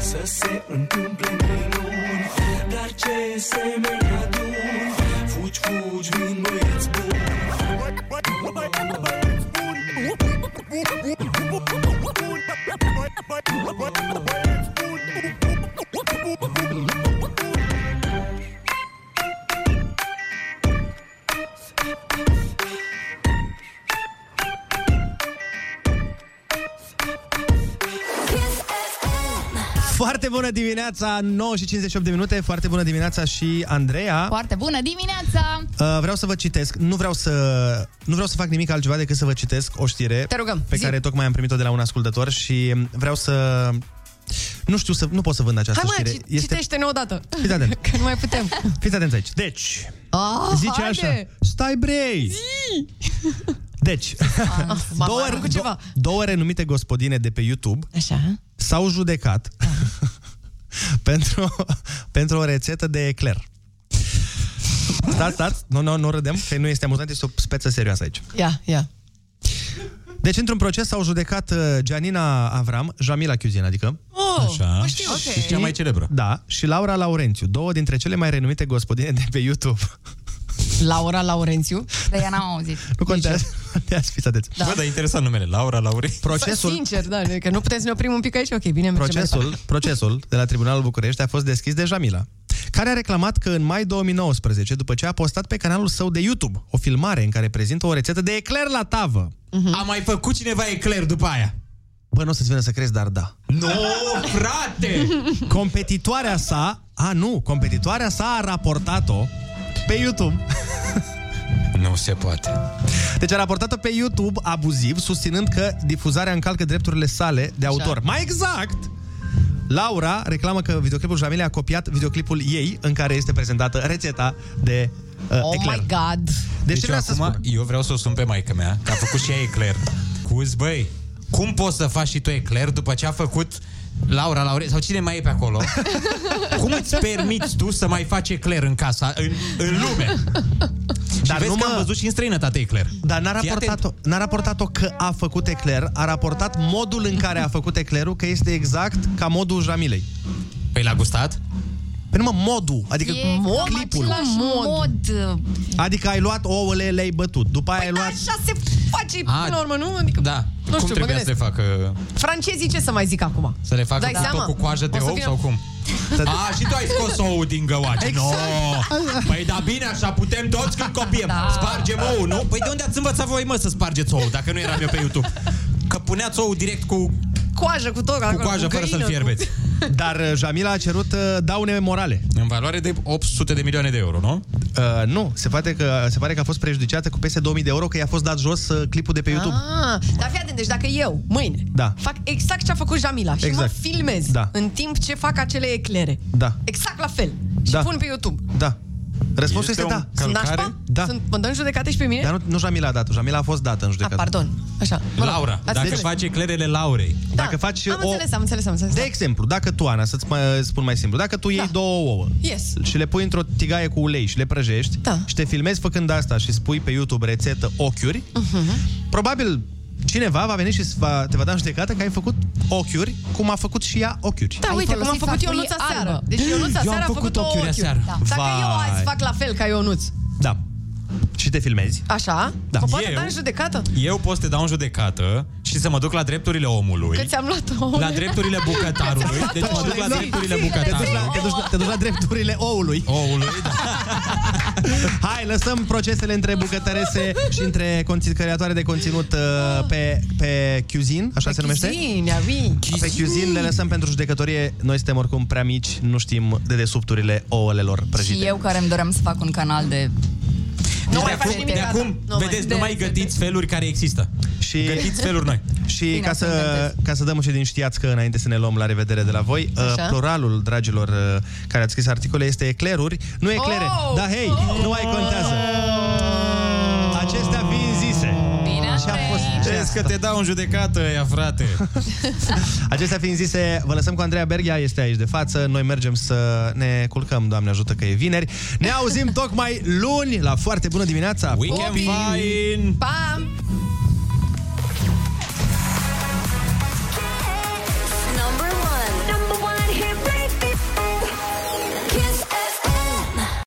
Speaker 11: Să se întâmple minuni Dar ce semeni adun Fugi, fugi, vin băieți
Speaker 3: Foarte bună dimineața, 9 și 58 de minute, foarte bună dimineața și Andreea.
Speaker 6: Foarte bună dimineața!
Speaker 3: Uh, vreau să vă citesc, nu vreau să, nu vreau să fac nimic altceva decât să vă citesc o știre
Speaker 5: Te rugăm,
Speaker 3: pe
Speaker 5: zi.
Speaker 3: care tocmai am primit-o de la un ascultător și um, vreau să... Nu știu, să, nu pot să vând această
Speaker 5: Hai mă,
Speaker 3: știre. Păi da,
Speaker 5: ci- citește-ne odată.
Speaker 3: Fiți atent.
Speaker 5: Că nu mai putem.
Speaker 3: Fiți atenți aici. Deci,
Speaker 5: Ah,
Speaker 3: zice
Speaker 5: haide!
Speaker 3: așa, stai brei! Deci,
Speaker 5: Ah,
Speaker 3: două, două, două renumite gospodine de pe YouTube
Speaker 5: Așa.
Speaker 3: s-au judecat pentru, pentru o rețetă de ecler. Stați, stați, nu, nu, nu râdem, că nu este amuzant, este o speță serioasă aici.
Speaker 5: Ia, ia.
Speaker 3: Deci, într-un proces s-au judecat uh, Gianina Avram, Jamila Chiuzin, adică.
Speaker 5: Oh,
Speaker 4: mă știu. Ok. Și cea mai
Speaker 3: celebră. Da, și Laura Laurențiu, două dintre cele mai renumite gospodine de pe YouTube.
Speaker 4: Deci-
Speaker 5: Laura Laurențiu.
Speaker 6: Dar ea n-am auzit.
Speaker 3: Nu contează, contează fiți atenți.
Speaker 4: Da. Bă, dar interesant numele, Laura Laurențiu.
Speaker 5: Sincer, da, că nu putem să ne oprim un pic aici, ok, bine, mergem mai
Speaker 3: Procesul,
Speaker 5: departe.
Speaker 3: procesul de la Tribunalul București a fost deschis de Jamila, care a reclamat că în mai 2019, după ce a postat pe canalul său de YouTube o filmare în care prezintă o rețetă de ecler la tavă.
Speaker 4: A mai făcut cineva ecler după aia.
Speaker 3: Bă, nu o să-ți vină să crezi, dar da.
Speaker 4: Nu, frate!
Speaker 3: Competitoarea sa, a nu, competitoarea sa a raportat-o pe YouTube.
Speaker 4: Nu se poate.
Speaker 3: Deci a raportat-o pe YouTube abuziv, susținând că difuzarea încalcă drepturile sale de autor. Mai exact, Laura reclamă că videoclipul Jamile a copiat videoclipul ei în care este prezentată rețeta de uh,
Speaker 5: Oh
Speaker 3: ecler.
Speaker 5: my god.
Speaker 3: Deci,
Speaker 4: Deci
Speaker 3: vreau să
Speaker 4: acum eu vreau să o sun pe maica mea, că a făcut și ea ecler. Cuz, băi, cum poți să faci și tu ecler după ce a făcut Laura Laure sau cine mai e pe acolo? cum îți permiți tu să mai faci ecler în casa, în, în lume? Dar și vezi că am văzut și în străinătate ecler.
Speaker 3: Dar n-a
Speaker 4: Fii
Speaker 3: raportat-o, n-a raportat-o că a făcut ecler, a raportat modul în care a făcut eclerul, că este exact ca modul Jamilei.
Speaker 4: Păi l-a gustat?
Speaker 3: Păi nu mă, modul, adică
Speaker 6: E
Speaker 3: mod,
Speaker 6: cam
Speaker 3: clipul.
Speaker 6: același mod. mod.
Speaker 3: Adică ai luat ouăle, le-ai bătut, după aia ai luat...
Speaker 5: Păi Așa se face până la urmă, nu? Adică,
Speaker 4: Da.
Speaker 5: Nu
Speaker 4: cum
Speaker 5: știu, mă
Speaker 4: trebuia să
Speaker 5: gândesc.
Speaker 4: le facă?
Speaker 5: Francezii ce să mai zic acum?
Speaker 4: Să le facă
Speaker 5: Dai
Speaker 4: cu,
Speaker 5: seama?
Speaker 4: tot cu coajă de
Speaker 5: O să
Speaker 4: ou
Speaker 5: vină-
Speaker 4: sau cum? A, și tu ai scos ou din găoace.
Speaker 5: Exact.
Speaker 4: No. Păi da bine, așa putem toți când copiem.
Speaker 5: Da.
Speaker 4: Spargem ou, nu? Păi de unde ați învățat voi, mă, să spargeți ou, dacă nu eram eu pe YouTube? Că puneați ou direct cu,
Speaker 5: coajă cu tot acolo, găină,
Speaker 3: Dar uh, Jamila a cerut uh, daune morale.
Speaker 4: În valoare de 800 de milioane de euro, nu?
Speaker 3: Uh, nu, se pare, că, se pare că a fost prejudiciată cu peste 2000 de euro că i-a fost dat jos uh, clipul de pe YouTube.
Speaker 5: Ah, dar fii atent, deci dacă eu, mâine,
Speaker 3: Da.
Speaker 5: fac exact ce a făcut Jamila și
Speaker 3: Exact.
Speaker 5: mă filmez
Speaker 3: Da.
Speaker 5: în timp ce fac acele eclere.
Speaker 3: Da.
Speaker 5: Exact la fel. Și
Speaker 3: Da.
Speaker 5: pun pe YouTube.
Speaker 3: Da. Răspunsul este,
Speaker 5: Este
Speaker 3: da.
Speaker 5: o Sunt încălcare? nașpa?
Speaker 3: Da.
Speaker 5: Sunt, mă dă în judecată și pe mine?
Speaker 3: Dar nu, nu Jamila a dat-o, Jamila a fost dată în judecată.
Speaker 5: Pardon. Așa. Mă rog,
Speaker 4: Laura,
Speaker 5: ați
Speaker 4: dacă
Speaker 5: înțeles. Da,
Speaker 4: faci eclerele Laurei.
Speaker 3: Dacă faci
Speaker 5: Am
Speaker 3: o...
Speaker 5: înțeles, da. am înțeles, am înțeles.
Speaker 3: De exemplu, dacă tu, Ana, să-ți mai, spun mai simplu, dacă tu iei da. două ouă
Speaker 5: Yes.
Speaker 3: și le pui într-o tigaie cu ulei și le prăjești da. și te filmezi făcând asta și spui pe YouTube rețetă ochiuri,
Speaker 5: Mhm.
Speaker 3: uh-huh. probabil cineva va veni și îți va, te va da în judecată că ai făcut ochiuri cum a făcut și ea ochiuri.
Speaker 5: Da, uite cum am făcut Ionuț aseară. Deci Ionuț
Speaker 3: Eu am
Speaker 5: aseară a
Speaker 3: făcut
Speaker 5: făcut o
Speaker 3: ochiuri aseară.
Speaker 5: Da.
Speaker 3: Vai.
Speaker 5: Dacă eu azi fac la fel ca Ionuț,
Speaker 3: Da. Și te filmezi.
Speaker 5: așa,
Speaker 4: Da.
Speaker 5: mă poate
Speaker 4: Eu-
Speaker 5: da în judecată?
Speaker 4: Eu pot să te dau în judecată și să mă duc la drepturile omului.
Speaker 5: Că ți-am luat o...
Speaker 4: La drepturile bucătarului. Deci mă duc la drepturile
Speaker 3: Te duci la,
Speaker 4: bucătarului.
Speaker 3: te duci, la- te duci la drepturile oului.
Speaker 4: Oului,
Speaker 3: da. Hai, lăsăm procesele între bucătărese și între conțin- creatoare de conținut uh, pe, pe Cuisine, așa se numește?
Speaker 5: Cine, avi.
Speaker 3: Pe Cuisine le lăsăm pentru judecătorie. Noi suntem oricum prea mici, nu știm de desubturile ouăle lor prăjite.
Speaker 7: Și eu care îmi doream să fac un canal de...
Speaker 4: Nu mai faci nimic. Deci De acum, vedeți, nu mai gătiți feluri care există.
Speaker 3: Și...
Speaker 4: Gătiți feluri noi.
Speaker 3: Și
Speaker 4: Bine,
Speaker 3: ca,
Speaker 4: asta
Speaker 3: să, ca să dăm și din știați că înainte să ne luăm la revedere de la voi, uh,
Speaker 4: Așa.
Speaker 3: pluralul, dragilor, uh, care ați scris articole este ecleruri, nu eclere.
Speaker 4: Oh!
Speaker 3: Dar hei, nu mai contează. Acestea fiind zise.
Speaker 7: Bine,
Speaker 3: și a fost ce
Speaker 4: Vezi că te dau în judecată, ea, frate.
Speaker 3: Acestea fiind zise, vă lăsăm cu Andreea Berghia, este aici de față. Noi mergem să ne culcăm, Doamne ajută că e vineri. Ne auzim tocmai luni la foarte bună dimineața.
Speaker 5: Pam!